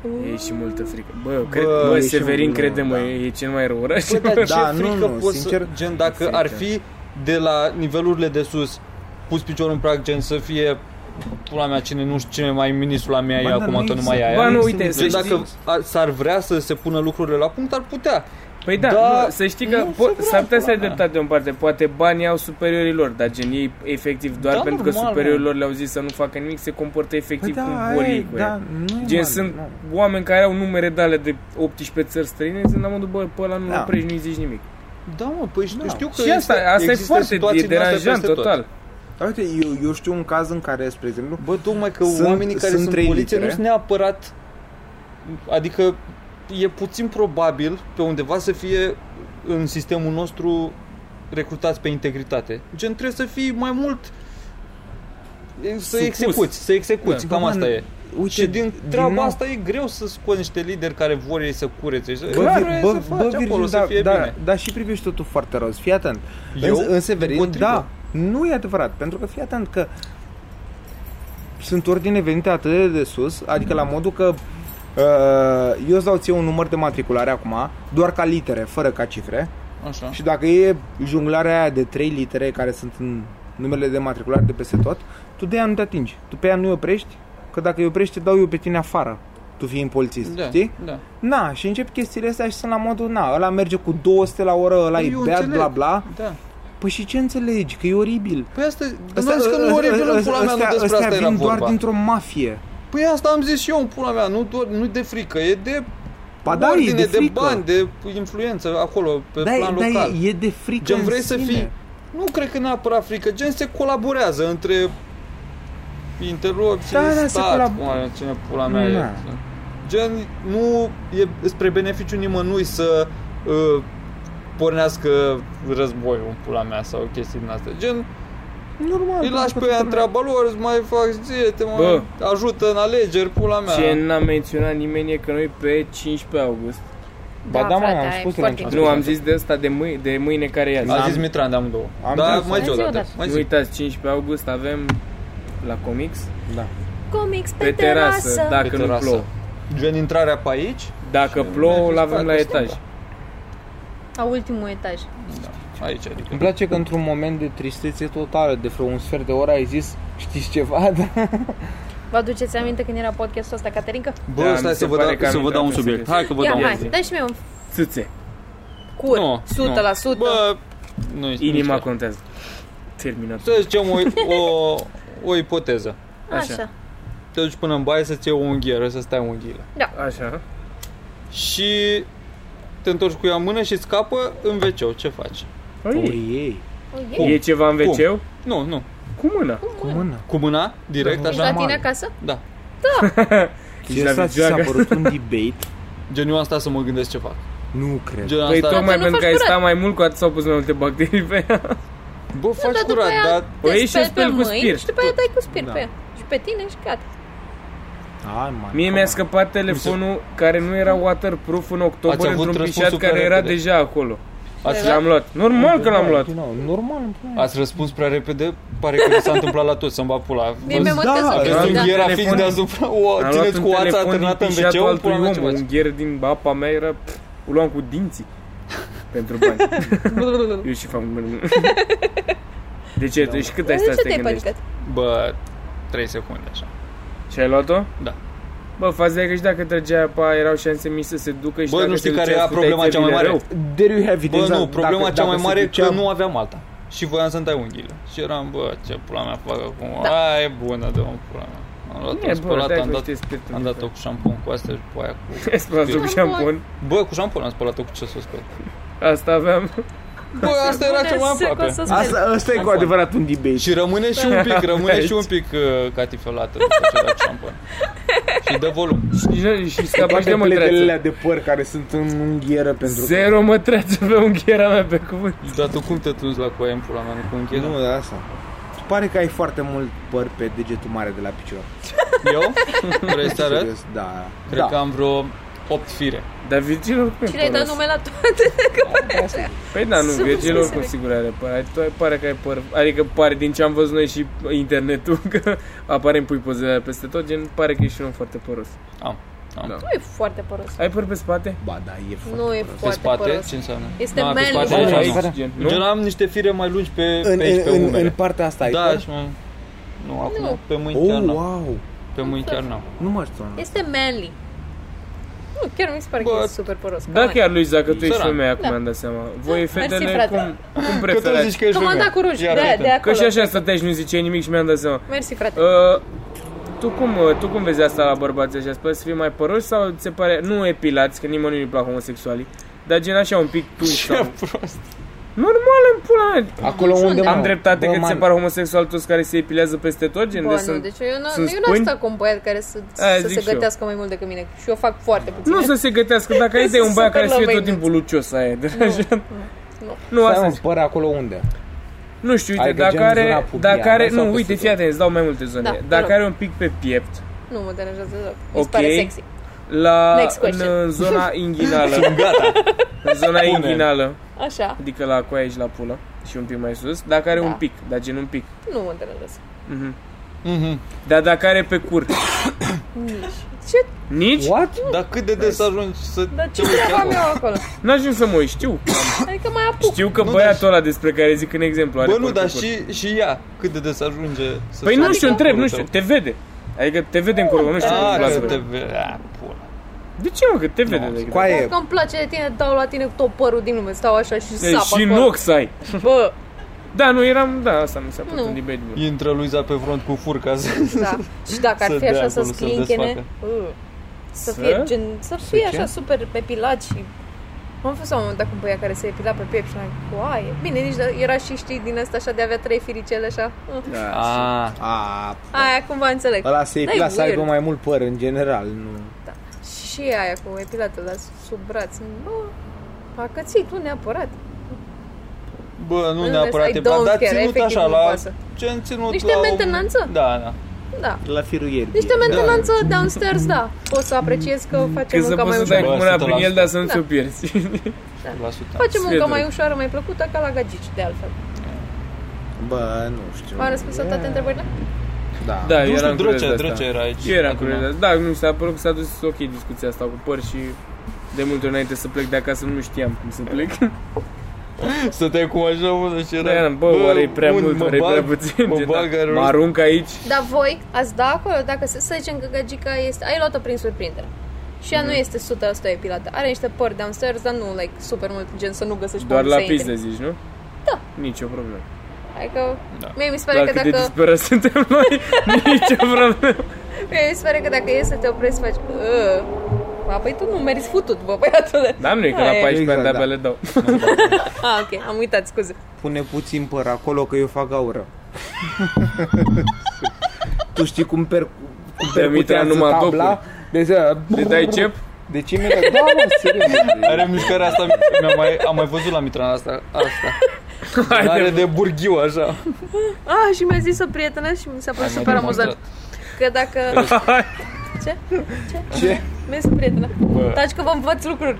[SPEAKER 1] Nu, e și multă frică. Bă, cred,
[SPEAKER 6] Bă,
[SPEAKER 1] bă,
[SPEAKER 4] e
[SPEAKER 1] bă
[SPEAKER 4] și
[SPEAKER 1] Severin,
[SPEAKER 4] mult,
[SPEAKER 1] crede-mă,
[SPEAKER 4] da.
[SPEAKER 1] da. e cel mai rău oraș.
[SPEAKER 6] Bă, dar ce
[SPEAKER 4] Da,
[SPEAKER 6] da,
[SPEAKER 4] nu, nu,
[SPEAKER 6] frică poți
[SPEAKER 4] sincer,
[SPEAKER 6] să... Gen, dacă
[SPEAKER 1] frică.
[SPEAKER 6] ar fi de la nivelurile de sus pus piciorul în prag, gen să fie pula mea, cine nu știu cine mai ministrul la mea e
[SPEAKER 5] Ba, dar
[SPEAKER 6] acum,
[SPEAKER 5] nu
[SPEAKER 6] tot nu mai e
[SPEAKER 5] există-
[SPEAKER 6] aia.
[SPEAKER 1] Ba, nu,
[SPEAKER 5] nu
[SPEAKER 1] uite,
[SPEAKER 5] există
[SPEAKER 1] să
[SPEAKER 6] Deci
[SPEAKER 1] știi,
[SPEAKER 6] dacă ar- s-ar vrea să se pună lucrurile la punct, ar putea.
[SPEAKER 1] Păi da,
[SPEAKER 6] Da,
[SPEAKER 1] nu, să știi că
[SPEAKER 6] nu
[SPEAKER 1] po-
[SPEAKER 6] se
[SPEAKER 1] s-ar putea
[SPEAKER 6] vrea,
[SPEAKER 1] să ai
[SPEAKER 6] pula mea.
[SPEAKER 1] dreptate de o parte. Poate banii au superiorii lor, dar genii efectiv doar
[SPEAKER 6] Da,
[SPEAKER 1] pentru că
[SPEAKER 6] normal,
[SPEAKER 1] superiorii
[SPEAKER 6] mă.
[SPEAKER 1] lor le-au zis să nu facă nimic, se comportă efectiv
[SPEAKER 4] Păi
[SPEAKER 5] da,
[SPEAKER 1] cum
[SPEAKER 5] aia
[SPEAKER 1] vor
[SPEAKER 5] e,
[SPEAKER 1] ei cu
[SPEAKER 5] da,
[SPEAKER 1] el.
[SPEAKER 5] nu e
[SPEAKER 1] Gen,
[SPEAKER 5] mal,
[SPEAKER 1] sunt
[SPEAKER 5] nu.
[SPEAKER 1] oameni care au numere de alea de 18 țări străine, sunt la modul, bă, pe ăla nu
[SPEAKER 4] Da.
[SPEAKER 1] oprești, nu-i zici nimic.
[SPEAKER 6] Da, mă, păi știu, știu că
[SPEAKER 1] Și asta, asta e
[SPEAKER 6] există
[SPEAKER 1] foarte
[SPEAKER 6] situații
[SPEAKER 1] e
[SPEAKER 6] din astea
[SPEAKER 1] deranjant
[SPEAKER 6] peste tot.
[SPEAKER 1] total.
[SPEAKER 4] Dar uite, eu, eu știu un caz în care, spre exemplu,
[SPEAKER 6] Bă, tocmai că
[SPEAKER 4] Sunt-
[SPEAKER 6] oamenii care
[SPEAKER 4] sunt
[SPEAKER 6] sunt,
[SPEAKER 4] trei
[SPEAKER 6] în poliție nu
[SPEAKER 4] litere.
[SPEAKER 6] sunt neapărat... Adică e puțin probabil pe undeva să fie în sistemul nostru recrutați pe integritate. Gen, trebuie să fii mai mult e, să
[SPEAKER 1] Supus.
[SPEAKER 6] execuți, să execuți,
[SPEAKER 4] Da.
[SPEAKER 6] cam
[SPEAKER 4] Bă,
[SPEAKER 6] asta
[SPEAKER 4] man,
[SPEAKER 6] e.
[SPEAKER 4] uite,
[SPEAKER 6] Și din treaba
[SPEAKER 4] nou-
[SPEAKER 6] asta e greu să scoți niște lideri care vor ei să curețe. Și
[SPEAKER 4] Bă,
[SPEAKER 6] Clar,
[SPEAKER 4] Vir-
[SPEAKER 6] e
[SPEAKER 4] bă,
[SPEAKER 6] să
[SPEAKER 4] bă,
[SPEAKER 6] faci
[SPEAKER 4] Virgil,
[SPEAKER 6] acolo,
[SPEAKER 4] da,
[SPEAKER 6] să fie
[SPEAKER 4] da,
[SPEAKER 6] bine.
[SPEAKER 4] da, și privești totul foarte roz. Fii atent.
[SPEAKER 6] Eu?
[SPEAKER 4] În, în Severin,
[SPEAKER 6] Împotrivă.
[SPEAKER 4] da, nu e adevărat, pentru că fii atent că sunt ordine venite atât de, de sus, adică la modul că uh, eu îți dau ție un număr de matriculare acum, doar ca litere, fără ca cifre,
[SPEAKER 6] Așa.
[SPEAKER 4] și dacă e junglarea aia de trei litere care sunt în numele de matriculare de peste tot, tu de ea nu te atingi, tu pe ea nu-i oprești, că dacă îi oprești te dau eu pe tine afară, tu fiind polițist,
[SPEAKER 6] Da,
[SPEAKER 4] știi?
[SPEAKER 6] da.
[SPEAKER 4] Na, și încep chestiile astea și sunt la modul, na, ăla merge cu 200 la oră, ăla e
[SPEAKER 6] Eu
[SPEAKER 4] beat,
[SPEAKER 6] înțeleg.
[SPEAKER 4] bla bla.
[SPEAKER 6] Da.
[SPEAKER 4] Păi și ce înțelegi? Că e oribil.
[SPEAKER 6] Păi asta, nu am zis că nu oribil în pula mea, nu despre asta era
[SPEAKER 4] vin
[SPEAKER 6] vorba.
[SPEAKER 4] doar dintr-o mafie.
[SPEAKER 6] Păi asta am zis și eu în pula mea, nu, doar, nu de frică, e de
[SPEAKER 4] Pa da, e
[SPEAKER 6] ordine,
[SPEAKER 4] de frică.
[SPEAKER 6] bani, de acolo, acolo, pe
[SPEAKER 4] da,
[SPEAKER 6] plan
[SPEAKER 4] e, da,
[SPEAKER 6] local.
[SPEAKER 4] e, e de frică
[SPEAKER 6] gen
[SPEAKER 4] în
[SPEAKER 6] vrei să
[SPEAKER 4] sine.
[SPEAKER 6] fii... Nu cred că neapărat frică, gen se colaborează între interop și
[SPEAKER 4] Da, da, se
[SPEAKER 6] stat,
[SPEAKER 4] colab-
[SPEAKER 6] cum ar- cine pula mea e.
[SPEAKER 4] Da.
[SPEAKER 6] Gen, nu e spre beneficiu nimănui să uh, pornească războiul în pula mea sau chestii din astea. Gen,
[SPEAKER 4] Normal.
[SPEAKER 6] îi
[SPEAKER 4] da,
[SPEAKER 6] lași
[SPEAKER 4] că
[SPEAKER 6] pe ea
[SPEAKER 4] toată lumea-
[SPEAKER 6] în treaba lor, îți mai fac ție, te mai
[SPEAKER 1] Bă.
[SPEAKER 6] ajută în alegeri, pula mea.
[SPEAKER 1] Ce n-a menționat nimeni e că noi pe 15 august,
[SPEAKER 4] Ba da, mă,
[SPEAKER 2] frate,
[SPEAKER 4] am
[SPEAKER 2] aia e
[SPEAKER 4] spus
[SPEAKER 2] foarte
[SPEAKER 4] Am
[SPEAKER 1] nu,
[SPEAKER 4] spus
[SPEAKER 1] am
[SPEAKER 4] asta.
[SPEAKER 1] zis de ăsta de, mâi, de mâine care e azi.
[SPEAKER 6] A
[SPEAKER 4] Am-
[SPEAKER 6] zis Mitran de amândouă.
[SPEAKER 4] Am
[SPEAKER 6] Dar
[SPEAKER 4] zis.
[SPEAKER 6] mai zi
[SPEAKER 2] Hai zi
[SPEAKER 6] odată.
[SPEAKER 2] odată.
[SPEAKER 6] Mai
[SPEAKER 1] Nu
[SPEAKER 6] zi.
[SPEAKER 1] uitați, 15 august avem la comics
[SPEAKER 4] Da.
[SPEAKER 2] Comics pe,
[SPEAKER 1] pe terasă,
[SPEAKER 2] terasă.
[SPEAKER 1] dacă
[SPEAKER 6] Pe
[SPEAKER 1] nu
[SPEAKER 6] terasă. da.
[SPEAKER 1] plouă.
[SPEAKER 6] Gen intrarea pe aici,
[SPEAKER 1] Dacă plouă, îl avem la etaj.
[SPEAKER 2] La ultimul etaj.
[SPEAKER 6] aici adică.
[SPEAKER 4] Îmi place că într-un moment de tristețe totală, de vreo un sfert de oră, ai zis, știți ceva? Da.
[SPEAKER 2] Vă aduceți aminte când era podcastul ăsta, Caterinca?
[SPEAKER 6] Bă,
[SPEAKER 1] Da, mi
[SPEAKER 6] stai
[SPEAKER 1] se
[SPEAKER 6] să vă
[SPEAKER 1] pare
[SPEAKER 6] dau,
[SPEAKER 1] că am
[SPEAKER 6] să vă
[SPEAKER 1] intrat
[SPEAKER 6] dau un
[SPEAKER 1] în
[SPEAKER 6] subiect.
[SPEAKER 1] subiect.
[SPEAKER 6] Hai că vă
[SPEAKER 2] Ia,
[SPEAKER 6] dau.
[SPEAKER 2] hai,
[SPEAKER 1] zi.
[SPEAKER 2] dai și mie un
[SPEAKER 1] Țâțe.
[SPEAKER 2] cur,
[SPEAKER 6] Nu,
[SPEAKER 2] 100%. La
[SPEAKER 6] nu.
[SPEAKER 2] sută.
[SPEAKER 6] Bă, nu
[SPEAKER 1] Inima
[SPEAKER 6] cu...
[SPEAKER 1] contează. Terminat.
[SPEAKER 6] Să zicem o, o, o ipoteză.
[SPEAKER 1] așa.
[SPEAKER 2] Așa.
[SPEAKER 6] Te duci până în baie să-ți iei o unghieră, să stai unghiile.
[SPEAKER 1] Așa.
[SPEAKER 6] Și te întorci cu ea în mână și scapă în wc Ce faci?
[SPEAKER 1] Ui.
[SPEAKER 4] ei,
[SPEAKER 2] Ok.
[SPEAKER 1] E ceva în
[SPEAKER 6] Cum?
[SPEAKER 1] wc
[SPEAKER 6] Nu, nu.
[SPEAKER 1] Cu mâna.
[SPEAKER 4] cu mână.
[SPEAKER 6] Cu mâna, direct,
[SPEAKER 4] Da.
[SPEAKER 2] Ești la
[SPEAKER 6] așa?
[SPEAKER 4] Normal.
[SPEAKER 2] tine acasă?
[SPEAKER 6] Da.
[SPEAKER 1] Și
[SPEAKER 4] Și
[SPEAKER 1] la
[SPEAKER 4] asta ți Deci s-a
[SPEAKER 1] vizioaga.
[SPEAKER 4] părut un debate?
[SPEAKER 6] Gen, eu am stat să mă gândesc ce fac.
[SPEAKER 4] Nu cred.
[SPEAKER 6] Gen,
[SPEAKER 1] Păi
[SPEAKER 6] asta...
[SPEAKER 1] tocmai
[SPEAKER 2] nu
[SPEAKER 1] pentru
[SPEAKER 2] faci
[SPEAKER 1] că ai
[SPEAKER 2] curat.
[SPEAKER 1] stat mai mult cu atât s-au pus mai multe bacterii pe ea.
[SPEAKER 6] Bă, faci
[SPEAKER 2] dar Da, după
[SPEAKER 6] curat,
[SPEAKER 2] aia-
[SPEAKER 6] dar...
[SPEAKER 1] O
[SPEAKER 2] Te
[SPEAKER 1] iei și o
[SPEAKER 2] speli pe
[SPEAKER 1] speli cu
[SPEAKER 2] mâini
[SPEAKER 1] spirit.
[SPEAKER 2] și după aia dai cu spirit
[SPEAKER 4] Da.
[SPEAKER 2] pe ea. Și pe tine și gata.
[SPEAKER 4] Hai, man,
[SPEAKER 1] Mie
[SPEAKER 4] come
[SPEAKER 1] mi-a
[SPEAKER 4] on.
[SPEAKER 1] scăpat telefonul care nu era waterproof în
[SPEAKER 6] Ați
[SPEAKER 1] octombrie
[SPEAKER 6] avut
[SPEAKER 1] într-un
[SPEAKER 6] răspunsul
[SPEAKER 1] pișat care
[SPEAKER 6] prea
[SPEAKER 1] era
[SPEAKER 6] repede.
[SPEAKER 1] deja acolo.
[SPEAKER 2] Da.
[SPEAKER 6] Ați,
[SPEAKER 1] Și l-am luat. Normal că l-am luat.
[SPEAKER 4] Din nou, Normal, în pula mea.
[SPEAKER 6] Ați răspuns prea repede, pare că vi s-a întâmplat la toți, să-mi va pula.
[SPEAKER 2] Mie mi-am
[SPEAKER 4] da,
[SPEAKER 2] să
[SPEAKER 1] da,
[SPEAKER 6] Aveți
[SPEAKER 1] da.
[SPEAKER 6] unghiera fix
[SPEAKER 1] Telefon-
[SPEAKER 6] deasupra, o,
[SPEAKER 1] Am luat
[SPEAKER 6] țineți cu
[SPEAKER 1] un
[SPEAKER 6] oața
[SPEAKER 1] telefon din
[SPEAKER 6] alternată în
[SPEAKER 1] pișatul
[SPEAKER 6] wc
[SPEAKER 1] altui
[SPEAKER 6] pula mea, ce
[SPEAKER 1] om. Un
[SPEAKER 6] faci?
[SPEAKER 1] gher din apa mea era... O luam cu dinții. Pentru bani. Eu și fac... De ce?
[SPEAKER 6] Da,
[SPEAKER 1] Tu- Și cât ai stat
[SPEAKER 2] De
[SPEAKER 1] să te
[SPEAKER 2] ce te-ai
[SPEAKER 1] gândești?
[SPEAKER 2] panicat?
[SPEAKER 6] Bă, 3 secunde așa.
[SPEAKER 1] Și ai luat-o?
[SPEAKER 6] Da.
[SPEAKER 1] Bă, faza e că și dacă trăgea pe aia, erau șanse mici să se ducă
[SPEAKER 4] Deci
[SPEAKER 1] și
[SPEAKER 6] Bă,
[SPEAKER 1] dacă
[SPEAKER 6] nu
[SPEAKER 1] se
[SPEAKER 6] știi
[SPEAKER 1] ducea,
[SPEAKER 6] care era
[SPEAKER 1] futeai
[SPEAKER 6] problema cea mai
[SPEAKER 1] țevile
[SPEAKER 6] mare?
[SPEAKER 1] rău.
[SPEAKER 4] There you have it,
[SPEAKER 6] Bă,
[SPEAKER 4] exact.
[SPEAKER 6] nu, problema
[SPEAKER 4] Dacă-
[SPEAKER 6] cea mai
[SPEAKER 4] dacă se
[SPEAKER 6] mare e
[SPEAKER 4] ducea-
[SPEAKER 6] că nu aveam alta. Și voiam să-mi tai unghiile. Și eram, bă, ce pula mea fac acum?
[SPEAKER 2] Da.
[SPEAKER 6] Ai, bună, dă mă pula mea. Am luat-o,
[SPEAKER 1] E,
[SPEAKER 6] am
[SPEAKER 1] bă,
[SPEAKER 6] spălat,
[SPEAKER 1] dai
[SPEAKER 6] am
[SPEAKER 1] că
[SPEAKER 6] dat
[SPEAKER 1] știi spiritul
[SPEAKER 6] am
[SPEAKER 1] de
[SPEAKER 6] dat-o
[SPEAKER 1] fel.
[SPEAKER 6] cu șampon, cu asta și după aia cu...
[SPEAKER 1] Ai spălat-o cu șampon.
[SPEAKER 6] Bă, cu șampon am spălat-o cu ce să o spăl.
[SPEAKER 1] Asta aveam.
[SPEAKER 6] Bă, asta era cea mai aproape.
[SPEAKER 4] Asta, asta e cu adevărat un debate.
[SPEAKER 6] Și rămâne și un pic, rămâne și un pic uh, catifelată după ce era șampon. Și dă volum.
[SPEAKER 1] Și nici- Și scapași
[SPEAKER 4] Toate
[SPEAKER 1] de
[SPEAKER 4] pledelele
[SPEAKER 1] mătreață.
[SPEAKER 4] de păr care sunt în unghieră pentru
[SPEAKER 1] Zero mătreață pe unghiera mea pe cuvânt.
[SPEAKER 6] Dar tu cum te tunzi la coaie în pula mea, nu cu
[SPEAKER 4] că...
[SPEAKER 6] unghiere?
[SPEAKER 4] Nu, de asta. Îți pare că ai foarte mult păr pe degetul mare de la picior.
[SPEAKER 6] Eu? Vrei să arăt?
[SPEAKER 4] Serios, Da.
[SPEAKER 6] Cred
[SPEAKER 4] da.
[SPEAKER 6] că am vreo 8 fire.
[SPEAKER 1] Dar Virgil oricum
[SPEAKER 2] Și le-ai
[SPEAKER 1] păros.
[SPEAKER 2] dat nume la toate.
[SPEAKER 1] Păi da, nu,
[SPEAKER 2] Sunt
[SPEAKER 1] Virgil oricum
[SPEAKER 2] scrisele.
[SPEAKER 1] sigur are păr. Ai- Tu ai pare că ai păr. Adică pare din ce am văzut noi și internetul că apare în pui pozele alea peste tot, gen pare că ești un om foarte păros.
[SPEAKER 6] Da.
[SPEAKER 2] Nu e foarte păros.
[SPEAKER 1] Ai păr pe spate?
[SPEAKER 4] Ba, da, e foarte...
[SPEAKER 2] Nu e
[SPEAKER 6] Pe
[SPEAKER 2] foarte
[SPEAKER 6] spate?
[SPEAKER 2] păros.
[SPEAKER 6] Ce înseamnă?
[SPEAKER 2] Este
[SPEAKER 6] Na, pe
[SPEAKER 2] manly.
[SPEAKER 6] spate
[SPEAKER 4] Ba,
[SPEAKER 6] aici,
[SPEAKER 4] da,
[SPEAKER 6] nu.
[SPEAKER 4] exact.
[SPEAKER 1] Gen,
[SPEAKER 6] Gen
[SPEAKER 1] nu?
[SPEAKER 6] am niște fire mai lungi pe,
[SPEAKER 4] În,
[SPEAKER 6] pe aici, pe
[SPEAKER 4] în, în,
[SPEAKER 6] umere.
[SPEAKER 4] în partea asta ai
[SPEAKER 6] da,
[SPEAKER 4] păr?
[SPEAKER 6] și mai... Nu, acum
[SPEAKER 2] Nu.
[SPEAKER 6] pe mâini chiar
[SPEAKER 4] Oh,
[SPEAKER 6] n-am.
[SPEAKER 4] wow!
[SPEAKER 6] Pe mâini chiar n-am.
[SPEAKER 4] Nu mă știu.
[SPEAKER 2] Este manly. Nu, chiar mi se pare
[SPEAKER 6] Bă,
[SPEAKER 2] că e super poros.
[SPEAKER 1] Da,
[SPEAKER 2] Come on.
[SPEAKER 1] chiar, Luiza, că tu ești
[SPEAKER 6] Sărac.
[SPEAKER 1] femeie acum, am dat seama. Voi, fetele,
[SPEAKER 2] Da. frate.
[SPEAKER 1] cum, cum
[SPEAKER 6] Că tu
[SPEAKER 1] preferați?
[SPEAKER 6] zici că ești
[SPEAKER 2] Comanda cu Da, ruși,
[SPEAKER 6] Iar
[SPEAKER 2] de,
[SPEAKER 6] uite.
[SPEAKER 2] de
[SPEAKER 1] Că
[SPEAKER 2] acolo.
[SPEAKER 1] și așa stăteai și nu ziceai nimic și mi-am dat seama.
[SPEAKER 2] Mersi, frate.
[SPEAKER 1] Uh, tu cum, uh, tu cum vezi asta la bărbații așa? Sper să fie mai păroși sau ți se pare, nu epilați, că nimănui nu-i plac homosexualii, dar gen așa un pic tu sau...
[SPEAKER 6] prost.
[SPEAKER 1] Normal, în pula mea.
[SPEAKER 4] Acolo unde,
[SPEAKER 1] Am
[SPEAKER 4] mă?
[SPEAKER 1] dreptate
[SPEAKER 4] Bă,
[SPEAKER 1] că ți se
[SPEAKER 4] man,
[SPEAKER 1] par homosexual toți care se epilează peste tot, gen
[SPEAKER 2] Bă,
[SPEAKER 1] de
[SPEAKER 2] nu,
[SPEAKER 1] sunt...
[SPEAKER 2] deci eu nu,
[SPEAKER 1] sunt
[SPEAKER 2] eu
[SPEAKER 1] spâni?
[SPEAKER 2] nu stau cu un băiat care să,
[SPEAKER 1] Aia
[SPEAKER 2] să
[SPEAKER 1] zic
[SPEAKER 2] se
[SPEAKER 1] și eu.
[SPEAKER 2] gătească mai mult decât mine. Și eu fac foarte puțin.
[SPEAKER 1] Nu să se gătească, dacă ai de un
[SPEAKER 2] Sunt
[SPEAKER 1] băiat care să fie tot
[SPEAKER 2] lăbăinuți.
[SPEAKER 1] timpul lucios aia, e deranjant.
[SPEAKER 2] nu.
[SPEAKER 1] Nu,
[SPEAKER 4] Stai,
[SPEAKER 1] asta
[SPEAKER 4] mă,
[SPEAKER 1] zic.
[SPEAKER 4] păr acolo unde?
[SPEAKER 1] Nu știu, uite,
[SPEAKER 4] Adică
[SPEAKER 1] dacă
[SPEAKER 4] gen zona
[SPEAKER 1] are,
[SPEAKER 4] pubiană
[SPEAKER 1] dacă are,
[SPEAKER 4] sau
[SPEAKER 1] nu,
[SPEAKER 4] peste
[SPEAKER 1] uite,
[SPEAKER 4] tot?
[SPEAKER 1] fii atent, îți dau mai multe zone.
[SPEAKER 2] Da, te
[SPEAKER 1] dacă
[SPEAKER 2] rog.
[SPEAKER 1] are un pic pe piept,
[SPEAKER 2] Nu mă deranjează deloc. Mi se
[SPEAKER 1] Ok.
[SPEAKER 2] pare sexy.
[SPEAKER 1] la,
[SPEAKER 2] Next
[SPEAKER 1] în,
[SPEAKER 2] question.
[SPEAKER 1] în zona inghinală,
[SPEAKER 6] Gata.
[SPEAKER 1] în zona inghinală,
[SPEAKER 2] Așa.
[SPEAKER 1] adică la coaie și la pulă și un pic mai sus, dacă are
[SPEAKER 2] Da.
[SPEAKER 1] un pic, dar gen un pic.
[SPEAKER 2] Nu mă deranjează.
[SPEAKER 1] Mhm.
[SPEAKER 6] Mhm.
[SPEAKER 1] Dar dacă are pe cur,
[SPEAKER 2] Ce?
[SPEAKER 1] nici?
[SPEAKER 4] What?
[SPEAKER 2] Da,
[SPEAKER 6] Dar cât de des ajungi să...
[SPEAKER 2] Dar ce
[SPEAKER 6] te uiți
[SPEAKER 2] treabă am
[SPEAKER 6] acolo?
[SPEAKER 2] eu acolo?
[SPEAKER 1] N-ajung să mă uit, știu.
[SPEAKER 2] Adică mai apuc.
[SPEAKER 1] Știu că
[SPEAKER 6] Nu,
[SPEAKER 1] băiatul
[SPEAKER 6] dar-
[SPEAKER 1] ăla despre care zic în exemplu are
[SPEAKER 6] Bă, nu,
[SPEAKER 1] păr pe
[SPEAKER 6] dar
[SPEAKER 1] cur.
[SPEAKER 6] și, Adică și ea cât de des ajunge să
[SPEAKER 1] Păi
[SPEAKER 6] se
[SPEAKER 1] nu
[SPEAKER 6] uite
[SPEAKER 1] știu,
[SPEAKER 6] acolo
[SPEAKER 1] întreb, nu
[SPEAKER 6] tău?
[SPEAKER 1] știu, te vede. Adică te vede în curvă, nu știu cum
[SPEAKER 6] A,
[SPEAKER 1] îți
[SPEAKER 6] că
[SPEAKER 1] place.
[SPEAKER 6] Ah, te Da. vede. A, pula.
[SPEAKER 1] De ce mă, că te vede?
[SPEAKER 6] Nu,
[SPEAKER 1] adică?
[SPEAKER 4] Coaie.
[SPEAKER 2] Dacă îmi place de tine, dau la tine cu tot părul din lume. Stau așa și
[SPEAKER 1] E,
[SPEAKER 2] sap
[SPEAKER 1] și
[SPEAKER 2] acolo.
[SPEAKER 1] nox ai.
[SPEAKER 2] Bă,
[SPEAKER 1] Da, nu eram, da, asta mi s-a părut
[SPEAKER 2] Nu.
[SPEAKER 1] un debate. bun.
[SPEAKER 6] Intră Luiza pe front cu furca să...
[SPEAKER 2] da. Și dacă ar
[SPEAKER 6] Să
[SPEAKER 2] fi
[SPEAKER 6] dea
[SPEAKER 2] așa să
[SPEAKER 6] acolo, să-l
[SPEAKER 2] sclinchene,
[SPEAKER 6] desfacă.
[SPEAKER 2] uh, să
[SPEAKER 1] Să?
[SPEAKER 2] fie gen, să fie
[SPEAKER 4] ce?
[SPEAKER 2] așa super epilat și am fost la un moment dat cu un băiat care se epila pe piept și am zis, "Oaie." Bine, nici de- era și știi din asta așa de avea trei firicele așa. Uh,
[SPEAKER 6] A,
[SPEAKER 4] A,
[SPEAKER 2] Aia cumva înțeleg.
[SPEAKER 4] ăla se
[SPEAKER 2] Da,
[SPEAKER 4] epila
[SPEAKER 2] e
[SPEAKER 4] să aibă
[SPEAKER 2] weird.
[SPEAKER 4] mai mult păr în general, nu.
[SPEAKER 2] Da. Și aia cu epilatul la sub braț. Bă, a cățit, nu neapărat.
[SPEAKER 6] bă, nu
[SPEAKER 2] Nu,
[SPEAKER 6] neapărat
[SPEAKER 2] I
[SPEAKER 6] te plac,
[SPEAKER 2] don't
[SPEAKER 6] dar
[SPEAKER 2] care,
[SPEAKER 6] ținut
[SPEAKER 2] efectiv
[SPEAKER 6] așa
[SPEAKER 2] nu-mi
[SPEAKER 6] la...
[SPEAKER 2] pasă.
[SPEAKER 6] Ce am ținut
[SPEAKER 2] Niște
[SPEAKER 6] la... o-
[SPEAKER 2] mentenanță?
[SPEAKER 6] Da, da.
[SPEAKER 2] Da.
[SPEAKER 4] La firul ierbii. Da.
[SPEAKER 2] Niște mentenanță downstairs, da. Poți să apreciez că face
[SPEAKER 1] Că să
[SPEAKER 2] munca
[SPEAKER 1] poți
[SPEAKER 2] mai
[SPEAKER 1] să
[SPEAKER 2] ușoară.
[SPEAKER 1] dai cu mâna
[SPEAKER 6] Bă,
[SPEAKER 1] prin el, dar să nu
[SPEAKER 2] Da.
[SPEAKER 1] ți-o pierzi.
[SPEAKER 6] La sută.
[SPEAKER 2] Face munca
[SPEAKER 1] Sfidă.
[SPEAKER 2] mai ușoară, mai plăcută ca la gagici, de altfel.
[SPEAKER 4] Bă, nu știu.
[SPEAKER 2] V-am răspuns la toate întrebările?
[SPEAKER 4] Da.
[SPEAKER 1] Da,
[SPEAKER 6] Nu
[SPEAKER 1] eu
[SPEAKER 6] știu,
[SPEAKER 1] eram curios de
[SPEAKER 6] drăcea,
[SPEAKER 1] asta.
[SPEAKER 6] drăcea era aici.
[SPEAKER 1] Eu eram
[SPEAKER 6] acum.
[SPEAKER 1] curios de asta. Da, mi s-a părut că s-a dus ok discuția asta cu păr și de multe ori înainte să plec de acasă nu știam cum să plec.
[SPEAKER 6] Stăteai cu mașina bună și
[SPEAKER 1] Da,
[SPEAKER 6] deci era...
[SPEAKER 1] eram, bă, oare e prea
[SPEAKER 6] un,
[SPEAKER 1] mult,
[SPEAKER 6] mă
[SPEAKER 1] oare e prea
[SPEAKER 6] bag-
[SPEAKER 1] puțin.
[SPEAKER 6] Mă
[SPEAKER 1] gen, da.
[SPEAKER 6] bag, are
[SPEAKER 1] Mă
[SPEAKER 6] rost.
[SPEAKER 1] arunc aici.
[SPEAKER 2] Dar voi ați da acolo, dacă să, să zicem că gagica este... Ai luat-o prin surprindere. Și
[SPEAKER 1] Mhm.
[SPEAKER 2] ea nu este 100% epilată. Are niște păr downstairs, dar nu like, super mult, gen să nu găsești pe
[SPEAKER 1] Doar
[SPEAKER 2] unde
[SPEAKER 1] la
[SPEAKER 2] să intri.
[SPEAKER 1] pizde zici, nu?
[SPEAKER 2] Da.
[SPEAKER 1] Nici o problemă.
[SPEAKER 2] Adică,
[SPEAKER 6] Da.
[SPEAKER 2] mie mi se
[SPEAKER 1] Dar
[SPEAKER 2] pare că
[SPEAKER 1] cât de
[SPEAKER 2] dacă...
[SPEAKER 1] disperați suntem noi, nici o problemă.
[SPEAKER 2] Mie mi se pare că dacă e să te oprești, faci... "Ă, Ba, păi tu nu mergi futut, bă, băiatule.
[SPEAKER 1] Da, nu e că la
[SPEAKER 2] Aia e.
[SPEAKER 1] 14 ani
[SPEAKER 4] Exact,
[SPEAKER 1] de-abia
[SPEAKER 4] da.
[SPEAKER 1] le dau.
[SPEAKER 2] Ah, ok, am uitat, scuze.
[SPEAKER 4] Pune puțin păr acolo că eu fac aură. tu știi cum per cum percutează
[SPEAKER 1] numai
[SPEAKER 4] tabla? De zi,
[SPEAKER 1] Le dai cep?
[SPEAKER 4] Deci imediat, da, mă, serios.
[SPEAKER 6] Are mișcarea asta, mi-am mai, am mai văzut la Mitran asta, asta. Are de burghiu, așa.
[SPEAKER 2] Ah, și mi-a zis o prietenă și mi s-a părut super amuzant. Că dacă... Ce?
[SPEAKER 4] Ce?
[SPEAKER 2] Mi-a zis o prietenă.
[SPEAKER 6] Bă.
[SPEAKER 2] Taci că vă învăț lucruri.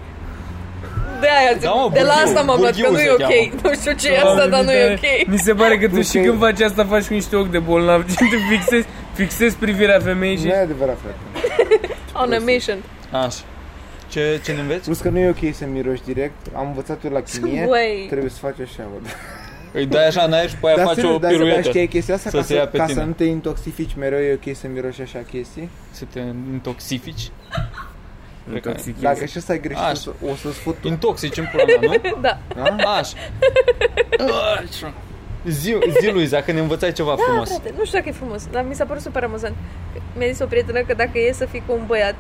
[SPEAKER 2] De aia zic,
[SPEAKER 6] Da, mă,
[SPEAKER 2] de la
[SPEAKER 6] Burghiu,
[SPEAKER 2] asta m-am luat, că
[SPEAKER 6] Burghiu
[SPEAKER 2] nu e
[SPEAKER 6] se Da,
[SPEAKER 2] ok. Nu știu ce e Păi asta, dar nu e ok.
[SPEAKER 1] Mi se pare că tu
[SPEAKER 4] Nu
[SPEAKER 1] și
[SPEAKER 4] știu.
[SPEAKER 1] când faci asta faci cu niște ochi de bolnav. Gen, te fixezi, fixezi privirea femeii
[SPEAKER 4] Nu e
[SPEAKER 1] și...
[SPEAKER 4] adevărat, frate.
[SPEAKER 2] On a mission.
[SPEAKER 6] Așa. Ce, ce ne înveți?
[SPEAKER 4] Plus că nu e ok să miroși direct. Am învățat eu la chimie.
[SPEAKER 2] Băi.
[SPEAKER 4] Trebuie să faci așa, bă.
[SPEAKER 6] Îi dai așa în aer și pe aia faci
[SPEAKER 4] serios,
[SPEAKER 6] o
[SPEAKER 4] dar Da, să știi
[SPEAKER 6] piruetă.
[SPEAKER 4] chestia asta
[SPEAKER 6] Să
[SPEAKER 4] ca,
[SPEAKER 6] se ia
[SPEAKER 4] să,
[SPEAKER 6] pe
[SPEAKER 4] ca
[SPEAKER 6] tine.
[SPEAKER 4] să nu te intoxifici mereu, e ok să miroși așa chestii.
[SPEAKER 6] Să te intoxifici.
[SPEAKER 1] Intoxichezi.
[SPEAKER 4] Dacă și ăsta e greșit,
[SPEAKER 6] Așa.
[SPEAKER 4] o să- o să-ți fut tu.
[SPEAKER 6] Intoxici în pula mea, nu?
[SPEAKER 2] Da.
[SPEAKER 4] Da?
[SPEAKER 6] Așa. Așa. Zi, zi Luiza, că ne învățai ceva
[SPEAKER 4] Da,
[SPEAKER 6] frumos.
[SPEAKER 2] Frate, nu știu dacă e frumos, dar mi s-a părut super amuzant. Mi-a zis o prietenă că dacă e să fii cu un băiat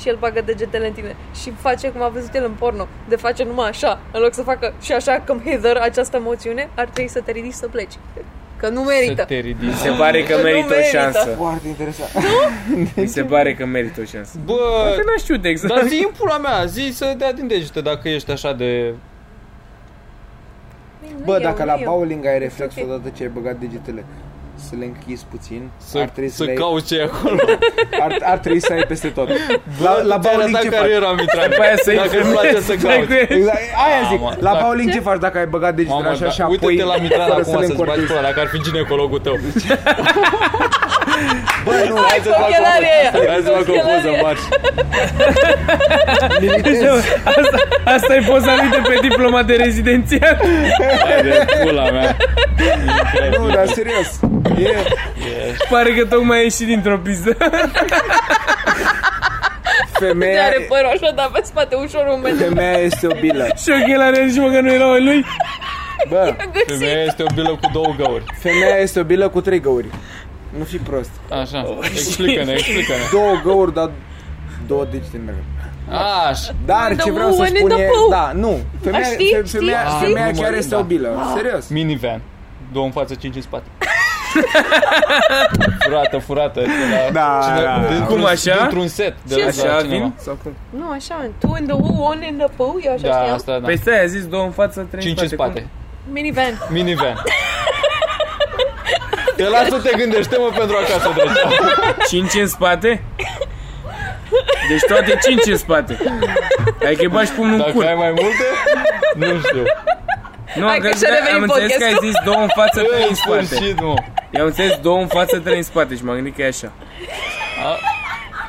[SPEAKER 2] și el bagă degetele în tine și face cum a văzut el în porno, de face numai așa, în loc să facă și așa, cum hither, această moțiune, ar trebui să te ridici să pleci. Că nu
[SPEAKER 6] Să
[SPEAKER 2] merită.
[SPEAKER 6] te ridici.
[SPEAKER 1] Se pare că
[SPEAKER 2] Nu
[SPEAKER 1] merită o
[SPEAKER 2] merită.
[SPEAKER 1] șansă.
[SPEAKER 4] Foarte interesant.
[SPEAKER 1] Mi se pare că merită o șansă.
[SPEAKER 6] Bă,
[SPEAKER 1] Că n-a știut exact.
[SPEAKER 6] dar zi în pula mea, zi să dea din degete dacă ești așa de...
[SPEAKER 2] Păi Nu
[SPEAKER 4] Bă,
[SPEAKER 2] eu,
[SPEAKER 4] dacă
[SPEAKER 2] nu
[SPEAKER 4] la
[SPEAKER 2] eu.
[SPEAKER 4] bowling ai reflex
[SPEAKER 2] ok.
[SPEAKER 4] odată ce ai băgat degetele, să le închizi puțin, ar
[SPEAKER 6] Să,
[SPEAKER 4] trebui să,
[SPEAKER 6] să
[SPEAKER 4] le ai,
[SPEAKER 6] cauți ce e acolo.
[SPEAKER 4] ar, ar trebui să ai peste tot. La, la
[SPEAKER 6] Ți-ai
[SPEAKER 4] bowling
[SPEAKER 6] arătat
[SPEAKER 4] ce faci?
[SPEAKER 6] cariera, Mitran.
[SPEAKER 1] După aia să-i
[SPEAKER 6] Dacă îți place să
[SPEAKER 1] filmezi,
[SPEAKER 6] cauți.
[SPEAKER 1] dracu, e-
[SPEAKER 4] Exact, aia zic.
[SPEAKER 6] Mamă,
[SPEAKER 4] la
[SPEAKER 6] dacă-
[SPEAKER 4] bowling ce faci dacă ai băgat degetele
[SPEAKER 6] Mamă,
[SPEAKER 4] așa
[SPEAKER 6] da,
[SPEAKER 4] și apoi
[SPEAKER 6] uite-te la Mitran
[SPEAKER 4] fără
[SPEAKER 6] acum
[SPEAKER 4] să le
[SPEAKER 6] să-ți bagi
[SPEAKER 4] încorpezi?
[SPEAKER 6] pula, dacă ar fi ginecologul tău.
[SPEAKER 4] Bă, nu, hai să fac
[SPEAKER 2] Ochelarii aia.
[SPEAKER 6] Hai să fac o poză,
[SPEAKER 2] Ochelarii.
[SPEAKER 6] faci.
[SPEAKER 4] militez.
[SPEAKER 1] Asta e poza lui de pe diploma de rezidențiat.
[SPEAKER 6] Hai de pula mea.
[SPEAKER 4] Nu, dar serios. E,
[SPEAKER 1] Pare că tocmai ai ieșit dintr-o pizdă.
[SPEAKER 2] Te
[SPEAKER 4] femeia,
[SPEAKER 2] are părul așa, dar pe spate ușor un moment.
[SPEAKER 4] femeia este o bilă.
[SPEAKER 1] Și ochii la rând și mă că nu era al lui.
[SPEAKER 4] Bă,
[SPEAKER 2] Găsit.
[SPEAKER 6] Femeia este o bilă cu două găuri.
[SPEAKER 4] femeia este o bilă cu trei găuri. Nu fi prost.
[SPEAKER 6] Așa, Oh, explică-ne, explică-ne.
[SPEAKER 4] Două găuri, dar două degete de mereu.
[SPEAKER 6] Aș,
[SPEAKER 4] Dar
[SPEAKER 2] The
[SPEAKER 4] ce vreau să
[SPEAKER 2] woman in
[SPEAKER 4] spun
[SPEAKER 2] the
[SPEAKER 4] e...
[SPEAKER 2] bow.
[SPEAKER 4] Da, nu. Femeia,
[SPEAKER 2] A, știi,
[SPEAKER 4] fe-
[SPEAKER 2] știi,
[SPEAKER 4] femeia,
[SPEAKER 2] știi?
[SPEAKER 4] femeia
[SPEAKER 6] Nu mă
[SPEAKER 4] chiar
[SPEAKER 6] râd,
[SPEAKER 4] este
[SPEAKER 6] da.
[SPEAKER 4] o bilă. Serios.
[SPEAKER 6] minivan. Două în față, cinci în spate. Furată, furată. De la
[SPEAKER 4] Da, da, da.
[SPEAKER 6] dintr-un-
[SPEAKER 1] Cum așa?
[SPEAKER 6] Dintr-un set. De la,
[SPEAKER 2] Ce
[SPEAKER 6] de la
[SPEAKER 1] Așa,
[SPEAKER 6] cineva. Da,
[SPEAKER 1] vin?
[SPEAKER 4] Sau cum?
[SPEAKER 2] Nu, așa, mă, tu in the woo, one in the poo, eu așa
[SPEAKER 6] Da,
[SPEAKER 2] știam.
[SPEAKER 6] asta, da.
[SPEAKER 1] Păi stai, a zis două în față, trei
[SPEAKER 6] Cinci în spate.
[SPEAKER 2] Minivan.
[SPEAKER 6] Minivan. Te las să te gândește, mă, pentru acasă, dragi.
[SPEAKER 1] Cum? Cinci în spate? Deci toate cinci în spate. Adică îi bași pumnul în
[SPEAKER 6] Dacă ai
[SPEAKER 1] cur.
[SPEAKER 6] mai multe, nu știu.
[SPEAKER 1] Nu,
[SPEAKER 2] Hai
[SPEAKER 1] am
[SPEAKER 2] că
[SPEAKER 1] crezut
[SPEAKER 2] și-a
[SPEAKER 1] că am
[SPEAKER 2] revenit
[SPEAKER 1] înțeles că ai
[SPEAKER 2] podcastul.
[SPEAKER 1] zis două în față, trei
[SPEAKER 6] În
[SPEAKER 1] în spate.
[SPEAKER 6] sfârșit, mă.
[SPEAKER 1] Eu am înțeles două în față, trei în spate și m-am gândit că e așa.
[SPEAKER 6] A,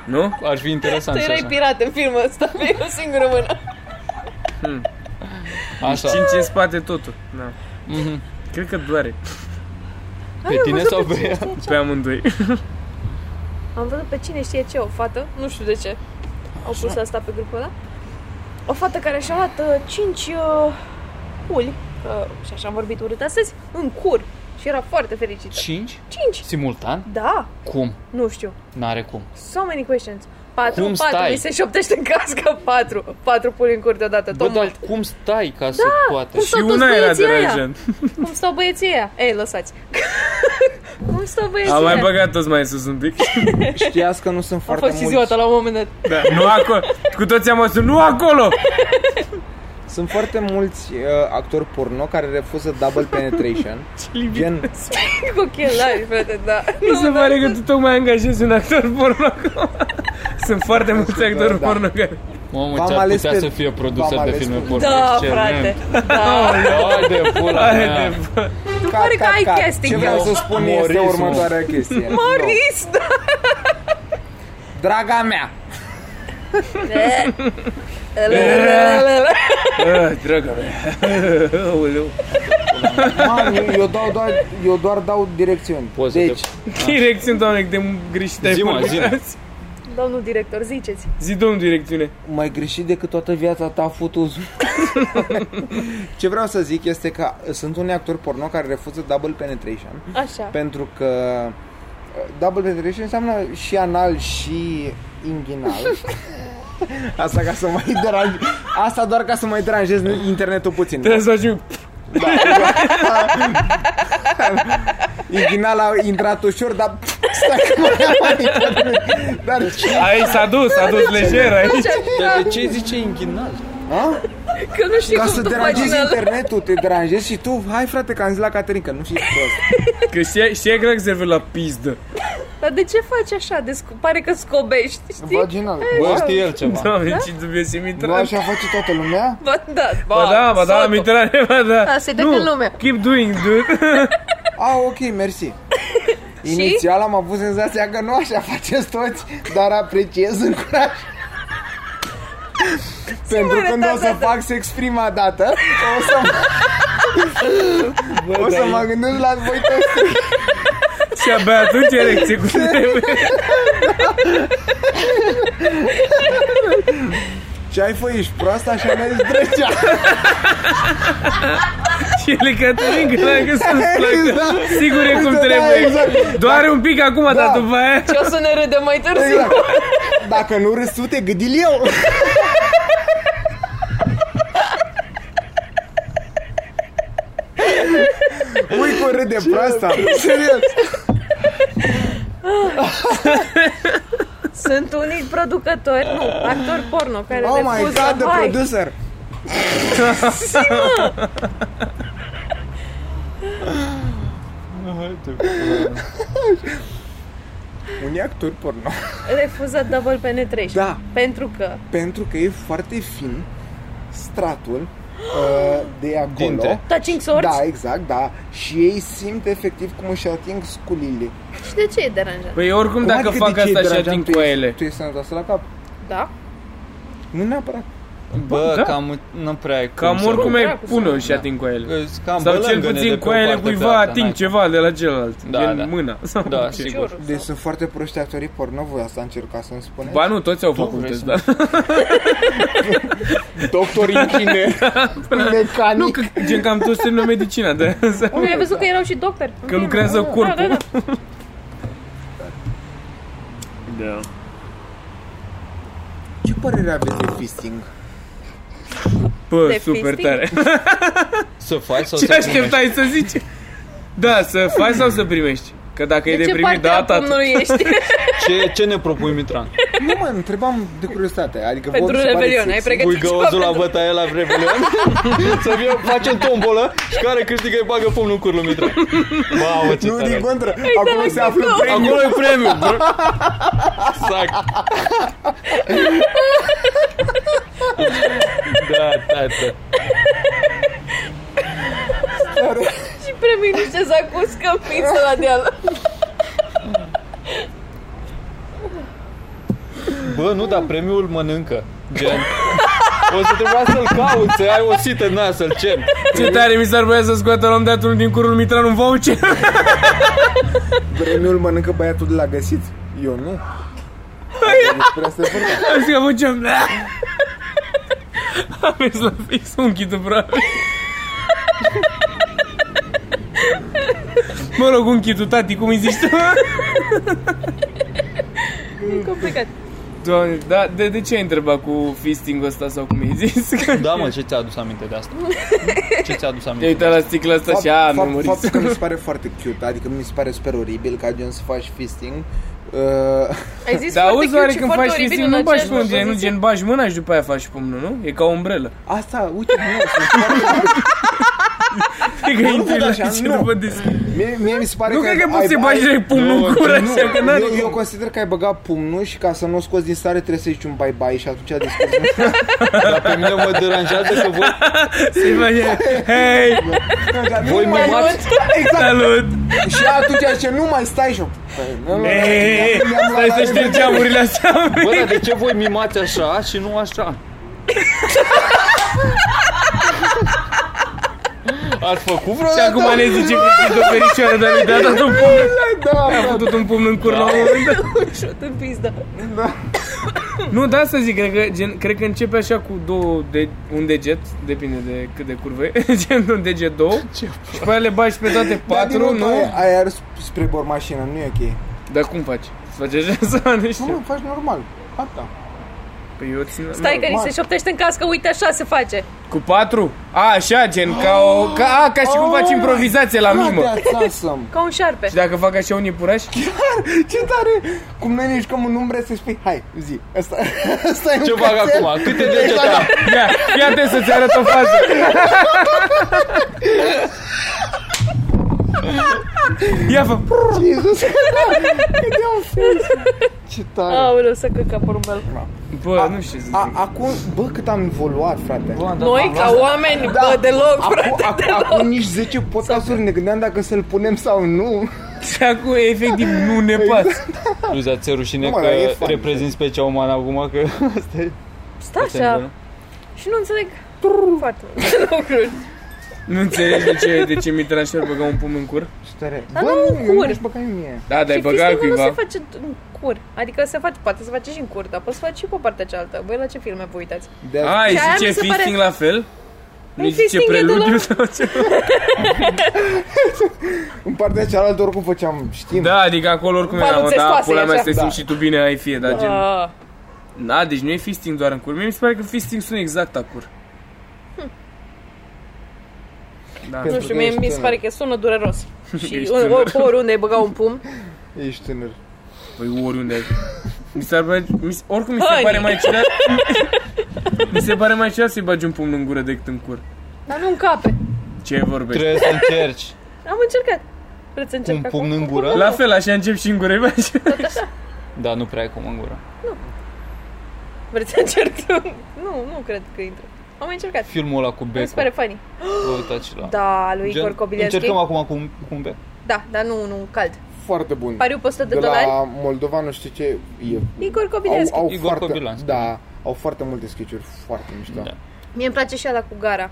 [SPEAKER 1] Nu?
[SPEAKER 6] Ar fi interesant
[SPEAKER 2] Tu
[SPEAKER 6] și
[SPEAKER 2] erai
[SPEAKER 6] așa.
[SPEAKER 2] pirat în filmul ăsta, pe o singură mână.
[SPEAKER 6] Așa.
[SPEAKER 1] Cinci în spate totul. Da. Cred că doare
[SPEAKER 6] Pe tine sau pe ea?
[SPEAKER 1] pe amândoi.
[SPEAKER 2] Am văzut pe cine știe ce, o fată, nu știu de ce, au pus asta pe grupul ăla. O fată care și-a luat uh, 5 uh, uli, uh, și așa am vorbit urât astăzi, în cur. Și era foarte fericită.
[SPEAKER 6] Cinci?
[SPEAKER 2] 5?
[SPEAKER 6] Simultan?
[SPEAKER 2] Da,
[SPEAKER 6] Cum?
[SPEAKER 2] nu știu.
[SPEAKER 6] N-are cum.
[SPEAKER 2] So many questions. 4,
[SPEAKER 6] Cum
[SPEAKER 2] 4,
[SPEAKER 6] stai?
[SPEAKER 2] mi se șoptește în cască 4. 4 puli în cur deodată,
[SPEAKER 6] Bă, da.
[SPEAKER 2] tot
[SPEAKER 6] dar
[SPEAKER 2] mult.
[SPEAKER 6] cum stai ca să poate?
[SPEAKER 2] cum
[SPEAKER 1] Și
[SPEAKER 2] Sau toți
[SPEAKER 1] una era
[SPEAKER 2] băieții aia.
[SPEAKER 1] deranjant.
[SPEAKER 2] Cum stau băieții ăia? Ei, lăsați. Cum stau băieții
[SPEAKER 1] Am mai
[SPEAKER 2] ăia?
[SPEAKER 1] băgat toți mai sus un pic.
[SPEAKER 4] Știați că nu sunt
[SPEAKER 2] A
[SPEAKER 4] foarte
[SPEAKER 2] fost și
[SPEAKER 4] mulți...
[SPEAKER 2] ziua la un moment dat.
[SPEAKER 1] Da. Nu acolo. Cu toți am ajuns. Nu acolo!
[SPEAKER 4] Sunt foarte mulți uh, actori porno care refuză double penetration. Gen,
[SPEAKER 2] Cu ochelari, frate, da.
[SPEAKER 1] Mi se
[SPEAKER 2] da,
[SPEAKER 1] pare că tu tocmai angajezi un actor porno acum. Sunt foarte mulți actori
[SPEAKER 4] da.
[SPEAKER 1] porno care...
[SPEAKER 6] Mamă,
[SPEAKER 4] V-am
[SPEAKER 6] ți-ar
[SPEAKER 4] ales
[SPEAKER 6] putea
[SPEAKER 4] pe-
[SPEAKER 6] să fie produser
[SPEAKER 4] v-am
[SPEAKER 6] de
[SPEAKER 4] ales
[SPEAKER 6] filme
[SPEAKER 4] pe-
[SPEAKER 6] porno.
[SPEAKER 2] Da,
[SPEAKER 6] Excelent.
[SPEAKER 2] frate. Da.
[SPEAKER 6] Hai de pula mea.
[SPEAKER 1] Haide,
[SPEAKER 2] Tu pare că ai casting.
[SPEAKER 4] Ce vreau să spun este
[SPEAKER 6] Morismo.
[SPEAKER 4] următoarea chestie. Nu.
[SPEAKER 2] Moris, da.
[SPEAKER 4] Draga mea,
[SPEAKER 1] bă. Ah, Dragă mea. Aoleu.
[SPEAKER 4] Man, eu- eu, dau doar, eu doar dau direcțiuni.
[SPEAKER 6] Poți să
[SPEAKER 4] deci,
[SPEAKER 1] Direcțiuni, doamne, cât de greșit ai
[SPEAKER 6] Zi-mă,
[SPEAKER 1] vorbit
[SPEAKER 6] zi-mă.
[SPEAKER 1] azi.
[SPEAKER 2] Domnul director, ziceți.
[SPEAKER 1] Zi, domnul, direcțiune.
[SPEAKER 4] mai greșit decât toată viața ta futuzul. Ce vreau să zic este că sunt unii actori porno care refuză double penetration
[SPEAKER 2] Așa.
[SPEAKER 4] pentru că uh, double penetration înseamnă și anal și inghinal. Asta ca să mai deranjez. Asta doar ca să mai deranjez internetul puțin.
[SPEAKER 1] Trebuie să faci un...
[SPEAKER 4] Inghinal a intrat ușor, dar stai că mai am mai intrat. Dar ce?
[SPEAKER 1] Aici s-a dus, s-a dus lejer aici. Da.
[SPEAKER 6] Dar
[SPEAKER 4] Păi
[SPEAKER 6] de ce zice inghinal?
[SPEAKER 4] Ha?
[SPEAKER 2] Că nu știu
[SPEAKER 4] Ca
[SPEAKER 2] cum
[SPEAKER 4] să
[SPEAKER 2] tu
[SPEAKER 4] deranjezi
[SPEAKER 2] faci
[SPEAKER 4] internetul, te deranjezi și tu, hai frate, că am zis la Caterin, că nu știi prost.
[SPEAKER 1] Că știa, știa cred că se la pizdă.
[SPEAKER 2] Dar de ce faci așa? De scu- pare că scobești, știi?
[SPEAKER 4] Vaginal.
[SPEAKER 6] Bă, știe el ceva.
[SPEAKER 2] Da?
[SPEAKER 1] Doamne, ce dubios e
[SPEAKER 4] Nu
[SPEAKER 1] Mitran.
[SPEAKER 4] așa face toată lumea?
[SPEAKER 2] Ba, da,
[SPEAKER 1] Ba da, ba da,
[SPEAKER 2] sotul.
[SPEAKER 1] Mitran, ba da.
[SPEAKER 2] Da, se dă
[SPEAKER 1] Nu,
[SPEAKER 2] în lume.
[SPEAKER 1] Keep doing, dude.
[SPEAKER 4] A, ok, mersi. Inițial am avut senzația că nu așa faceți toți, dar apreciez în curaj. Pentru
[SPEAKER 2] mare,
[SPEAKER 4] când o
[SPEAKER 2] da,
[SPEAKER 4] să
[SPEAKER 2] da, da.
[SPEAKER 4] fac sex prima dată, o să mă, o să mă gândesc la voi toți
[SPEAKER 1] Și abia atunci erecție cu trebuie.
[SPEAKER 4] Ce ai fă, ești proastă, așa mi-ai zis drăgea.
[SPEAKER 1] Și el e Cătălin, că dacă să-ți placă.
[SPEAKER 4] Exact.
[SPEAKER 1] Sigur e cum
[SPEAKER 4] Da,
[SPEAKER 1] trebuie.
[SPEAKER 4] exact. Da.
[SPEAKER 1] Doare un pic acum, dar după aia...
[SPEAKER 2] Ce o să ne râdem mai târziu?
[SPEAKER 4] Exact. Dacă nu râzi tu, te gâdil eu. Ui, cum râde proasta. Serios.
[SPEAKER 2] Sunt unii producători, nu, actori porno care
[SPEAKER 4] Ah. Oh my
[SPEAKER 2] refuză.
[SPEAKER 4] god, the
[SPEAKER 2] Hai,
[SPEAKER 4] producer. Unii actori porno.
[SPEAKER 2] refuză double penetration.
[SPEAKER 4] Da.
[SPEAKER 2] Pentru că
[SPEAKER 4] Pentru că e foarte fin stratul uh, de acolo.
[SPEAKER 6] Dinte.
[SPEAKER 2] touching swords?
[SPEAKER 4] Da, exact, da. Și ei simt efectiv cum își ating sculile.
[SPEAKER 2] Și de ce e deranjant?
[SPEAKER 1] Păi oricum
[SPEAKER 4] Cum
[SPEAKER 1] dacă
[SPEAKER 4] adică de
[SPEAKER 1] fac
[SPEAKER 4] ce e
[SPEAKER 1] asta și
[SPEAKER 4] deranjant?
[SPEAKER 1] ating
[SPEAKER 4] Tu
[SPEAKER 1] cu
[SPEAKER 4] ești-
[SPEAKER 1] ele.
[SPEAKER 4] Tu ești sănătoasă la cap.
[SPEAKER 2] Da?
[SPEAKER 4] Nu neapărat.
[SPEAKER 6] Bă,
[SPEAKER 1] da.
[SPEAKER 6] cam nu prea ai cum
[SPEAKER 1] Cam
[SPEAKER 6] să-
[SPEAKER 1] oricum
[SPEAKER 2] nu.
[SPEAKER 1] ai
[SPEAKER 2] Dracu,
[SPEAKER 1] pune
[SPEAKER 2] să-
[SPEAKER 1] și ating cu ele.
[SPEAKER 6] Că Cam
[SPEAKER 1] Sau cel
[SPEAKER 6] bălângăne de
[SPEAKER 1] puțin
[SPEAKER 6] pe
[SPEAKER 1] cu
[SPEAKER 6] o
[SPEAKER 1] ele
[SPEAKER 6] parte pe
[SPEAKER 1] cuiva
[SPEAKER 6] alta,
[SPEAKER 4] da.
[SPEAKER 1] ating
[SPEAKER 6] n-ai-
[SPEAKER 1] ceva de la celălalt.
[SPEAKER 6] Da,
[SPEAKER 1] Gen
[SPEAKER 6] da.
[SPEAKER 1] mâna. sau
[SPEAKER 6] Da,
[SPEAKER 1] ce.
[SPEAKER 6] sigur.
[SPEAKER 4] Deci sunt foarte proști actorii porno, voi asta încerca să-mi spuneți?
[SPEAKER 1] Ba nu, toți au
[SPEAKER 6] Tu
[SPEAKER 1] făcut
[SPEAKER 6] vrei
[SPEAKER 1] test,
[SPEAKER 6] să-
[SPEAKER 1] da.
[SPEAKER 4] Doctor Inchine, mecanic.
[SPEAKER 1] Nu, că gen cam toți termină medicina, da.
[SPEAKER 2] Oamenii ai văzut că erau și doctori.
[SPEAKER 1] Că lucrează
[SPEAKER 2] Da, da,
[SPEAKER 1] corpul.
[SPEAKER 2] da.
[SPEAKER 1] Da.
[SPEAKER 4] Ce părere aveți de fisting?
[SPEAKER 1] Bă,
[SPEAKER 2] De
[SPEAKER 1] super
[SPEAKER 2] fisting?
[SPEAKER 1] tare.
[SPEAKER 6] Să faci sau
[SPEAKER 1] Ce
[SPEAKER 6] să primești?
[SPEAKER 1] așteptai să zici? Da, să faci sau să primești? Că dacă e
[SPEAKER 2] De
[SPEAKER 1] de
[SPEAKER 2] ce
[SPEAKER 1] primit,
[SPEAKER 2] parte
[SPEAKER 1] da,
[SPEAKER 2] a
[SPEAKER 1] tată.
[SPEAKER 2] pumnului ești?
[SPEAKER 6] Ce, ce ne propui, Mitran?
[SPEAKER 4] Nu mă, întrebam de curiozitate, adică vă
[SPEAKER 2] Pentru
[SPEAKER 4] vi se pare
[SPEAKER 2] Revelion, ai
[SPEAKER 4] sexy?
[SPEAKER 2] pregătit
[SPEAKER 6] Pui
[SPEAKER 2] ceva
[SPEAKER 6] găozul la
[SPEAKER 2] pentru-
[SPEAKER 6] bătaie la Revelion Să fie, facem tombolă Și care câștigă îi bagă pumnul în cur lui Mitran Mamă, ce
[SPEAKER 4] Nu, din
[SPEAKER 6] tare
[SPEAKER 4] contră, acolo se află premiul.
[SPEAKER 6] Acolo e premiu, bro Sac Da, tată
[SPEAKER 2] Și premii niște zacuscă pizza la deal.
[SPEAKER 6] Bă, nu, dar premiul mănâncă Gen O să trebuia să-l cauți, să ai o sită în nas, să-l ceri
[SPEAKER 1] Ce tare mi s-ar putea să scoată la un dat unul din curul Mitran un voucher.
[SPEAKER 4] Premiul mănâncă băiatul de la găsit? Eu nu. Despre asta e vorba.
[SPEAKER 1] Așa că făceam... Am mers la fix un chitul probabil. Mă rog, un chitul, tati, cum îi zici tu?
[SPEAKER 2] E complicat.
[SPEAKER 1] Doamne, da, de, de ce ai întrebat cu fisting ăsta sau cum îi zis?
[SPEAKER 6] Da, mă, ce ți-a adus aminte de asta? Ce ți-a adus aminte?
[SPEAKER 1] Te-ai uitat la sticla asta și a,
[SPEAKER 4] Fapt-
[SPEAKER 1] mi-am
[SPEAKER 4] fapt- Faptul
[SPEAKER 1] murit.
[SPEAKER 4] că mi se pare foarte cute, adică mi se pare super oribil ca gen să faci fisting. Uh,
[SPEAKER 2] Ai zis
[SPEAKER 1] Dar
[SPEAKER 2] foarte
[SPEAKER 1] auzi,
[SPEAKER 2] cute
[SPEAKER 1] oare
[SPEAKER 2] și
[SPEAKER 1] când
[SPEAKER 2] foarte
[SPEAKER 1] faci
[SPEAKER 2] oribil
[SPEAKER 1] fisting,
[SPEAKER 2] în
[SPEAKER 1] nu bagi
[SPEAKER 2] aceeași
[SPEAKER 1] pumnul, gen, nu
[SPEAKER 2] propoziție.
[SPEAKER 1] gen, bagi mâna și după aia faci pumnul, nu? E ca o umbrelă.
[SPEAKER 4] asta, uite, nu, sunt foarte...
[SPEAKER 1] E că intri
[SPEAKER 4] văd
[SPEAKER 1] la
[SPEAKER 4] așa,
[SPEAKER 1] ce
[SPEAKER 4] nu.
[SPEAKER 1] după deschid.
[SPEAKER 4] Mie, mie mi se pare
[SPEAKER 1] Nu
[SPEAKER 4] că...
[SPEAKER 1] cred că
[SPEAKER 4] ai-
[SPEAKER 1] poți să
[SPEAKER 4] ai-
[SPEAKER 1] bagi direct pumnul în cură, așa că n-are
[SPEAKER 4] eu, eu consider că ai băgat pumnul și ca să nu o scoți din stare trebuie să zici un bye-bye și atunci deschizi
[SPEAKER 6] Dar pe mine mă deranjează că voi,
[SPEAKER 1] Se face, hei,
[SPEAKER 6] voi mă mați
[SPEAKER 4] Exact.
[SPEAKER 1] salut!
[SPEAKER 4] Și atunci ce nu mai stai și Păi,
[SPEAKER 1] Hei, stai să ștergi geamurile astea.
[SPEAKER 6] Bă, dar de ce voi mimați așa și nu așa? Ați făcut vreo?
[SPEAKER 1] Și acum ne zice că e o ferișoară, dar nu de-a dat un pumn.
[SPEAKER 4] Da,
[SPEAKER 1] A făcut un pumn în cur la un moment dat.
[SPEAKER 2] Șut în pizdă.
[SPEAKER 1] Nu, da, să zic, cred că, gen, cred că începe așa cu două de, un deget, depinde de cât de curvă e, gen un deget două, și pe aia le bagi pe toate patru,
[SPEAKER 4] Dar din
[SPEAKER 1] nu?
[SPEAKER 4] nou, tu Ai ai ars spre bormașină, nu e ok.
[SPEAKER 1] Dar cum faci? Să faci așa sau nu
[SPEAKER 4] Nu, mă,
[SPEAKER 1] știu?
[SPEAKER 4] faci normal. Asta.
[SPEAKER 1] Păi eu țin...
[SPEAKER 2] Stai
[SPEAKER 1] mă,
[SPEAKER 2] că ni se
[SPEAKER 4] mare.
[SPEAKER 2] șoptește în cască, uite așa se face.
[SPEAKER 1] Cu patru? A, așa, gen, ca o... Ca, a, ca și cum faci improvizație la mimă.
[SPEAKER 4] Oh, Frate, ați awesome.
[SPEAKER 2] Ca un șarpe.
[SPEAKER 1] Și dacă fac așa un iepuraș?
[SPEAKER 4] Ce tare! Cum noi ne mișcăm un umbre să spui, hai, zi, asta, asta e
[SPEAKER 6] Ce
[SPEAKER 4] un
[SPEAKER 6] fac
[SPEAKER 4] cățel.
[SPEAKER 6] acum? Câte
[SPEAKER 1] Exact.
[SPEAKER 6] degete am?
[SPEAKER 1] Ia, ia te să-ți arăt o fază. Ia fă...
[SPEAKER 4] Iisus, cât de ofens. Ce tare!
[SPEAKER 2] Aoleu, să căca porumbel.
[SPEAKER 1] Bă, nu știu să
[SPEAKER 4] A,
[SPEAKER 1] zic.
[SPEAKER 4] acum, bă, cât am evoluat, frate.
[SPEAKER 2] Noi, ca oameni,
[SPEAKER 4] Da.
[SPEAKER 2] bă, deloc,
[SPEAKER 4] Acum,
[SPEAKER 2] frate.
[SPEAKER 4] acum, acum nici 10 podcasturi ne gândeam dacă să-l punem sau nu.
[SPEAKER 1] Și acum, efectiv, nu ne
[SPEAKER 4] Păi-
[SPEAKER 1] pasă.
[SPEAKER 6] Nu, dar ți-e rușine
[SPEAKER 4] Nu, mă,
[SPEAKER 6] că
[SPEAKER 4] dar e fain.
[SPEAKER 6] reprezint specia umană acum că asta e...
[SPEAKER 2] Stai așa. Și nu înțeleg foarte multe lucruri.
[SPEAKER 1] Nu înțelegi de ce, de ce mi tranșor băga un pumn în cur?
[SPEAKER 4] Ce tare.
[SPEAKER 2] Dar nu în
[SPEAKER 4] eu
[SPEAKER 2] cur.
[SPEAKER 4] nu-și băgai mie.
[SPEAKER 1] Da, dar ai
[SPEAKER 2] Și
[SPEAKER 1] băgat
[SPEAKER 2] fistingul nu se
[SPEAKER 1] cuiva.
[SPEAKER 2] face în cur. Adică se face, poate se face și în cur, dar poți să faci și pe partea cealaltă. Voi la ce filme vă uitați?
[SPEAKER 4] De
[SPEAKER 1] Ai,
[SPEAKER 2] Și aia
[SPEAKER 1] și ce
[SPEAKER 2] mi se pare-
[SPEAKER 1] fisting la fel? Nu zice
[SPEAKER 2] fisting e de la-
[SPEAKER 1] preludiu sau ce?
[SPEAKER 4] În partea cealaltă oricum făceam, știm.
[SPEAKER 1] Da, adică acolo oricum era, mă, da,
[SPEAKER 2] Balonțestoase,
[SPEAKER 1] pula mea
[SPEAKER 2] așa.
[SPEAKER 1] să simți
[SPEAKER 4] Da.
[SPEAKER 1] și tu bine, ai fie, da, gen...
[SPEAKER 2] Ah,
[SPEAKER 1] Da, deci nu e fisting doar în cur. Mie mi se pare că fisting sună exact acur.
[SPEAKER 4] Hm.
[SPEAKER 1] Da.
[SPEAKER 4] Pentru
[SPEAKER 2] nu știu,
[SPEAKER 4] că
[SPEAKER 2] mie
[SPEAKER 4] ești
[SPEAKER 2] mi se
[SPEAKER 4] tânăr.
[SPEAKER 2] pare că sună dureros. Și
[SPEAKER 1] Ești
[SPEAKER 2] un-
[SPEAKER 1] tânăr.
[SPEAKER 2] ori- oriunde ai băga un pum,
[SPEAKER 4] Ești tânăr.
[SPEAKER 1] Păi oriunde ai. Mi s-ar pare, mi, se- oricum mi se
[SPEAKER 2] Honey.
[SPEAKER 1] pare mai ciudat Mi se pare mai ciudat să-i bagi un pumn în gură decât în cur
[SPEAKER 2] dar nu încape.
[SPEAKER 1] Ce vorbești?
[SPEAKER 6] Trebuie
[SPEAKER 2] Păi
[SPEAKER 6] să încerci.
[SPEAKER 2] Am încercat. Vreți să încerc
[SPEAKER 6] Un
[SPEAKER 2] acum?
[SPEAKER 6] pumn în gură?
[SPEAKER 1] La fel, așa încep și în gură îi bagi.
[SPEAKER 6] Da, nu prea ai cum în gură.
[SPEAKER 2] Vreți să încerc? Nu, nu cred că intră. Am mai încercat.
[SPEAKER 6] Filmul ăla cu becul.
[SPEAKER 2] Mi se pare funny.
[SPEAKER 6] Vă uitați și la...
[SPEAKER 2] Da, lui
[SPEAKER 6] Gen,
[SPEAKER 2] Igor Cobilenski.
[SPEAKER 6] Încercăm acum cu un, cu un bec.
[SPEAKER 2] Da, dar nu, nu, cald.
[SPEAKER 4] foarte bun.
[SPEAKER 2] Pariu pe 100 de,
[SPEAKER 4] de la
[SPEAKER 2] dolari.
[SPEAKER 4] Moldova, nu știu ce, e.
[SPEAKER 2] Igor Cobilescu.
[SPEAKER 4] Au, au
[SPEAKER 6] Igor
[SPEAKER 4] foarte,
[SPEAKER 6] Cobilanscu.
[SPEAKER 4] Da, au foarte multe sketch-uri foarte mișto.
[SPEAKER 6] Da.
[SPEAKER 2] Mie îmi place și ala cu gara.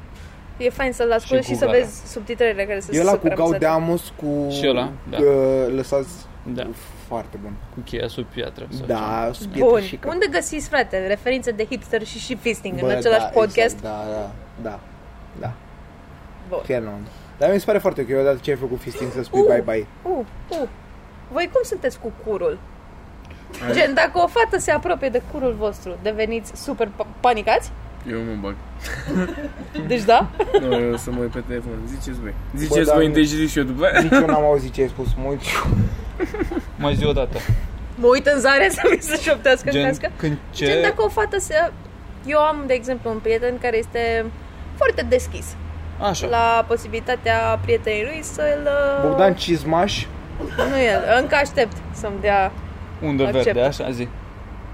[SPEAKER 2] E fain să-l ascult și,
[SPEAKER 6] cu
[SPEAKER 2] să
[SPEAKER 6] gara.
[SPEAKER 2] vezi subtitrele care sunt
[SPEAKER 4] E ăla cu
[SPEAKER 2] super
[SPEAKER 4] Gau de
[SPEAKER 2] amuzante.
[SPEAKER 4] Amos, cu...
[SPEAKER 6] Și ăla, da.
[SPEAKER 4] uh, Lăsați...
[SPEAKER 6] Da.
[SPEAKER 4] Foarte bun.
[SPEAKER 6] Cu cheia sub piatră. sau ceva.
[SPEAKER 4] Da, sunt
[SPEAKER 2] Bun.
[SPEAKER 4] și că-
[SPEAKER 2] Unde găsiți, frate, referințe de hipster și și fisting
[SPEAKER 4] Bă,
[SPEAKER 2] în același
[SPEAKER 4] da,
[SPEAKER 2] podcast?
[SPEAKER 4] Exact, da, da, da. Da,
[SPEAKER 2] Bun.
[SPEAKER 4] chiar nu. Dar mi se pare foarte ok, odată ce ai făcut fisting să spui
[SPEAKER 2] Uh.
[SPEAKER 4] bye-bye.
[SPEAKER 2] Uh, uh. Voi cum sunteți cu curul? Gen, dacă o fată se apropie de curul vostru, deveniți super pa- panicați?
[SPEAKER 1] Eu mă bag.
[SPEAKER 2] Deci da?
[SPEAKER 1] Nu, eu o să mă uit pe telefon. Ziceți voi.
[SPEAKER 4] Bă,
[SPEAKER 1] Ziceți
[SPEAKER 4] da,
[SPEAKER 1] voi
[SPEAKER 4] nu.
[SPEAKER 1] întâi și zic și eu după aia.
[SPEAKER 4] Nici eu n-am auzit ce ai spus, mult.
[SPEAKER 6] Mai zi o dată.
[SPEAKER 2] Mă uit în zare să mi se șoptească Gen,
[SPEAKER 6] Gen,
[SPEAKER 2] cască.
[SPEAKER 6] când ce...
[SPEAKER 2] Gen, dacă o fată se... Eu am, de exemplu, un prieten care este foarte deschis
[SPEAKER 6] Așa.
[SPEAKER 2] la posibilitatea prietenii lui să-l... uh,
[SPEAKER 4] Bogdan Cizmaș,
[SPEAKER 2] Nu el, încă aștept să-mi dea...
[SPEAKER 6] Undă
[SPEAKER 2] Accept.
[SPEAKER 6] verde, așa zi.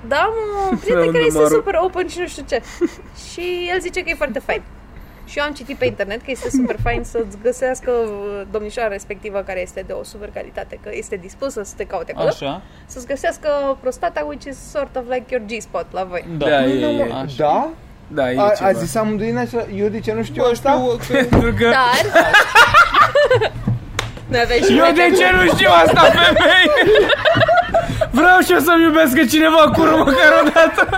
[SPEAKER 2] Da, am un prieten
[SPEAKER 1] Unde
[SPEAKER 2] care
[SPEAKER 1] mă
[SPEAKER 2] este
[SPEAKER 1] arunc?
[SPEAKER 2] super open și nu știu ce. și el zice că e foarte fain. Și eu am citit pe internet că este super fain să-ți găsească uh, domnișoara respectivă care este de o super calitate, că este dispusă să te caute acolo,
[SPEAKER 6] Așa.
[SPEAKER 2] să-ți găsească prostata, which is sort of like your G-spot la voi.
[SPEAKER 6] Da.
[SPEAKER 1] Da, e- e-
[SPEAKER 6] Așa.
[SPEAKER 4] da?
[SPEAKER 1] Da, e
[SPEAKER 4] A,
[SPEAKER 1] ceva.
[SPEAKER 4] a zis Da, amândoi în acela, eu de ce nu știu
[SPEAKER 6] Bă,
[SPEAKER 4] asta?
[SPEAKER 6] știu că
[SPEAKER 1] Pentru că...
[SPEAKER 2] Dar... Noi avem și
[SPEAKER 1] Da. Eu
[SPEAKER 2] prieteni-
[SPEAKER 1] de ce nu știu asta, femei? Vreau și eu să-mi iubesc cineva cu urmă măcar o dată.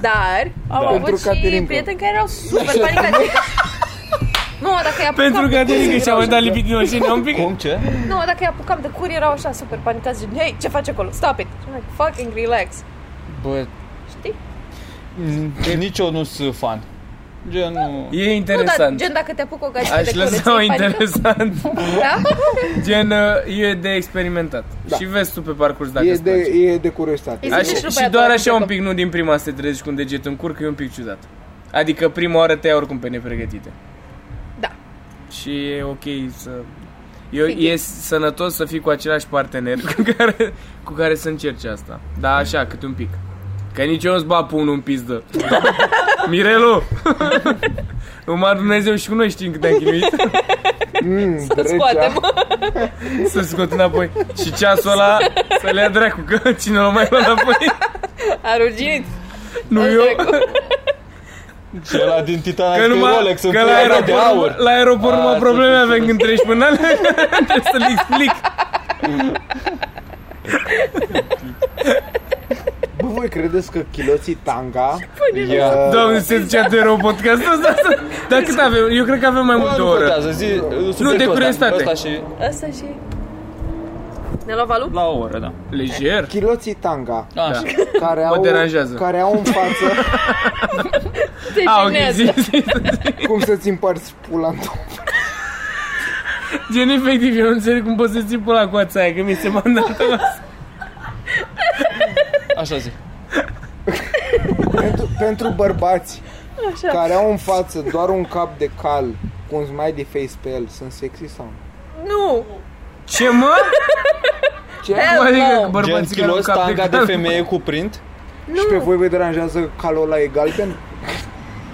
[SPEAKER 2] Dar
[SPEAKER 1] Da.
[SPEAKER 2] am avut
[SPEAKER 4] Pentru
[SPEAKER 2] și
[SPEAKER 4] Caterin,
[SPEAKER 2] prieteni care erau super panicați. Nu, dacă îi apucam
[SPEAKER 1] Pentru că
[SPEAKER 2] de
[SPEAKER 1] de că și-a mai dat libidinul și ne un pic.
[SPEAKER 6] Cum, ce?
[SPEAKER 2] Nu, dacă îi apucam de cur, erau așa super panicați, gen, hei, ce faci acolo? Stop it! Și I'm like, fucking relax.
[SPEAKER 6] Bă,
[SPEAKER 2] Știi?
[SPEAKER 6] m- Mm, nici eu nu sunt fan. Gen, nu...
[SPEAKER 1] E
[SPEAKER 2] Nu, dar
[SPEAKER 1] interesant.
[SPEAKER 2] gen, dacă te apucă o gagică de
[SPEAKER 1] Aș
[SPEAKER 2] cur, îți
[SPEAKER 1] lăsa-o
[SPEAKER 2] iei panică,
[SPEAKER 1] interesant.
[SPEAKER 2] Da?
[SPEAKER 1] Gen, uh, e de experimentat.
[SPEAKER 4] Da.
[SPEAKER 1] Și vezi tu pe parcurs dacă
[SPEAKER 4] E
[SPEAKER 1] îți
[SPEAKER 4] de,
[SPEAKER 1] place.
[SPEAKER 4] e de curiozitate.
[SPEAKER 2] Îi
[SPEAKER 1] Așa,
[SPEAKER 2] zice după
[SPEAKER 1] și
[SPEAKER 2] aia
[SPEAKER 1] doar
[SPEAKER 2] doar
[SPEAKER 1] așa
[SPEAKER 2] după.
[SPEAKER 1] un pic, nu din prima să te trezești cu un deget în cur, că e un pic ciudat. Adică prima oară te ia oricum pe nepregătite.
[SPEAKER 2] Da.
[SPEAKER 1] Și e ok să... E,
[SPEAKER 2] Fii
[SPEAKER 1] e sănătos să fii cu același partener cu care, cu care să încerci asta. Da, așa, cât un pic. Că nici eu nu-ți bat pumnul în pizdă. Mirelu! Numai Dumnezeu și cu noi știm cât te-am chinuit
[SPEAKER 4] Mm,
[SPEAKER 2] Îți
[SPEAKER 4] drăgea.
[SPEAKER 2] scoatem.
[SPEAKER 1] să scot înapoi. Și ceasul ăla să le ia dracu, că cine l-a mai luat înapoi?
[SPEAKER 2] A ruginit.
[SPEAKER 1] Nu eu.
[SPEAKER 6] Și ăla din Titanic
[SPEAKER 1] Că,
[SPEAKER 6] că
[SPEAKER 1] numai,
[SPEAKER 6] Rolex în
[SPEAKER 1] că la
[SPEAKER 6] pielea de
[SPEAKER 1] aeroport,
[SPEAKER 6] aur. Ah,
[SPEAKER 1] la aeroport
[SPEAKER 6] A,
[SPEAKER 1] numai
[SPEAKER 6] să
[SPEAKER 1] probleme
[SPEAKER 6] știu,
[SPEAKER 1] avem când treci până alea, trebuie să le explic.
[SPEAKER 4] Bă, voi credeți că chiloții tanga...
[SPEAKER 6] Ia.
[SPEAKER 4] uh,
[SPEAKER 1] Doamne, se zicea de robot ca asta, asta, asta. Dar cât avem? Eu cred că avem mai
[SPEAKER 6] Bă,
[SPEAKER 1] mult de o
[SPEAKER 6] nu
[SPEAKER 1] oră.
[SPEAKER 6] contează, zi subiectul
[SPEAKER 1] de
[SPEAKER 6] ăsta.
[SPEAKER 1] curiozitate.
[SPEAKER 6] Ăsta și
[SPEAKER 2] Asta și... Ne-a luat valul?
[SPEAKER 6] la o oră, da.
[SPEAKER 1] Lejer?
[SPEAKER 4] Chiloții tanga,
[SPEAKER 6] Așa.
[SPEAKER 1] Da.
[SPEAKER 4] care au,
[SPEAKER 1] deranjează.
[SPEAKER 4] care au în față
[SPEAKER 2] Te
[SPEAKER 6] Ah,
[SPEAKER 1] A, Ah, ok,
[SPEAKER 2] jinează.
[SPEAKER 1] zi, zi.
[SPEAKER 4] cum să-ți împarți pula în două.
[SPEAKER 1] Gen, efectiv, eu nu înțeleg cum poți să ții pula cu ața aia, că mi se mandată.
[SPEAKER 6] Așa zi.
[SPEAKER 4] Pentru, pentru bărbați care au în față doar un cap de cal cu un smiley face pe el, sunt sexy sau nu?
[SPEAKER 2] Nu!
[SPEAKER 1] Ce, mă?
[SPEAKER 4] Ce?
[SPEAKER 1] Cum adică că
[SPEAKER 2] Gen,
[SPEAKER 6] Gen,
[SPEAKER 1] bărbații care au
[SPEAKER 6] kilos,
[SPEAKER 1] cap de
[SPEAKER 6] tanga de
[SPEAKER 1] cal?
[SPEAKER 6] femeie cu print.
[SPEAKER 4] Și pe voi vă deranjează calul ăla e galben?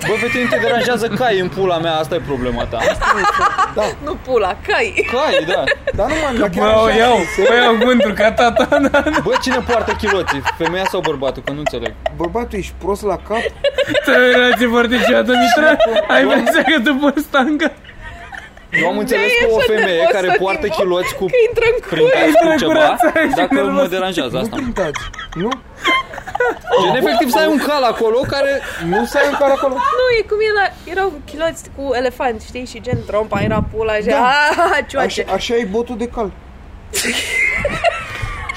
[SPEAKER 6] Bă, pe tine te deranjează cai în pula mea, asta e problema ta.
[SPEAKER 4] Da,
[SPEAKER 2] Nu pula, cai!
[SPEAKER 6] Cai, da.
[SPEAKER 4] dar nu mă, dar chiar
[SPEAKER 1] Bă, o
[SPEAKER 4] așa
[SPEAKER 1] iau,
[SPEAKER 4] este.
[SPEAKER 1] o iau gândul ca tata, da.
[SPEAKER 6] Bă, cine poartă chiloții? Femeia sau bărbatul? Că nu înțeleg.
[SPEAKER 4] Bărbatul, ești prost la cap?
[SPEAKER 1] Te relație foarte ciudată, Mitra. Ai pensia că tu poți tanga?
[SPEAKER 6] Eu am înțeles
[SPEAKER 2] e
[SPEAKER 6] că o
[SPEAKER 2] așa de
[SPEAKER 6] femeie
[SPEAKER 2] prost,
[SPEAKER 6] care
[SPEAKER 2] Timo?
[SPEAKER 6] poartă chiloți cu
[SPEAKER 2] Că intră în
[SPEAKER 6] prin
[SPEAKER 2] cur.
[SPEAKER 6] cu ceva,
[SPEAKER 1] curața și
[SPEAKER 6] dacă mă
[SPEAKER 1] nervos.
[SPEAKER 6] deranjează
[SPEAKER 4] Nu
[SPEAKER 6] asta.
[SPEAKER 4] printați, nu?
[SPEAKER 1] Oh.
[SPEAKER 6] Gen, efectiv să ai un cal acolo care...
[SPEAKER 4] Nu să ai un cal acolo?
[SPEAKER 2] Nu, e cum era, erau chiloți cu elefant, știi? Și gen trompa era pula și da.
[SPEAKER 4] Așa,
[SPEAKER 2] cioace.
[SPEAKER 4] așa e botul de cal.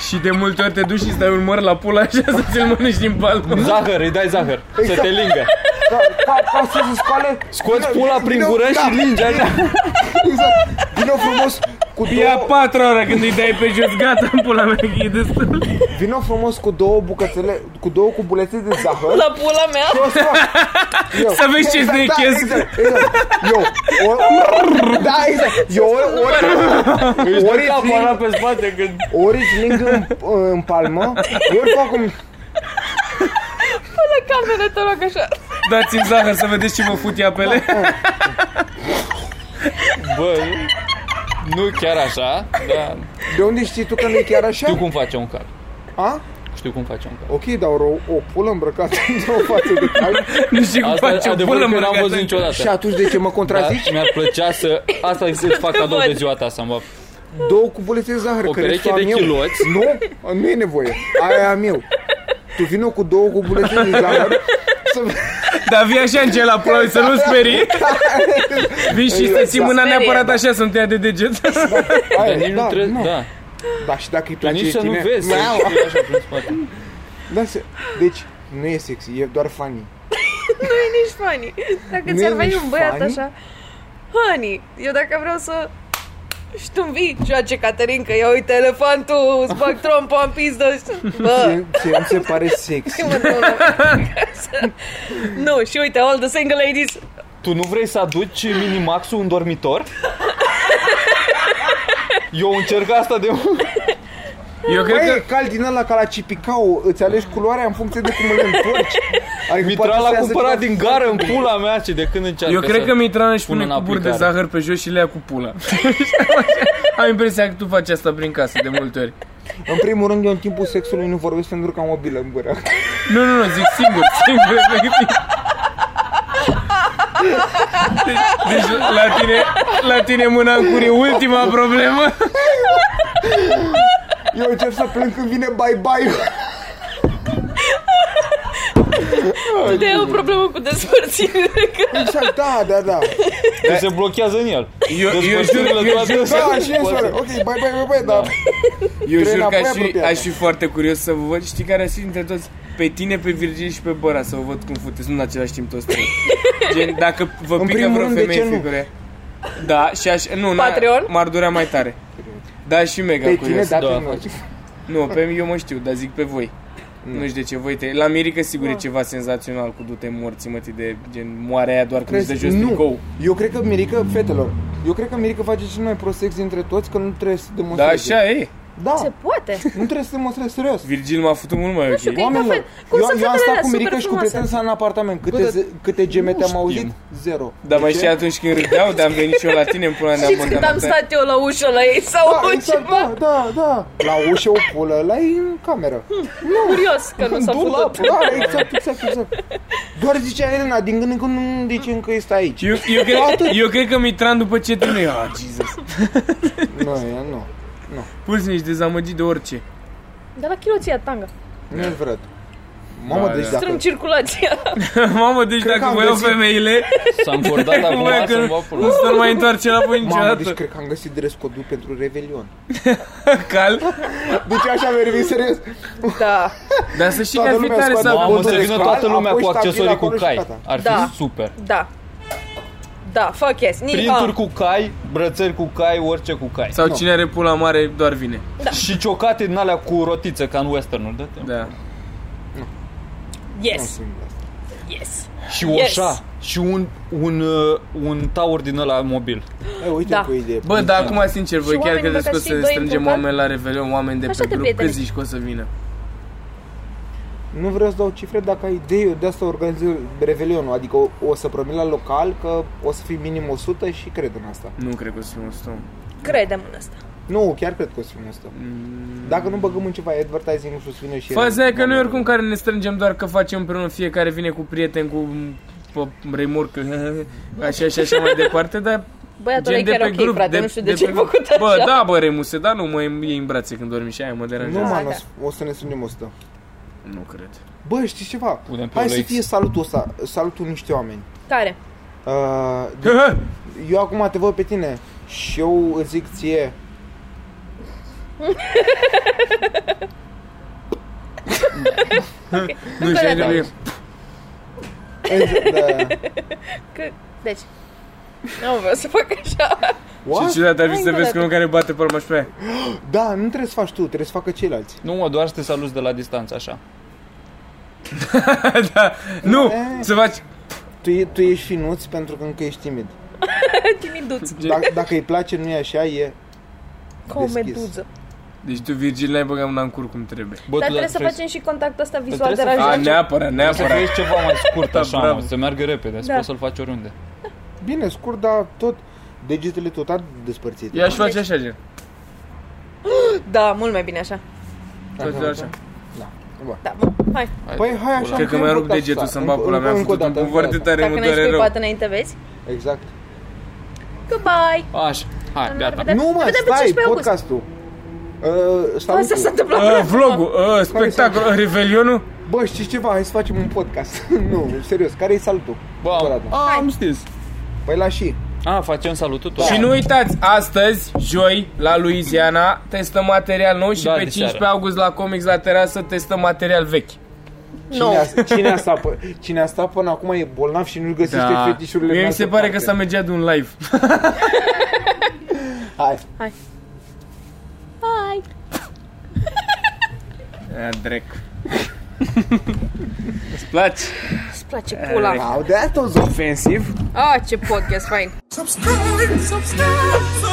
[SPEAKER 1] Și de multe ori te duci și stai un măr la pula așa să ți-l mănânci din palmă.
[SPEAKER 4] Da.
[SPEAKER 6] Zahăr, îi dai zahăr, să
[SPEAKER 4] Exact.
[SPEAKER 6] te lingă.
[SPEAKER 4] Ca, ca, ca să se spale
[SPEAKER 6] Scoți pula prin
[SPEAKER 4] Vină-
[SPEAKER 6] gură
[SPEAKER 4] da,
[SPEAKER 6] și lingi așa.
[SPEAKER 4] Exact, vină frumos cu
[SPEAKER 1] Ia
[SPEAKER 4] două,
[SPEAKER 1] patra ora când îi dai pe jos, gata, în pula mea, că e destul.
[SPEAKER 4] vină frumos cu două bucățele, cu două cubulețe de zahăr
[SPEAKER 2] La pula mea?
[SPEAKER 4] Eu o să fac. Eu.
[SPEAKER 1] Să vezi ce-ți
[SPEAKER 4] Exact, da,
[SPEAKER 1] nechez.
[SPEAKER 4] exact, exact. Eu, ori- da, exact. Eu ori, ori, ori, îți ling-
[SPEAKER 6] pe spate când...
[SPEAKER 4] ori îți ling în, în palmă, ori fac un...
[SPEAKER 2] La cameră, te rog așa.
[SPEAKER 1] Dați-mi
[SPEAKER 4] Da.
[SPEAKER 1] zahăr să vedeți ce vă fut ea pe ele.
[SPEAKER 6] Bă, Nu chiar așa, da. dar
[SPEAKER 4] De unde știi tu că nu e chiar așa?
[SPEAKER 6] știu cum face un cal.
[SPEAKER 4] A?
[SPEAKER 6] Știu cum face un cal.
[SPEAKER 4] Ok, dar o, o pulă îmbrăcată într-o față de cal
[SPEAKER 1] Nu știu cum
[SPEAKER 6] Asta
[SPEAKER 1] face
[SPEAKER 6] e
[SPEAKER 1] o pulă
[SPEAKER 6] adevărul că n-am
[SPEAKER 1] îmbrăcată.
[SPEAKER 6] văzut niciodată.
[SPEAKER 4] Și atunci de ce mă
[SPEAKER 6] Dar
[SPEAKER 4] contrazici?
[SPEAKER 6] mi-ar plăcea să... Asta îți fac cadou de ziua ta, să mă...
[SPEAKER 4] Da. Două cubulete de zahăr
[SPEAKER 6] O
[SPEAKER 4] care
[SPEAKER 6] pereche
[SPEAKER 4] sunt a
[SPEAKER 6] de
[SPEAKER 4] meu.
[SPEAKER 6] chiloți.
[SPEAKER 4] Nu, nu e nevoie Aia am eu Tu vină cu două cubulete de zahăr să...
[SPEAKER 1] Dar vii așa în
[SPEAKER 4] Da,
[SPEAKER 1] la pula, lui, să nu
[SPEAKER 4] exact.
[SPEAKER 1] sperii. Vii și să ții mâna
[SPEAKER 2] Sperie,
[SPEAKER 1] neapărat
[SPEAKER 2] da.
[SPEAKER 1] așa să nu te ia de deget.
[SPEAKER 6] Dar
[SPEAKER 4] Aia,
[SPEAKER 6] nici nu trebuie... Da.
[SPEAKER 4] Da, și dacă îi
[SPEAKER 6] Tu
[SPEAKER 4] place
[SPEAKER 6] nici să nu
[SPEAKER 4] tine,
[SPEAKER 6] vezi. să
[SPEAKER 4] miau.
[SPEAKER 6] știi că e așa prin spate.
[SPEAKER 4] Da, se... Deci, nu e sexy, e doar funny.
[SPEAKER 2] nici funny. Dacă
[SPEAKER 4] Nu
[SPEAKER 2] ți-ar
[SPEAKER 4] e
[SPEAKER 2] veni
[SPEAKER 4] nici
[SPEAKER 2] un băiat
[SPEAKER 4] funny?
[SPEAKER 2] așa, honey, eu dacă vreau să și tu vii, joace Caterin, că ia uite elefantul, îți bag trompa în pizdă. și- Bă,
[SPEAKER 4] Ție, ție nu se pare sexy.
[SPEAKER 2] mă dau la- Nu, și uite, all the single ladies.
[SPEAKER 6] Tu nu vrei să aduci minimaxul în dormitor? Eu încerc asta de...
[SPEAKER 1] Eu cred
[SPEAKER 4] Băi,
[SPEAKER 1] că
[SPEAKER 4] e cald din ăla ca la Cipicau, îți alegi culoarea în funcție de cum îl întorci. Adică
[SPEAKER 6] Mitral
[SPEAKER 4] poate să
[SPEAKER 6] a
[SPEAKER 4] iasă
[SPEAKER 6] cumpărat
[SPEAKER 4] ceva-
[SPEAKER 6] din gară în pula mea și de când încearcă
[SPEAKER 1] Eu cred
[SPEAKER 6] să...
[SPEAKER 1] că Mitran își pune
[SPEAKER 6] pună în
[SPEAKER 1] cuburi de
[SPEAKER 6] aplicare.
[SPEAKER 1] zahăr pe jos și le ia cu pula. Am impresia că tu faci asta prin casă de multe ori.
[SPEAKER 4] În primul rând, eu în timpul sexului nu vorbesc pentru că am o bilă în gură.
[SPEAKER 1] Nu, nu, nu, zic singur, singur, efectiv. Deci, deci la, tine, la tine mâna în cur e ultima problemă.
[SPEAKER 4] Eu încep să plâng când vine bye-bye.
[SPEAKER 2] Tu te ai o problemă cu despărțire. că-
[SPEAKER 4] Exact, da, da, da.
[SPEAKER 6] Că se blochează în el.
[SPEAKER 1] Eu, eu jur,
[SPEAKER 6] Despărțirile
[SPEAKER 1] eu
[SPEAKER 6] toate
[SPEAKER 1] jur,
[SPEAKER 4] Da, și e soare. Ok, bye-bye, bye-bye, da.
[SPEAKER 1] eu
[SPEAKER 4] Trei
[SPEAKER 1] jur că
[SPEAKER 4] înapoi
[SPEAKER 1] aș fi,
[SPEAKER 4] apropiat.
[SPEAKER 1] aș fi foarte curios să vă văd. Știi care ar fi dintre toți? Pe tine, pe Virgil și pe Bora să vă văd cum futeți, nu în același timp toți trei. Gen, dacă vă
[SPEAKER 4] În
[SPEAKER 1] pică
[SPEAKER 4] primul
[SPEAKER 1] vreo
[SPEAKER 4] rând, de
[SPEAKER 1] femeie
[SPEAKER 4] ce nu?
[SPEAKER 1] figure. Da, și aș... Nu, n-a-
[SPEAKER 2] Patreon?
[SPEAKER 1] m-ar durea mai tare. Da, și mega
[SPEAKER 4] Pe tine,
[SPEAKER 1] curios.
[SPEAKER 4] da,
[SPEAKER 6] da.
[SPEAKER 4] pe noi.
[SPEAKER 1] Nu, pe eu mă știu, dar zic pe voi. Nu știu de ce voi te... La Mirica sigur e ceva senzațional cu du-te morții mătii de gen moare aia doar când îți dă jos
[SPEAKER 4] nu.
[SPEAKER 1] tricou.
[SPEAKER 4] Eu cred că Mirica, fetelor, eu cred că Mirica face cel mai prost sex dintre toți, că nu trebuie să
[SPEAKER 1] Da,
[SPEAKER 4] demonstreze.
[SPEAKER 1] așa e.
[SPEAKER 2] Se
[SPEAKER 4] Da,
[SPEAKER 2] poate.
[SPEAKER 4] nu trebuie să demonstreze serios.
[SPEAKER 1] Virgil m-a făcut mult mai
[SPEAKER 2] știu
[SPEAKER 1] ok.
[SPEAKER 2] că-
[SPEAKER 4] Oamenilor,
[SPEAKER 2] Cum
[SPEAKER 4] eu,
[SPEAKER 2] sunt
[SPEAKER 4] eu am
[SPEAKER 2] fetele
[SPEAKER 4] stat
[SPEAKER 2] alea
[SPEAKER 4] cu Mirica
[SPEAKER 2] super
[SPEAKER 4] și cu
[SPEAKER 2] frumoase?
[SPEAKER 4] prieteni în apartament. Câte,
[SPEAKER 6] Bă,
[SPEAKER 4] ze- câte gemete am
[SPEAKER 6] știm.
[SPEAKER 4] auzit? Zero.
[SPEAKER 1] Dar mai
[SPEAKER 4] De ce?
[SPEAKER 1] știi atunci când râdeau, dar am venit și eu la tine în pula mea.
[SPEAKER 2] Știți
[SPEAKER 1] mă,
[SPEAKER 2] cât
[SPEAKER 1] dar
[SPEAKER 2] am
[SPEAKER 1] mă-
[SPEAKER 2] stat eu la ușă la ei sau
[SPEAKER 4] Da, exact,
[SPEAKER 2] ceva?
[SPEAKER 4] da, da, da. La ușă o pulă, la ei în cameră.
[SPEAKER 2] Curios Hmm. că nu
[SPEAKER 4] În
[SPEAKER 2] s-a
[SPEAKER 4] dulap,
[SPEAKER 2] făcut.
[SPEAKER 4] da, exact, exact, exact. Doar zicea Elena, din când în când nu zice încă este aici.
[SPEAKER 1] Eu, eu, cred, eu cred că Mitran după ce tu nu e, ah, Jesus.
[SPEAKER 4] Nu, ea nu.
[SPEAKER 1] Pulsi, ești dezamăgit de orice.
[SPEAKER 2] Dar la chiloția tanga.
[SPEAKER 4] Nu e vrăt. Mamă,
[SPEAKER 1] Da,
[SPEAKER 4] deci
[SPEAKER 1] da.
[SPEAKER 2] Strâng
[SPEAKER 4] dacă...
[SPEAKER 2] circulația.
[SPEAKER 1] Mamă, deci
[SPEAKER 4] Cred că
[SPEAKER 1] dacă
[SPEAKER 4] am
[SPEAKER 1] vă iau
[SPEAKER 4] găsit.
[SPEAKER 1] femeile,
[SPEAKER 4] Da,
[SPEAKER 6] S-a încordat acum,
[SPEAKER 1] bă, că
[SPEAKER 6] să-mi va
[SPEAKER 1] nu
[SPEAKER 6] pula.
[SPEAKER 1] se mai întoarce la voi
[SPEAKER 4] Mamă, deci
[SPEAKER 1] niciodată.
[SPEAKER 4] cred că am găsit dress codul pentru Revelion.
[SPEAKER 1] Cal.
[SPEAKER 4] Deci așa mi-a revenit serios.
[SPEAKER 2] Da.
[SPEAKER 1] Dar să știi că
[SPEAKER 4] Toată
[SPEAKER 1] ar fi
[SPEAKER 4] lumea scoate
[SPEAKER 1] tare să
[SPEAKER 4] bani. Bordul
[SPEAKER 1] avem
[SPEAKER 6] Mamă,
[SPEAKER 4] de
[SPEAKER 6] să vină
[SPEAKER 4] scal,
[SPEAKER 6] toată lumea
[SPEAKER 4] apoi
[SPEAKER 6] cu
[SPEAKER 4] ștabil
[SPEAKER 6] accesorii cu
[SPEAKER 4] acolo și
[SPEAKER 6] cai.
[SPEAKER 4] gata.
[SPEAKER 6] Ar
[SPEAKER 2] Da.
[SPEAKER 6] fi super.
[SPEAKER 2] Da. Da, fuck yes. Ni,
[SPEAKER 6] Printuri
[SPEAKER 2] ah,
[SPEAKER 6] cu cai, brățări cu cai, orice cu cai.
[SPEAKER 1] Sau cine are pula mare doar vine.
[SPEAKER 6] Și ciocate din alea cu rotiță, ca în westernul, dă-te.
[SPEAKER 1] Da.
[SPEAKER 4] Nu
[SPEAKER 2] Yes,
[SPEAKER 4] simt asta.
[SPEAKER 2] yes.
[SPEAKER 6] Și
[SPEAKER 2] Yes.
[SPEAKER 6] oșa. Și un, un, uh, un taur din ăla mobil.
[SPEAKER 4] E, uite
[SPEAKER 2] Da.
[SPEAKER 4] cu idee.
[SPEAKER 1] Bă, dar acum sincer, voi
[SPEAKER 2] Și
[SPEAKER 1] chiar
[SPEAKER 2] oamenii
[SPEAKER 1] credeți că o
[SPEAKER 2] băgați
[SPEAKER 1] să
[SPEAKER 2] și doi
[SPEAKER 1] strângem
[SPEAKER 2] într-un
[SPEAKER 1] oameni la Revelion, oameni de
[SPEAKER 2] Așa
[SPEAKER 1] pe
[SPEAKER 2] de
[SPEAKER 1] grup? Cât
[SPEAKER 2] prieteni.
[SPEAKER 1] zici că o să vină?
[SPEAKER 4] Nu vreau să dau cifre dacă ai idei, eu de asta organizez Revelionul, adică o, o să promit la local că o să fii minim 100 și cred în asta.
[SPEAKER 1] Nu cred că o să fim 100.
[SPEAKER 2] Credem în asta.
[SPEAKER 4] Nu, chiar cred că o să fim 100.
[SPEAKER 1] Mm.
[SPEAKER 4] Dacă nu băgăm în ceva advertising, nu știu, să vină și
[SPEAKER 1] Faza e că noi oricum care ne strângem doar că facem împreună, fiecare vine cu prieteni, cu pe remorcă, așa și așa mai departe, dar
[SPEAKER 2] Băiatul ăla e chiar ok, frate, nu știu de, ce
[SPEAKER 1] pe
[SPEAKER 2] ai
[SPEAKER 1] grup.
[SPEAKER 2] făcut așa.
[SPEAKER 1] Bă, da, bă, remuse, dar nu mă iei în brațe când dormi și aia mă
[SPEAKER 4] Nu,
[SPEAKER 1] deranjează.
[SPEAKER 2] Da,
[SPEAKER 4] man,
[SPEAKER 2] da.
[SPEAKER 4] o să- o să ne sunim 100.
[SPEAKER 1] Nu cred.
[SPEAKER 4] Bă, știi ceva?
[SPEAKER 6] Punem pe
[SPEAKER 4] Hai să
[SPEAKER 6] Olex.
[SPEAKER 4] fie salutul ăsta, salutul niște oameni.
[SPEAKER 2] Care?
[SPEAKER 4] Uh, eu acum te văd pe tine și eu îți zic ție...
[SPEAKER 1] Nu
[SPEAKER 2] Încă o
[SPEAKER 1] știu
[SPEAKER 2] dată.
[SPEAKER 1] de
[SPEAKER 4] Da.
[SPEAKER 2] Că... Deci. Nu vreau să fac așa.
[SPEAKER 1] Și
[SPEAKER 4] What?
[SPEAKER 1] ciudat ar fi
[SPEAKER 2] Hai
[SPEAKER 1] să
[SPEAKER 2] încă o
[SPEAKER 1] vezi
[SPEAKER 2] dată.
[SPEAKER 1] că unul care bate palma și pe aia.
[SPEAKER 4] Da, nu trebuie să faci tu, trebuie să facă ceilalți.
[SPEAKER 6] Nu, mă, doar să te saluți de la distanță, așa.
[SPEAKER 1] Da. Nu,
[SPEAKER 4] Eh.
[SPEAKER 1] să faci...
[SPEAKER 4] Tu, e- tu ești finuț pentru că încă ești timid.
[SPEAKER 2] Timiduț.
[SPEAKER 4] Dacă, dacă îi place, nu e așa, e...
[SPEAKER 2] Ca o
[SPEAKER 4] Deschis.
[SPEAKER 2] meduză.
[SPEAKER 1] Deci tu, Virgil, n-ai băgat mâna în cur cum trebuie.
[SPEAKER 6] Bă,
[SPEAKER 2] Dar
[SPEAKER 6] tu
[SPEAKER 2] trebuie să facem și contactul ăsta vizual
[SPEAKER 6] trebuie să
[SPEAKER 1] A,
[SPEAKER 2] deranjant.
[SPEAKER 1] neapărat,
[SPEAKER 6] Trebuie să
[SPEAKER 1] neapărat.
[SPEAKER 6] fie ceva mai scurt,
[SPEAKER 1] Da,
[SPEAKER 6] așa,
[SPEAKER 1] bravo.
[SPEAKER 6] mă, să meargă repede, să
[SPEAKER 2] Da.
[SPEAKER 6] poți să-l faci oriunde.
[SPEAKER 4] Bine, scurt, dar tot degetele total despărțite.
[SPEAKER 1] Eu aș face așa, gen.
[SPEAKER 2] Da, mult mai bine așa.
[SPEAKER 1] Toți așa.
[SPEAKER 4] Da. Bun.
[SPEAKER 2] Da, bun, hai.
[SPEAKER 4] Păi hai așa.
[SPEAKER 1] Cred că mi-a rupt degetul să-mi bat pula mea, am făcut un cuvânt de tare,
[SPEAKER 2] Dacă
[SPEAKER 1] mă
[SPEAKER 2] n-ai
[SPEAKER 1] doare rău.
[SPEAKER 2] scuipat înainte, vezi?
[SPEAKER 4] Exact.
[SPEAKER 2] Goodbye!
[SPEAKER 6] Așa, hai, gata.
[SPEAKER 2] revedere. Dar
[SPEAKER 4] Nu, mă,
[SPEAKER 2] vedem pe
[SPEAKER 4] stai,
[SPEAKER 2] 15 august.
[SPEAKER 4] podcastul. Uh, stau
[SPEAKER 2] Asta s-a întâmplat.
[SPEAKER 1] Uh, Vlogul, uh, spectacol, uh, Revelionul.
[SPEAKER 4] Bă, știi ceva? Hai să facem un podcast. nu, serios, care-i salutul?
[SPEAKER 6] Bă, am-
[SPEAKER 4] Bă,
[SPEAKER 6] a, am stins.
[SPEAKER 4] păi la și.
[SPEAKER 6] A, facem salutul
[SPEAKER 4] Da.
[SPEAKER 6] tot.
[SPEAKER 1] Și nu uitați, astăzi, joi, la Louisiana, testăm material nou și
[SPEAKER 6] Da,
[SPEAKER 1] pe
[SPEAKER 6] de
[SPEAKER 1] 15
[SPEAKER 6] seară.
[SPEAKER 1] august la Comics la terasă testăm material vechi.
[SPEAKER 2] No.
[SPEAKER 4] Cine, a, cine, a stat, pă- cine a stat până acum e bolnav și nu-și găsește da. fetișurile în
[SPEAKER 1] Mie mi
[SPEAKER 4] altă
[SPEAKER 1] se pare că
[SPEAKER 4] parte.
[SPEAKER 1] s-a mergea de un live.
[SPEAKER 4] Hai.
[SPEAKER 2] Bye!
[SPEAKER 1] Ah, Drec. Îți place?
[SPEAKER 2] Îți place pula.
[SPEAKER 4] Wow, that was offensive.
[SPEAKER 2] Ah, ce podcast fain.
[SPEAKER 7] subscribe, subscribe, subscribe.